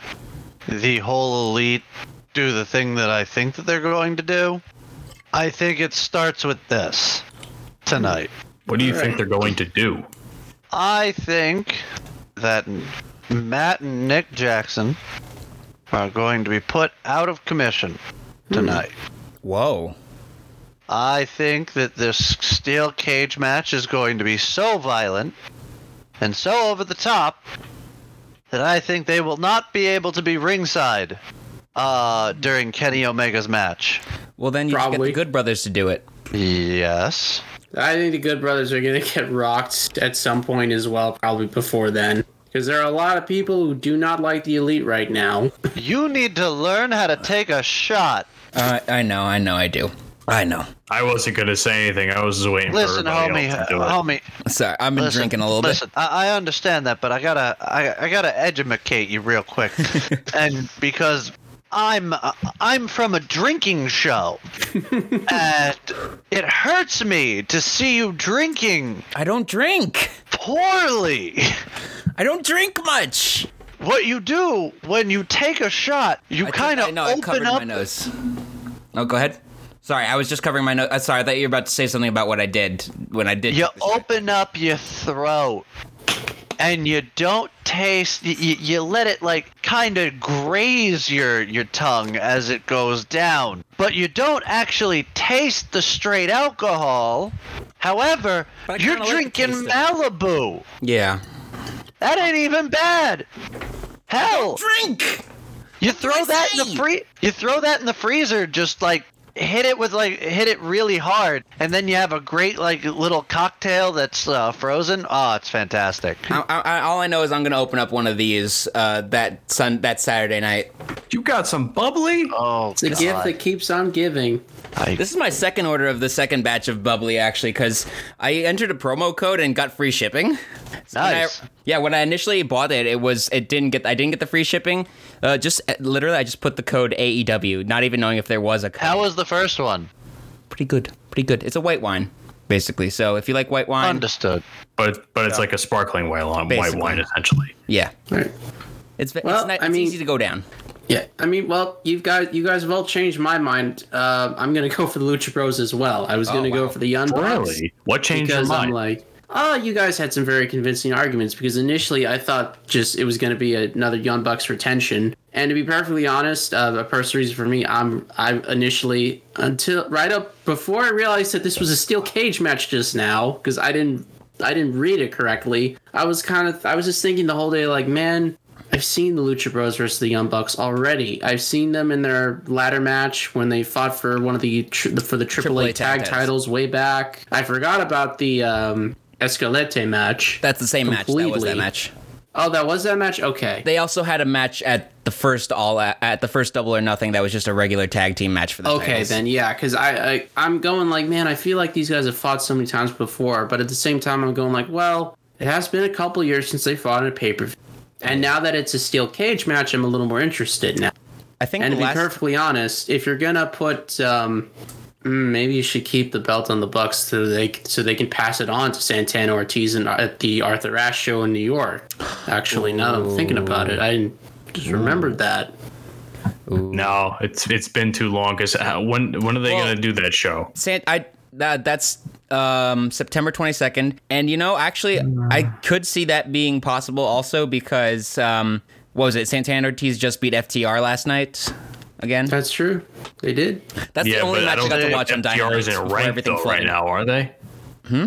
Speaker 4: the whole elite do the thing that I think that they're going to do. I think it starts with this tonight.
Speaker 3: What do you think they're going to do?
Speaker 4: I think that Matt and Nick Jackson are going to be put out of commission tonight.
Speaker 1: Whoa.
Speaker 4: I think that this steel cage match is going to be so violent and so over the top that I think they will not be able to be ringside uh, during Kenny Omega's match.
Speaker 1: Well then you just get
Speaker 2: Probably.
Speaker 1: the Good Brothers to do it.
Speaker 4: Yes.
Speaker 2: I think the Good Brothers are going to get rocked at some point as well, probably before then. Because there are a lot of people who do not like the Elite right now.
Speaker 4: You need to learn how to take a shot.
Speaker 1: Uh, I know, I know, I do. I know.
Speaker 3: I wasn't going to say anything. I was just waiting
Speaker 4: Listen,
Speaker 3: for everybody
Speaker 4: homie,
Speaker 3: else to do it.
Speaker 4: homie.
Speaker 1: Sorry, I've been
Speaker 4: Listen,
Speaker 1: drinking a little
Speaker 4: listen, I, I understand that, but I gotta, I, I gotta edumacate you real quick, and because I'm, uh, I'm from a drinking show, and it hurts me to see you drinking
Speaker 1: bit. I don't drink.
Speaker 4: poorly.
Speaker 1: I don't drink much.
Speaker 4: What you do when you take a shot, you
Speaker 1: I took-
Speaker 4: kind
Speaker 1: I-
Speaker 4: of
Speaker 1: no, it covered
Speaker 4: open up.
Speaker 1: my nose. Oh, go ahead. Sorry, I was just covering my nose. Uh, sorry, I thought you were about to say something about what I did when I did.
Speaker 4: You open up your throat, and you don't taste. You, you let it like kind of graze your your tongue as it goes down, but you don't actually taste the straight alcohol. However,
Speaker 1: But I kinda
Speaker 4: you're
Speaker 1: like the
Speaker 4: drinking
Speaker 1: taste of it.
Speaker 4: Malibu.
Speaker 1: Yeah.
Speaker 4: That ain't even bad. Hell,
Speaker 1: Drink.
Speaker 4: you throw
Speaker 1: I
Speaker 4: that in
Speaker 1: say.
Speaker 4: the free you throw that in the freezer just like hit it with like hit it really hard and then you have a great like little cocktail that's uh, frozen. Oh, it's fantastic.
Speaker 1: I, I, I- all I know is I'm gonna open up one of these uh, that sun that Saturday night.
Speaker 3: You got some bubbly.
Speaker 4: Oh,
Speaker 2: It's a gift that keeps on giving.
Speaker 1: This is my second order of the second batch of bubbly, actually, because I entered a promo code and got free shipping. So when I-
Speaker 4: Nice.
Speaker 1: yeah, when I initially bought it, it was it didn't get I didn't get the free shipping. Uh, just uh, literally, I just put the code AEW, not even knowing if there was a code.
Speaker 4: How was the first one?
Speaker 1: pretty good, pretty good. It's a white wine, basically. So if you like white wine,
Speaker 4: Understood.
Speaker 3: But but it's like a sparkling white wine, white
Speaker 1: Basically.
Speaker 3: wine essentially.
Speaker 1: yeah,
Speaker 2: All right.
Speaker 1: it's ve-
Speaker 2: Well,
Speaker 1: it's, not,
Speaker 2: I
Speaker 1: it's
Speaker 2: mean-
Speaker 1: easy to go down.
Speaker 2: Yeah, I mean, well, you've got you guys have all changed my mind. Uh, I'm gonna go for the Lucha Bros as well. I was gonna go for the Young Bucks
Speaker 3: Really? What changed your
Speaker 2: because I'm
Speaker 3: mind?
Speaker 2: like, oh, you guys had some very convincing arguments. Because initially, I thought just it was gonna be another Young Bucks retention. And to be perfectly honest, uh, a personal reason for me, I'm I initially until right up before I realized that this was a steel cage match just now because I didn't I didn't read it correctly. I was kind of I was just thinking the whole day like, man, I've seen the Lucha Bros versus the Young Bucks already. I've seen them in their ladder match when they fought for one of the tr- for the AAA,
Speaker 1: AAA
Speaker 2: tag
Speaker 1: tag
Speaker 2: titles way back. I forgot about the um, Escalete match.
Speaker 1: That's the same match. That was that
Speaker 2: Completely.
Speaker 1: match.
Speaker 2: oh, that was that match. Okay,
Speaker 1: They also had a match at the first all at the first double or nothing. That was just a regular tag team match for the
Speaker 2: Okay,
Speaker 1: titles.
Speaker 2: then yeah, because I, I I'm going like, man, I feel like these guys have fought so many times before, but at the same time, I'm going like, well, it has been a couple years since they fought in a pay per view, and now that it's a steel cage match, I'm a little more interested now.
Speaker 1: I think
Speaker 2: And
Speaker 1: the
Speaker 2: to be
Speaker 1: last
Speaker 2: perfectly honest, if you're gonna put, um, mm, maybe you should keep the belt on the Bucks so they so they can pass it on to Santana Ortiz and uh, at the Arthur Ashe show in New York. Actually, now that I'm thinking about it, I didn't- just remembered that.
Speaker 3: No, it's it's been too long. Cause uh, when when are they
Speaker 1: Well-
Speaker 3: gonna do that show?
Speaker 1: San- I that that's um September 22nd and you know actually I could see that being possible also because um what was it Santana Ortiz just beat FTR last night again
Speaker 2: That's true. They did.
Speaker 1: that's the
Speaker 3: yeah,
Speaker 1: only
Speaker 3: but I
Speaker 1: match I
Speaker 3: don't
Speaker 1: got to
Speaker 3: think
Speaker 1: watch on
Speaker 3: FTR
Speaker 1: Dynamite
Speaker 3: isn't
Speaker 1: before
Speaker 3: ranked
Speaker 1: everything
Speaker 3: though right
Speaker 1: flooded.
Speaker 3: now, are they? Hmm.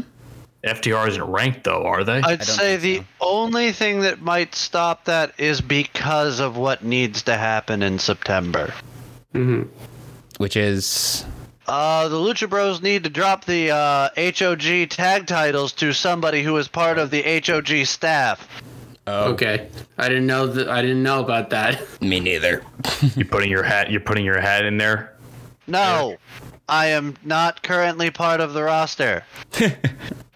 Speaker 3: FTR isn't ranked though, are they?
Speaker 4: I'd say the only thing that might stop that is because of what needs to happen in September.
Speaker 1: which is
Speaker 4: Uh, the Lucha Bros need to drop the uh, HOG tag titles to somebody who is part of the HOG staff.
Speaker 3: Oh.
Speaker 2: Okay, I didn't know that. I didn't know about that.
Speaker 1: me neither
Speaker 3: you're putting your hat. You're putting your hat in there.
Speaker 4: No, I am not currently part of the roster.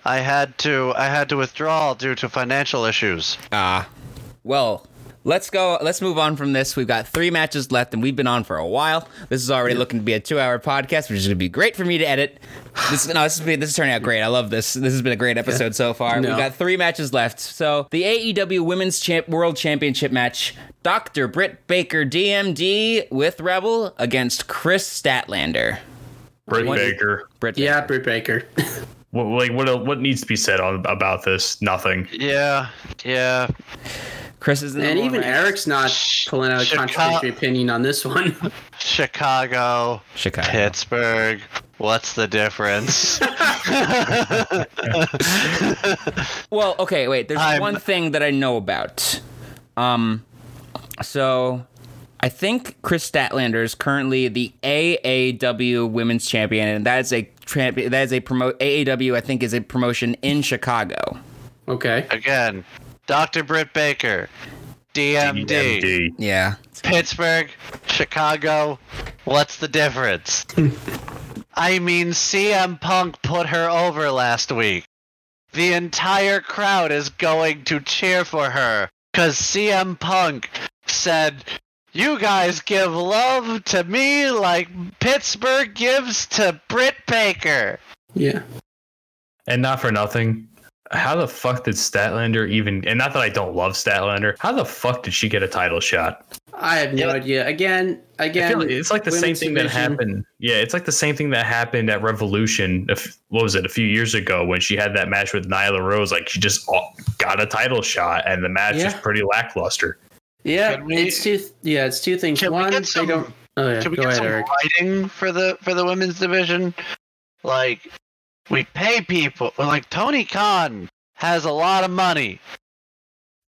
Speaker 4: I had to I had to withdraw due to financial issues.
Speaker 1: Well, let's go. Let's move on from this. We've got three matches left, and we've been on for a while. This is already looking to be a two-hour podcast, which is going to be great for me to edit. This no, this is this is turning out great. I love this. This has been a great episode so far.
Speaker 2: No.
Speaker 1: We've got three matches left. So the AEW Women's Champ World Championship match: Dr. Britt Baker, DMD, with Rebel against Chris Statlander.
Speaker 3: Britt
Speaker 1: What-
Speaker 3: Baker.
Speaker 1: Britt,
Speaker 2: Yeah, Britt Baker.
Speaker 3: What, like what? What needs to be said on about this? Nothing.
Speaker 4: Yeah, yeah.
Speaker 1: Chris is in the
Speaker 2: and
Speaker 1: lower
Speaker 2: even
Speaker 1: ranks.
Speaker 2: Eric's not pulling out a
Speaker 4: Chicago-
Speaker 2: contradictory opinion on this one.
Speaker 4: Chicago,
Speaker 1: Chicago.
Speaker 4: Pittsburgh. What's the difference?
Speaker 1: Well, okay, wait. There's
Speaker 4: I'm-
Speaker 1: one thing that I know about. Um, so I think Chris Statlander is currently the AAW Women's Champion, and that is a champion. That is a promote. AAW, I think, is a promotion in Chicago.
Speaker 2: okay.
Speaker 4: Again, Dr. Britt Baker, DMD,
Speaker 3: DMD.
Speaker 1: Yeah.
Speaker 4: Pittsburgh, Chicago. What's the difference? I mean, CM Punk put her over last week. The entire crowd is going to cheer for her because CM Punk said, You guys give love to me like Pittsburgh gives to Britt Baker.
Speaker 2: Yeah.
Speaker 3: And not for nothing, how the fuck did Statlander even? And not that I don't love Statlander. How the fuck did she get a title shot?
Speaker 2: I have no idea. Again,
Speaker 3: I
Speaker 2: again,
Speaker 3: feel like it's like the same
Speaker 2: women's
Speaker 3: thing that
Speaker 2: division-
Speaker 3: happened. Yeah, it's like the same thing that happened at Revolution. If, what was it? A few years ago when she had that match with Nyla Rose, like she just all- got a title shot, and the match was
Speaker 2: Yeah.
Speaker 3: pretty lackluster.
Speaker 2: Yeah,
Speaker 4: Can we-
Speaker 2: it's two. Yeah, it's two things.
Speaker 4: Can we
Speaker 2: One,
Speaker 4: get some-
Speaker 2: they don't. Oh yeah,
Speaker 4: Can we
Speaker 2: go
Speaker 4: get
Speaker 2: ahead,
Speaker 4: some
Speaker 2: Eric.
Speaker 4: writing for the for the women's division? Like we pay people well, like Tony Khan has a lot of money.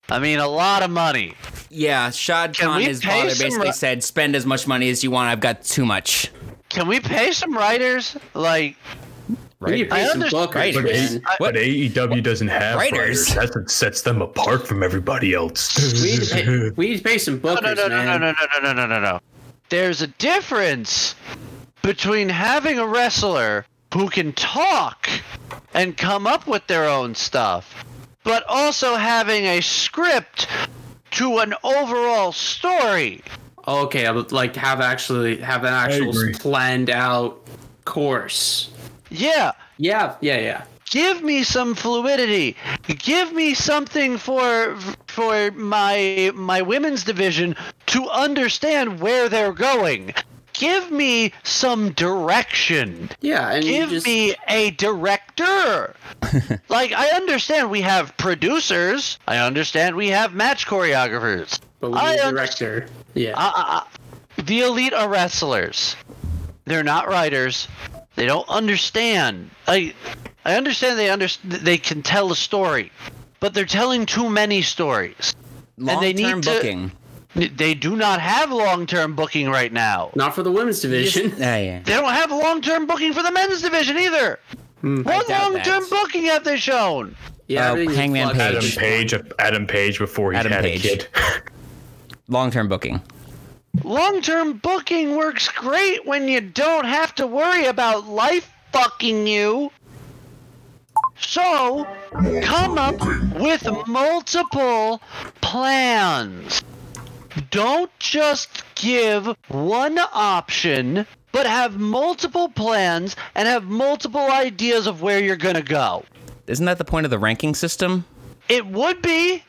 Speaker 4: I mean a lot of money.
Speaker 1: Yeah, Shad
Speaker 4: Can
Speaker 1: Khan,
Speaker 4: we
Speaker 1: his
Speaker 4: pay
Speaker 1: father,
Speaker 4: some
Speaker 1: basically
Speaker 4: ri-
Speaker 1: said, "Spend as much money as you want. I've got too much."
Speaker 4: Can we pay some writers? Like
Speaker 2: We need to pay
Speaker 4: I
Speaker 2: some
Speaker 4: understand-
Speaker 2: bookers,
Speaker 1: Right.
Speaker 2: man.
Speaker 3: But AEW doesn't have
Speaker 1: Writers.
Speaker 3: writers. That's what sets them apart from everybody else.
Speaker 2: We need, to pay, we need to pay some bookers,
Speaker 4: no no no
Speaker 2: man.
Speaker 4: no no no no no no no no. There's a difference between having a wrestler who can talk and come up with their own stuff, but also having a script to an overall story.
Speaker 2: Okay, I would like to have actually have an actual
Speaker 3: agree.
Speaker 2: planned out course.
Speaker 4: Yeah,
Speaker 2: Yeah, yeah, yeah.
Speaker 4: give me some fluidity give me something for for my my women's division to understand where they're going give me some direction
Speaker 2: Yeah, and you
Speaker 4: give
Speaker 2: just,
Speaker 4: me a director like i understand we have producers i understand we have match choreographers
Speaker 2: but we
Speaker 4: I
Speaker 2: need a
Speaker 4: under-
Speaker 2: director. Yeah.
Speaker 4: the elite are wrestlers. They're not writers. They don't understand. I I understand they under, they can tell a story, but they're telling too many stories.
Speaker 1: Long-term
Speaker 4: they need to-
Speaker 1: booking.
Speaker 4: They do not have long-term booking right now.
Speaker 2: Not for the women's division.
Speaker 1: Yeah, yeah.
Speaker 4: They don't have long-term booking for the men's division either. what
Speaker 1: doubt
Speaker 4: long-term
Speaker 1: that.
Speaker 4: booking have they shown?
Speaker 2: yeah,
Speaker 1: Uh,
Speaker 2: everything's
Speaker 1: Hangman Page.
Speaker 2: plugged.
Speaker 3: Adam Page, uh, Adam Page before he
Speaker 1: Adam
Speaker 3: had
Speaker 1: Page.
Speaker 3: a kid.
Speaker 1: Long-term booking.
Speaker 4: Long-term booking works great when you don't have to worry about life fucking you. So, come up with multiple plans. Don't just give one option, but have multiple plans and have multiple ideas of where you're going to go.
Speaker 1: Isn't that the point of the ranking system?
Speaker 4: It would be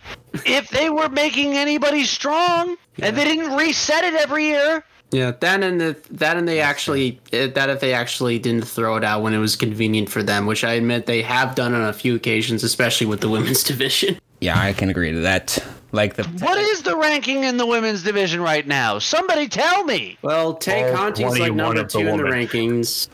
Speaker 4: if they were making anybody strong and they didn't reset it every year.
Speaker 2: Yeah, that and the, that and they actually uh, that if they actually didn't throw it out when it was convenient for them, which I admit they have done on a few occasions, especially with the women's division.
Speaker 1: Yeah, I can agree to that. Like the
Speaker 4: What is the ranking in the women's division right now? Somebody tell me.
Speaker 2: Well, Tay
Speaker 3: All
Speaker 2: Conti's like
Speaker 3: 21
Speaker 2: number
Speaker 3: of the
Speaker 2: two in the
Speaker 3: women.
Speaker 2: rankings.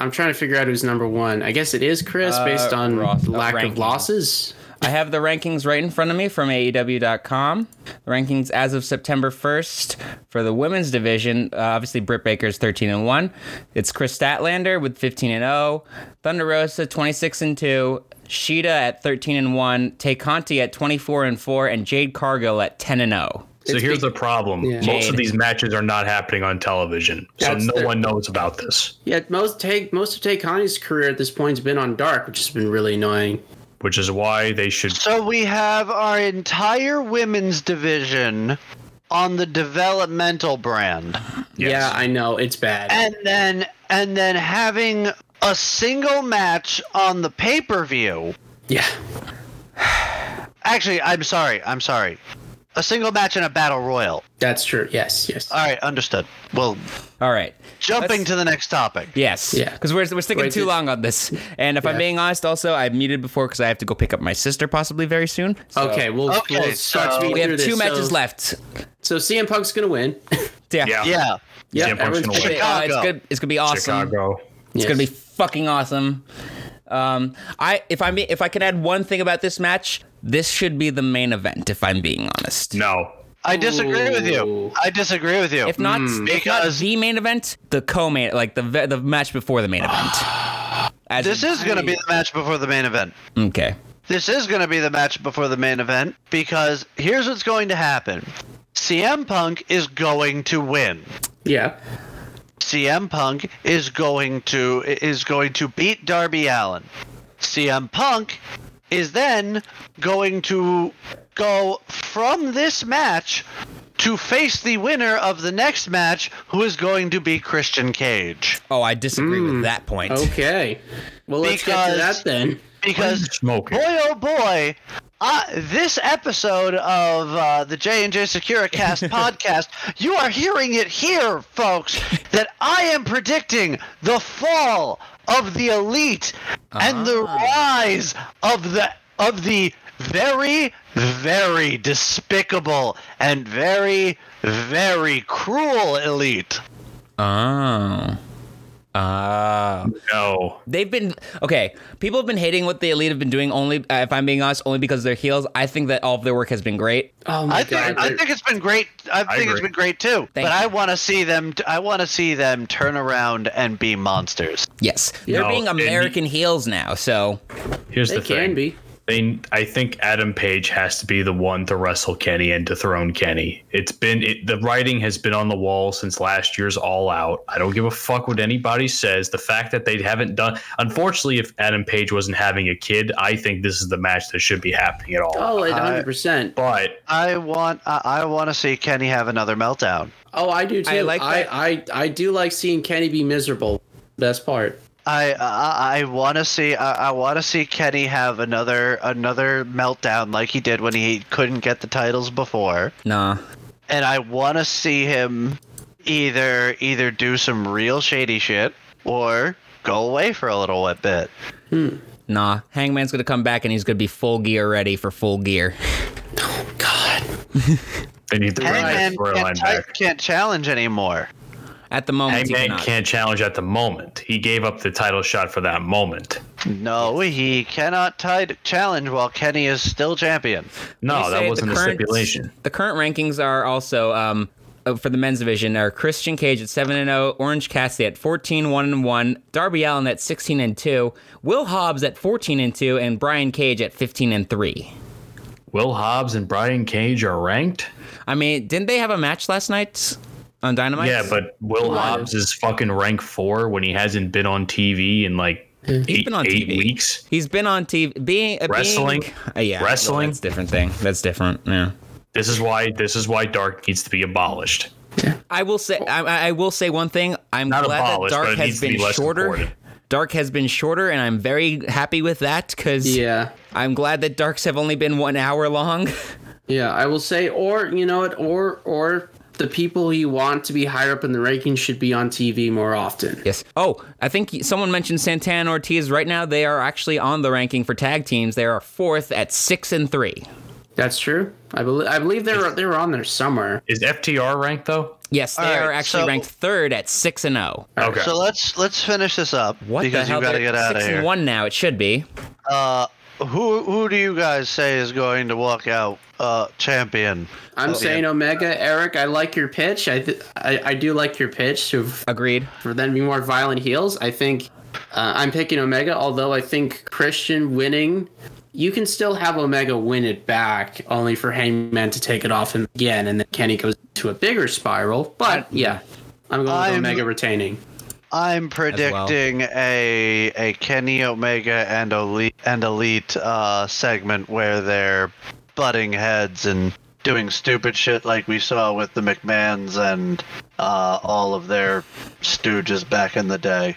Speaker 2: I'm trying to figure out who's number one. I guess it is Chris, based on
Speaker 1: Ross- uh,
Speaker 2: lack of
Speaker 1: ranking.
Speaker 2: losses.
Speaker 1: I have the rankings right in front of me from E AEW.com. The rankings as of September 1st for the women's division. Uh, obviously, Britt Baker's 13 and 1. It's Chris Statlander with 15 and 0. Thunder Rosa 26 and 2. Sheeta at 13 and 1. Tay Conti at 24 and 4. And Jade Cargill at 10 and oh. 0.
Speaker 3: So here's the problem: most
Speaker 1: Jade.
Speaker 3: of these matches are not happening on television, so
Speaker 2: That's
Speaker 3: no
Speaker 2: the-
Speaker 3: one knows about this,
Speaker 2: Yet most Tay most of Tay Conti's career at this point has been on dark, which has been really annoying.
Speaker 3: which is why they should.
Speaker 4: So we have our entire women's division on the developmental brand.
Speaker 2: Yeah, I know it's bad.
Speaker 4: And then and then having a single match on the pay-per-view.
Speaker 2: yeah,
Speaker 4: Actually, I'm sorry. I'm sorry. A single match in a battle royal.
Speaker 2: that's true. Yes, yes.
Speaker 4: All right, understood. Well,
Speaker 1: All right.
Speaker 4: jumping
Speaker 1: Let's-
Speaker 4: to the next topic.
Speaker 1: Yes.
Speaker 2: Yeah.
Speaker 1: Because we're, we're sticking
Speaker 2: Wait,
Speaker 1: too
Speaker 2: did-
Speaker 1: long on this. And if I'm
Speaker 2: Yeah.
Speaker 1: being honest, also, I muted before because I have to go pick up my sister possibly very soon. So
Speaker 2: okay, we'll,
Speaker 4: Okay,
Speaker 2: we'll start
Speaker 4: so-
Speaker 2: speeding
Speaker 1: we have
Speaker 2: through this.
Speaker 1: two matches
Speaker 2: So-
Speaker 1: left.
Speaker 2: So CM Punk's gonna win.
Speaker 3: Yeah,
Speaker 4: Yeah.
Speaker 2: yeah,
Speaker 3: CM Punk's
Speaker 2: everyone's
Speaker 3: gonna win.
Speaker 1: Uh, it's
Speaker 4: Chicago.
Speaker 1: good. It's gonna be awesome.
Speaker 3: Chicago.
Speaker 1: It's gonna be fucking awesome. Um, I if I am if I can add one thing about this match, this should be the main event. If I'm being honest,
Speaker 3: No,
Speaker 4: I disagree with you.
Speaker 2: Ooh.
Speaker 4: I disagree with you.
Speaker 1: if not, if not
Speaker 4: Hmm. Because-
Speaker 1: the main event, the co-main, like the ve- the match before the main event. As
Speaker 4: this
Speaker 1: in-
Speaker 4: is going to be the match before the main event.
Speaker 1: okay.
Speaker 4: this is going to be the match before the main event because here's what's going to happen CM Punk is going to win.
Speaker 2: Yeah.
Speaker 4: CM Punk is going to is going to beat Darby Allen. CM Punk is then going to go from this match to face the winner of the next match who is going to be Christian Cage. Hmm.
Speaker 1: Oh, I disagree with that point.
Speaker 2: Okay. Well, let's get to
Speaker 4: Because-
Speaker 2: that then.
Speaker 4: because
Speaker 3: Smoking.
Speaker 4: boy oh boy uh, this episode of uh, the j&j securicast podcast you are hearing it here folks that i am predicting the fall of the elite and the rise of the of the very very despicable and very very cruel elite
Speaker 9: Oh. Ah.
Speaker 3: No.
Speaker 1: They've been okay. People have been hating what the elite have been doing. Only, uh, if I'm being honest, only because they're heels. I think that all of their work has been great.
Speaker 2: Oh my
Speaker 4: I think
Speaker 2: god.
Speaker 4: I think it's been great. I, think it's
Speaker 3: agree.
Speaker 4: been great too.
Speaker 1: Thank
Speaker 4: but
Speaker 1: you.
Speaker 4: I want to see them. I want to see them turn around and be monsters.
Speaker 1: Yes, they're
Speaker 3: No,
Speaker 1: being
Speaker 3: and-
Speaker 1: American heels now. So
Speaker 3: Here's
Speaker 2: they
Speaker 3: the thing.
Speaker 2: can be.
Speaker 3: They, I think Adam Page has to be the one to wrestle Kenny and dethrone Kenny. It's been it, the writing has been on the wall since last year's All Out. I don't give a fuck what anybody says. The fact that they haven't done, unfortunately, if Adam Page wasn't having a kid, I think this is the match that should be happening at all.
Speaker 2: Oh, like
Speaker 4: Uh,
Speaker 2: 100%.
Speaker 3: But
Speaker 4: I want. I, I want to see Kenny have another meltdown.
Speaker 2: Oh, I do too.
Speaker 1: I
Speaker 2: I,
Speaker 1: like that.
Speaker 2: I, I, do like seeing Kenny be miserable. Best part.
Speaker 4: I I, I want to see. I, I want to see Kenny have another another meltdown like he did when he couldn't get the titles before.
Speaker 1: nah,
Speaker 4: And I want to see him either either do some real shady shit or go away for a little bit.
Speaker 1: nah. Hangman's gonna come back and he's gonna be full gear ready for full gear.
Speaker 2: God.
Speaker 3: they need to bring that
Speaker 4: Hangman
Speaker 3: storyline
Speaker 4: can't,
Speaker 3: back.
Speaker 4: can't challenge anymore.
Speaker 1: At the moment, he
Speaker 3: Hangman
Speaker 1: cannot.
Speaker 3: can't challenge at the moment. He gave up the title shot for that moment.
Speaker 4: No, he cannot tide challenge while Kenny is still champion.
Speaker 3: No,
Speaker 1: They say
Speaker 3: that wasn't the,
Speaker 1: current-
Speaker 3: stipulation.
Speaker 1: The current rankings are also um, uh, for the men's division are Christian Cage at 7 and 0, Orange Cassidy at 14 1 and 1, Darby Allen at 16 and 2, Will Hobbs at 14 and 2 and Brian Cage at 15 and 3.
Speaker 3: Will Hobbs and Brian Cage are ranked.
Speaker 1: I mean, didn't they have a match last night on Dynamite?
Speaker 3: Yeah, but Will Hobbs is fucking rank four when he hasn't been on TV in like eight,
Speaker 1: been on
Speaker 3: eight
Speaker 1: TV.
Speaker 3: weeks.
Speaker 1: He's been on TV being uh, being-
Speaker 3: Wrestling?
Speaker 1: Uh, yeah, well,
Speaker 3: Wrestling?
Speaker 1: That's a different thing. That's different. Yeah.
Speaker 3: This is why this is why Dark needs to be abolished.
Speaker 1: I will say I- I, I will say one thing. I'm
Speaker 3: Not
Speaker 1: glad that
Speaker 3: abolished, but
Speaker 1: Dark
Speaker 3: it
Speaker 1: has
Speaker 3: needs to
Speaker 1: been
Speaker 3: be less
Speaker 1: shorter.
Speaker 3: supported.
Speaker 1: Dark has been shorter, and I'm very happy with that because
Speaker 2: Yeah.
Speaker 1: I'm glad that darks have only been one hour long.
Speaker 2: Yeah, I will say, or you know what, or or the people you want to be higher up in the rankings should be on TV more often.
Speaker 1: yes. Oh, I think someone mentioned Santana and Ortiz. Right now, they are actually on the ranking for tag teams. They are fourth at six and three.
Speaker 2: That's true. I believe I believe they were they were on there somewhere.
Speaker 3: Is FTR ranked though?
Speaker 1: Yes, they
Speaker 4: All right,
Speaker 1: are actually
Speaker 4: so-
Speaker 1: ranked third at six and zero.
Speaker 3: Okay.
Speaker 4: So let's let's finish this up
Speaker 1: What
Speaker 4: because
Speaker 1: the hell?
Speaker 4: you got to
Speaker 1: They're
Speaker 4: get out of
Speaker 1: six
Speaker 4: here.
Speaker 1: and one now. It should be.
Speaker 4: Uh, who who do you guys say is going to walk out uh, champion?
Speaker 2: I'm
Speaker 4: Oh,
Speaker 2: saying Omega, Eric. I like your pitch. I, th- I I do like your pitch to
Speaker 1: Agreed.
Speaker 2: for them to be more violent heels. I think uh, I'm picking Omega, although I think Christian winning. You can still have Omega win it back, only for Hangman to take it off him again, and then Kenny goes to a bigger spiral. But yeah, I'm going
Speaker 4: I'm-
Speaker 2: with Omega retaining.
Speaker 4: I'm
Speaker 1: well.
Speaker 4: predicting a a Kenny Omega and elite and elite uh, segment where they're butting heads and doing stupid shit like we saw with the McMahons and uh, all of their stooges back in the day.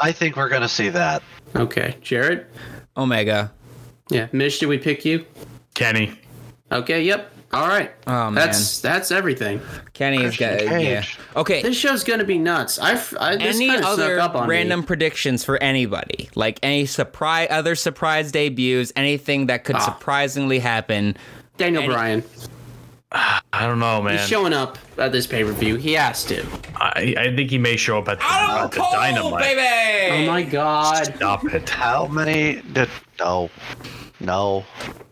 Speaker 4: I think we're gonna see that.
Speaker 2: Okay, Jared.
Speaker 1: Omega.
Speaker 2: Yeah, Mitch, did we pick you?
Speaker 3: Kenny.
Speaker 2: Okay, yep. All right.
Speaker 1: Oh, man.
Speaker 2: That's that's everything.
Speaker 1: Kenny's got
Speaker 4: Christian
Speaker 1: yeah.
Speaker 4: Cage.
Speaker 1: Okay.
Speaker 2: This show's gonna be nuts. I, I this
Speaker 1: Any
Speaker 2: kinda snuck
Speaker 1: other
Speaker 2: up on me.
Speaker 1: random predictions for anybody? Like any surprise, other surprise debuts, anything that
Speaker 2: Ah.
Speaker 1: could surprisingly happen?
Speaker 2: Daniel Bryan.
Speaker 3: I don't know, man.
Speaker 2: He's showing up at this pay per view. He Oh has to.
Speaker 3: I, I think he may show up at the, at Ah, the dynamite.
Speaker 1: baby.
Speaker 2: Oh my god.
Speaker 3: Stop it.
Speaker 4: How many did no, no?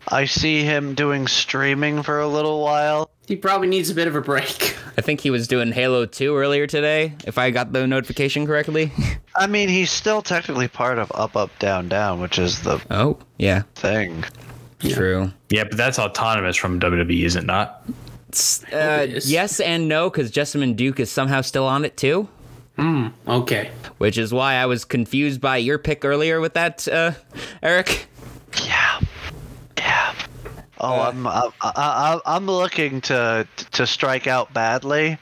Speaker 4: I see him doing streaming for a little while.
Speaker 2: He probably needs a bit of a break.
Speaker 1: I think he was doing Halo 2 earlier today, if I got the notification correctly.
Speaker 4: I mean, he's still technically part of Up Up Down Down, which is the
Speaker 1: Oh, yeah,
Speaker 4: thing.
Speaker 1: true.
Speaker 3: Yeah, but that's autonomous from WWE, is it not?
Speaker 1: Uh,
Speaker 2: it is.
Speaker 1: yes and no, because Jessamine Duke is somehow still on it too,
Speaker 2: Okay.
Speaker 1: which is why I was confused by your pick earlier with that, uh, Eric.
Speaker 4: Yeah, yeah. Oh, I'm I, I, I, I'm looking to to strike out badly,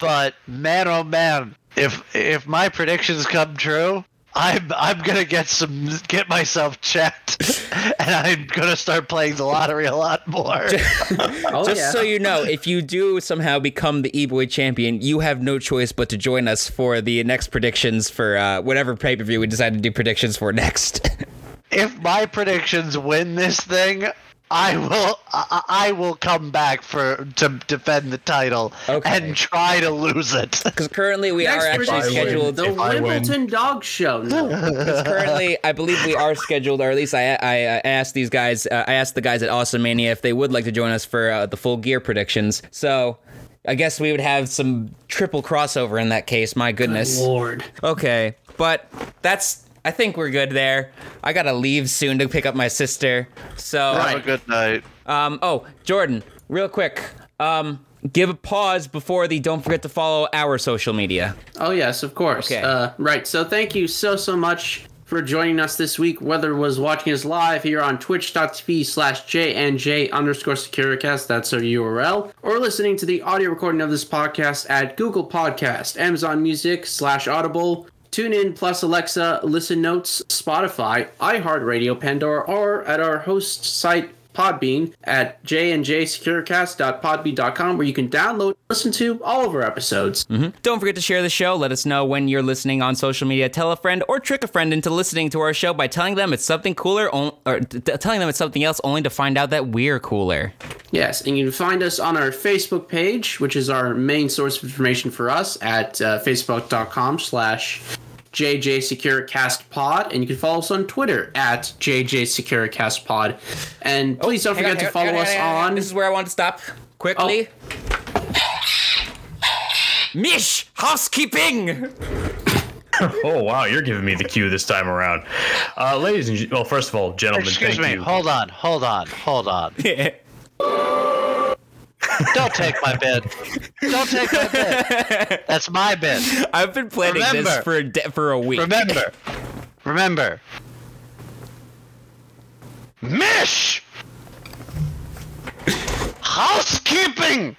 Speaker 4: but man, oh man, if if my predictions come true, I'm I'm gonna get some get myself checked, and I'm gonna start playing the lottery a lot more.
Speaker 2: Oh,
Speaker 1: Just
Speaker 2: yeah.
Speaker 1: so you know, if you do somehow become the E-Boy champion, you have no choice but to join us for the next predictions for uh, whatever pay-per-view we decide to do predictions for next.
Speaker 4: if my predictions win this thing, I will I, I will come back for to defend the title
Speaker 1: Okay.
Speaker 4: and try to lose it.
Speaker 1: Because currently we
Speaker 2: Next
Speaker 1: are actually
Speaker 2: prediction,
Speaker 1: scheduled.
Speaker 2: the
Speaker 3: if I win.
Speaker 2: Wimbledon Dog Show. No.
Speaker 1: currently, I believe we are scheduled, or at least I, I uh, asked these guys, uh, I asked the guys at Awesome Mania if they would like to join us for uh, the full gear predictions. So I guess we would have some triple crossover in that case. My goodness.
Speaker 2: Lord.
Speaker 1: Okay, but that's. I think we're good there. I gotta leave soon to pick up my sister. So,
Speaker 4: Have a good night.
Speaker 1: um, oh, Jordan, real quick, um, give a pause before the don't forget to follow our social media.
Speaker 2: Oh yes, of course.
Speaker 1: Okay.
Speaker 2: Uh, right. So thank you so so much for joining us this week. Whether it was watching us live here on twitch.tv slash jnj underscore securicast, that's our URL, or listening to the audio recording of this podcast at Google Podcast, Amazon Music slash Audible, TuneIn plus Alexa, Listen Notes, Spotify, iHeartRadio, Pandora, or at our host site Podbean at jnjsecurecast.podbean.com where you can download, listen to all of our episodes.
Speaker 1: Don't forget to share the show. Let us know when you're listening on social media. Tell a friend or trick a friend into listening to our show by telling them it's something cooler on- or t- t- telling them it's something else only to find out that we're cooler.
Speaker 2: Yes, and you can find us on our Facebook page, which is our main source of information for us at uh, facebook.com slash JJSecureCastPod. And you can follow us on Twitter at JJSecureCastPod. And please don't
Speaker 1: Oh, Hang
Speaker 2: forget
Speaker 1: on,
Speaker 2: to
Speaker 1: hang
Speaker 2: follow
Speaker 1: hang
Speaker 2: us
Speaker 1: hang hang
Speaker 2: on.
Speaker 1: This is where I want to stop quickly. Oh. Mish, housekeeping.
Speaker 3: Oh wow, you're giving me the cue this time around, uh, ladies and gen- well, first of all, gentlemen,
Speaker 4: Excuse
Speaker 3: thank
Speaker 4: me.
Speaker 3: you.
Speaker 4: Hold on. Hold on. Hold on. Don't take my bid. Don't take my bid. That's my bid.
Speaker 1: I've been planning this
Speaker 4: Remember.
Speaker 1: for a de- for a week.
Speaker 4: Remember. Remember. Mish! Housekeeping!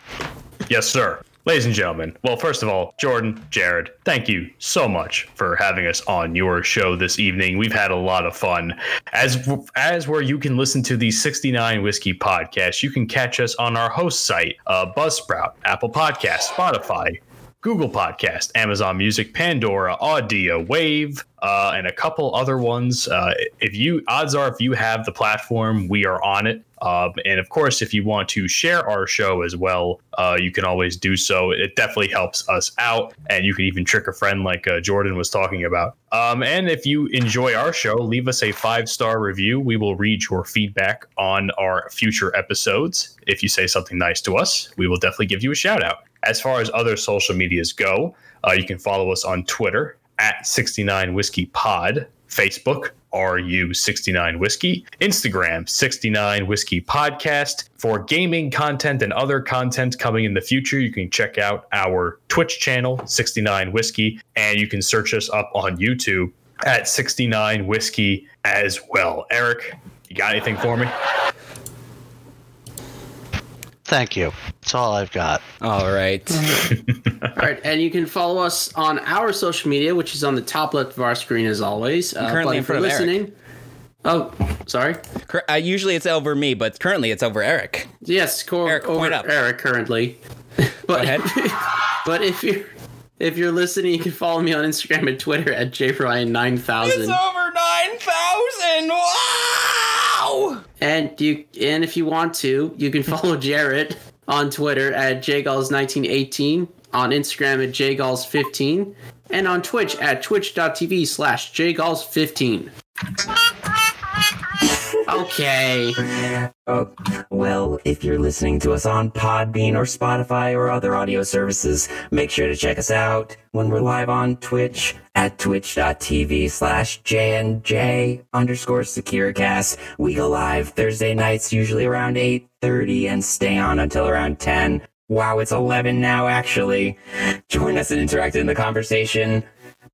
Speaker 3: Yes, sir. Ladies and gentlemen, well, first of all, Jordan, Jared, thank you so much for having us on your show this evening. We've had a lot of fun. As as where you can listen to the 69 Whiskey podcast, you can catch us on our host site, uh, Buzzsprout, Apple Podcast, Spotify, Google Podcast, Amazon Music, Pandora, Audio, Wave, uh, and a couple other ones. Uh, if you odds are, if you have the platform, we are on it. Um, and of course, if you want to share our show as well, uh, you can always do so. It definitely helps us out, and you can even trick a friend like uh, Jordan was talking about. Um, and if you enjoy our show, leave us a five star review. We will read your feedback on our future episodes. If you say something nice to us, we will definitely give you a shout out. As far as other social medias go, uh, you can follow us on Twitter at 69 Whiskey Pod, Facebook, RU69 Whiskey, Instagram, 69 Whiskey Podcast. For gaming content and other content coming in the future, you can check out our Twitch channel, 69 Whiskey, and you can search us up on YouTube at 69 Whiskey as well. Eric, you got anything for me?
Speaker 4: Thank you. That's all I've got.
Speaker 1: All right.
Speaker 2: All right, and you can follow us on our social media, which is on the top left of our screen as always. Uh,
Speaker 1: currently
Speaker 2: but
Speaker 1: in
Speaker 2: if you're
Speaker 1: front of Eric.
Speaker 2: listening. Oh, sorry.
Speaker 1: Cur- uh, usually it's over me, but currently it's over Eric.
Speaker 2: Yes, cor-
Speaker 1: Eric,
Speaker 2: over
Speaker 1: point up.
Speaker 2: Eric currently. but
Speaker 1: ahead.
Speaker 2: but if you're if you're listening, you can follow me on Instagram and Twitter at jryan9000.
Speaker 1: over nine thousand. Wow.
Speaker 2: and you and if you want to, you can follow Jarrett on Twitter at jgalls1918, on Instagram at jgalls15, and on Twitch at twitch.tv slash jgalls15. Okay.
Speaker 5: Oh, well, if you're listening to us on Podbean or Spotify or other audio services, make sure to check us out when we're live on Twitch at twitch.tv slash jnj underscore securicast. We go live Thursday nights, usually around 8.30 and stay on until around 10. Wow, it's 11 now, actually. Join us and interact in the conversation.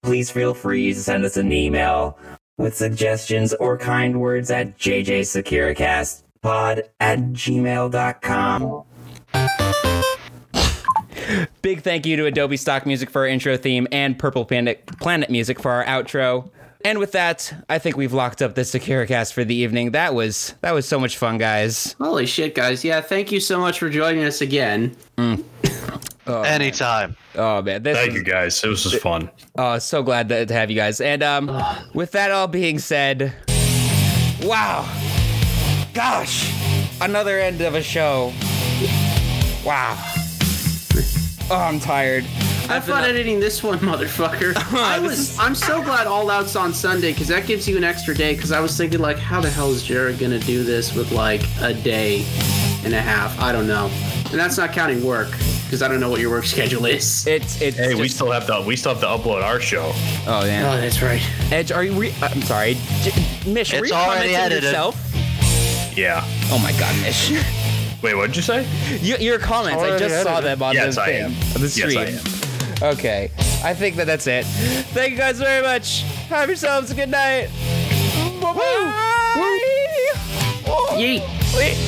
Speaker 5: Please feel free to send us an email with suggestions or kind words at jjsecuricastpod at gmail.com.
Speaker 1: Big thank you to Adobe Stock Music for our intro theme and Purple Planet, Planet Music for our outro. And with that, I think we've locked up the Securicast for the evening. That was that was so much fun, guys.
Speaker 2: Holy shit, guys. Yeah, thank you so much for joining us again.
Speaker 4: Anytime.
Speaker 1: Oh man, this
Speaker 3: Thank
Speaker 1: was-
Speaker 3: you guys. It was just fun.
Speaker 1: Oh, so glad to, to have you guys. And um, with that all being said, wow, gosh, another end of a show. Wow. Oh, I'm tired.
Speaker 2: Have fun editing this one, motherfucker. I was. I'm so glad All Out's on Sunday because that gives you an extra day. Because I was thinking, like, how the hell is Jared gonna do this with like a day and a half? I don't know. And that's not counting work because I don't know what your work schedule is.
Speaker 1: It's it's.
Speaker 3: Hey, we
Speaker 1: just-
Speaker 3: still have to we still have to upload our show.
Speaker 1: oh man,
Speaker 4: Uh,
Speaker 2: Oh, that's right.
Speaker 1: Edge, are you? Re- I'm sorry, J- Mish. were
Speaker 4: It's
Speaker 1: you
Speaker 4: already
Speaker 1: commenting
Speaker 4: edited.
Speaker 1: Yourself?
Speaker 3: Yeah.
Speaker 1: Oh my God, Mish.
Speaker 3: Wait, what'd you say?
Speaker 1: Y- your comments. I
Speaker 4: already
Speaker 1: just saw
Speaker 4: edited.
Speaker 1: them on
Speaker 3: Yes,
Speaker 1: the
Speaker 3: I
Speaker 1: thing,
Speaker 3: am.
Speaker 1: on the
Speaker 3: Yes, I
Speaker 1: stream. Okay, I think that that's it. Thank you guys very much. Have yourselves a good night. Bye bye.
Speaker 2: Yeet.
Speaker 1: Wait.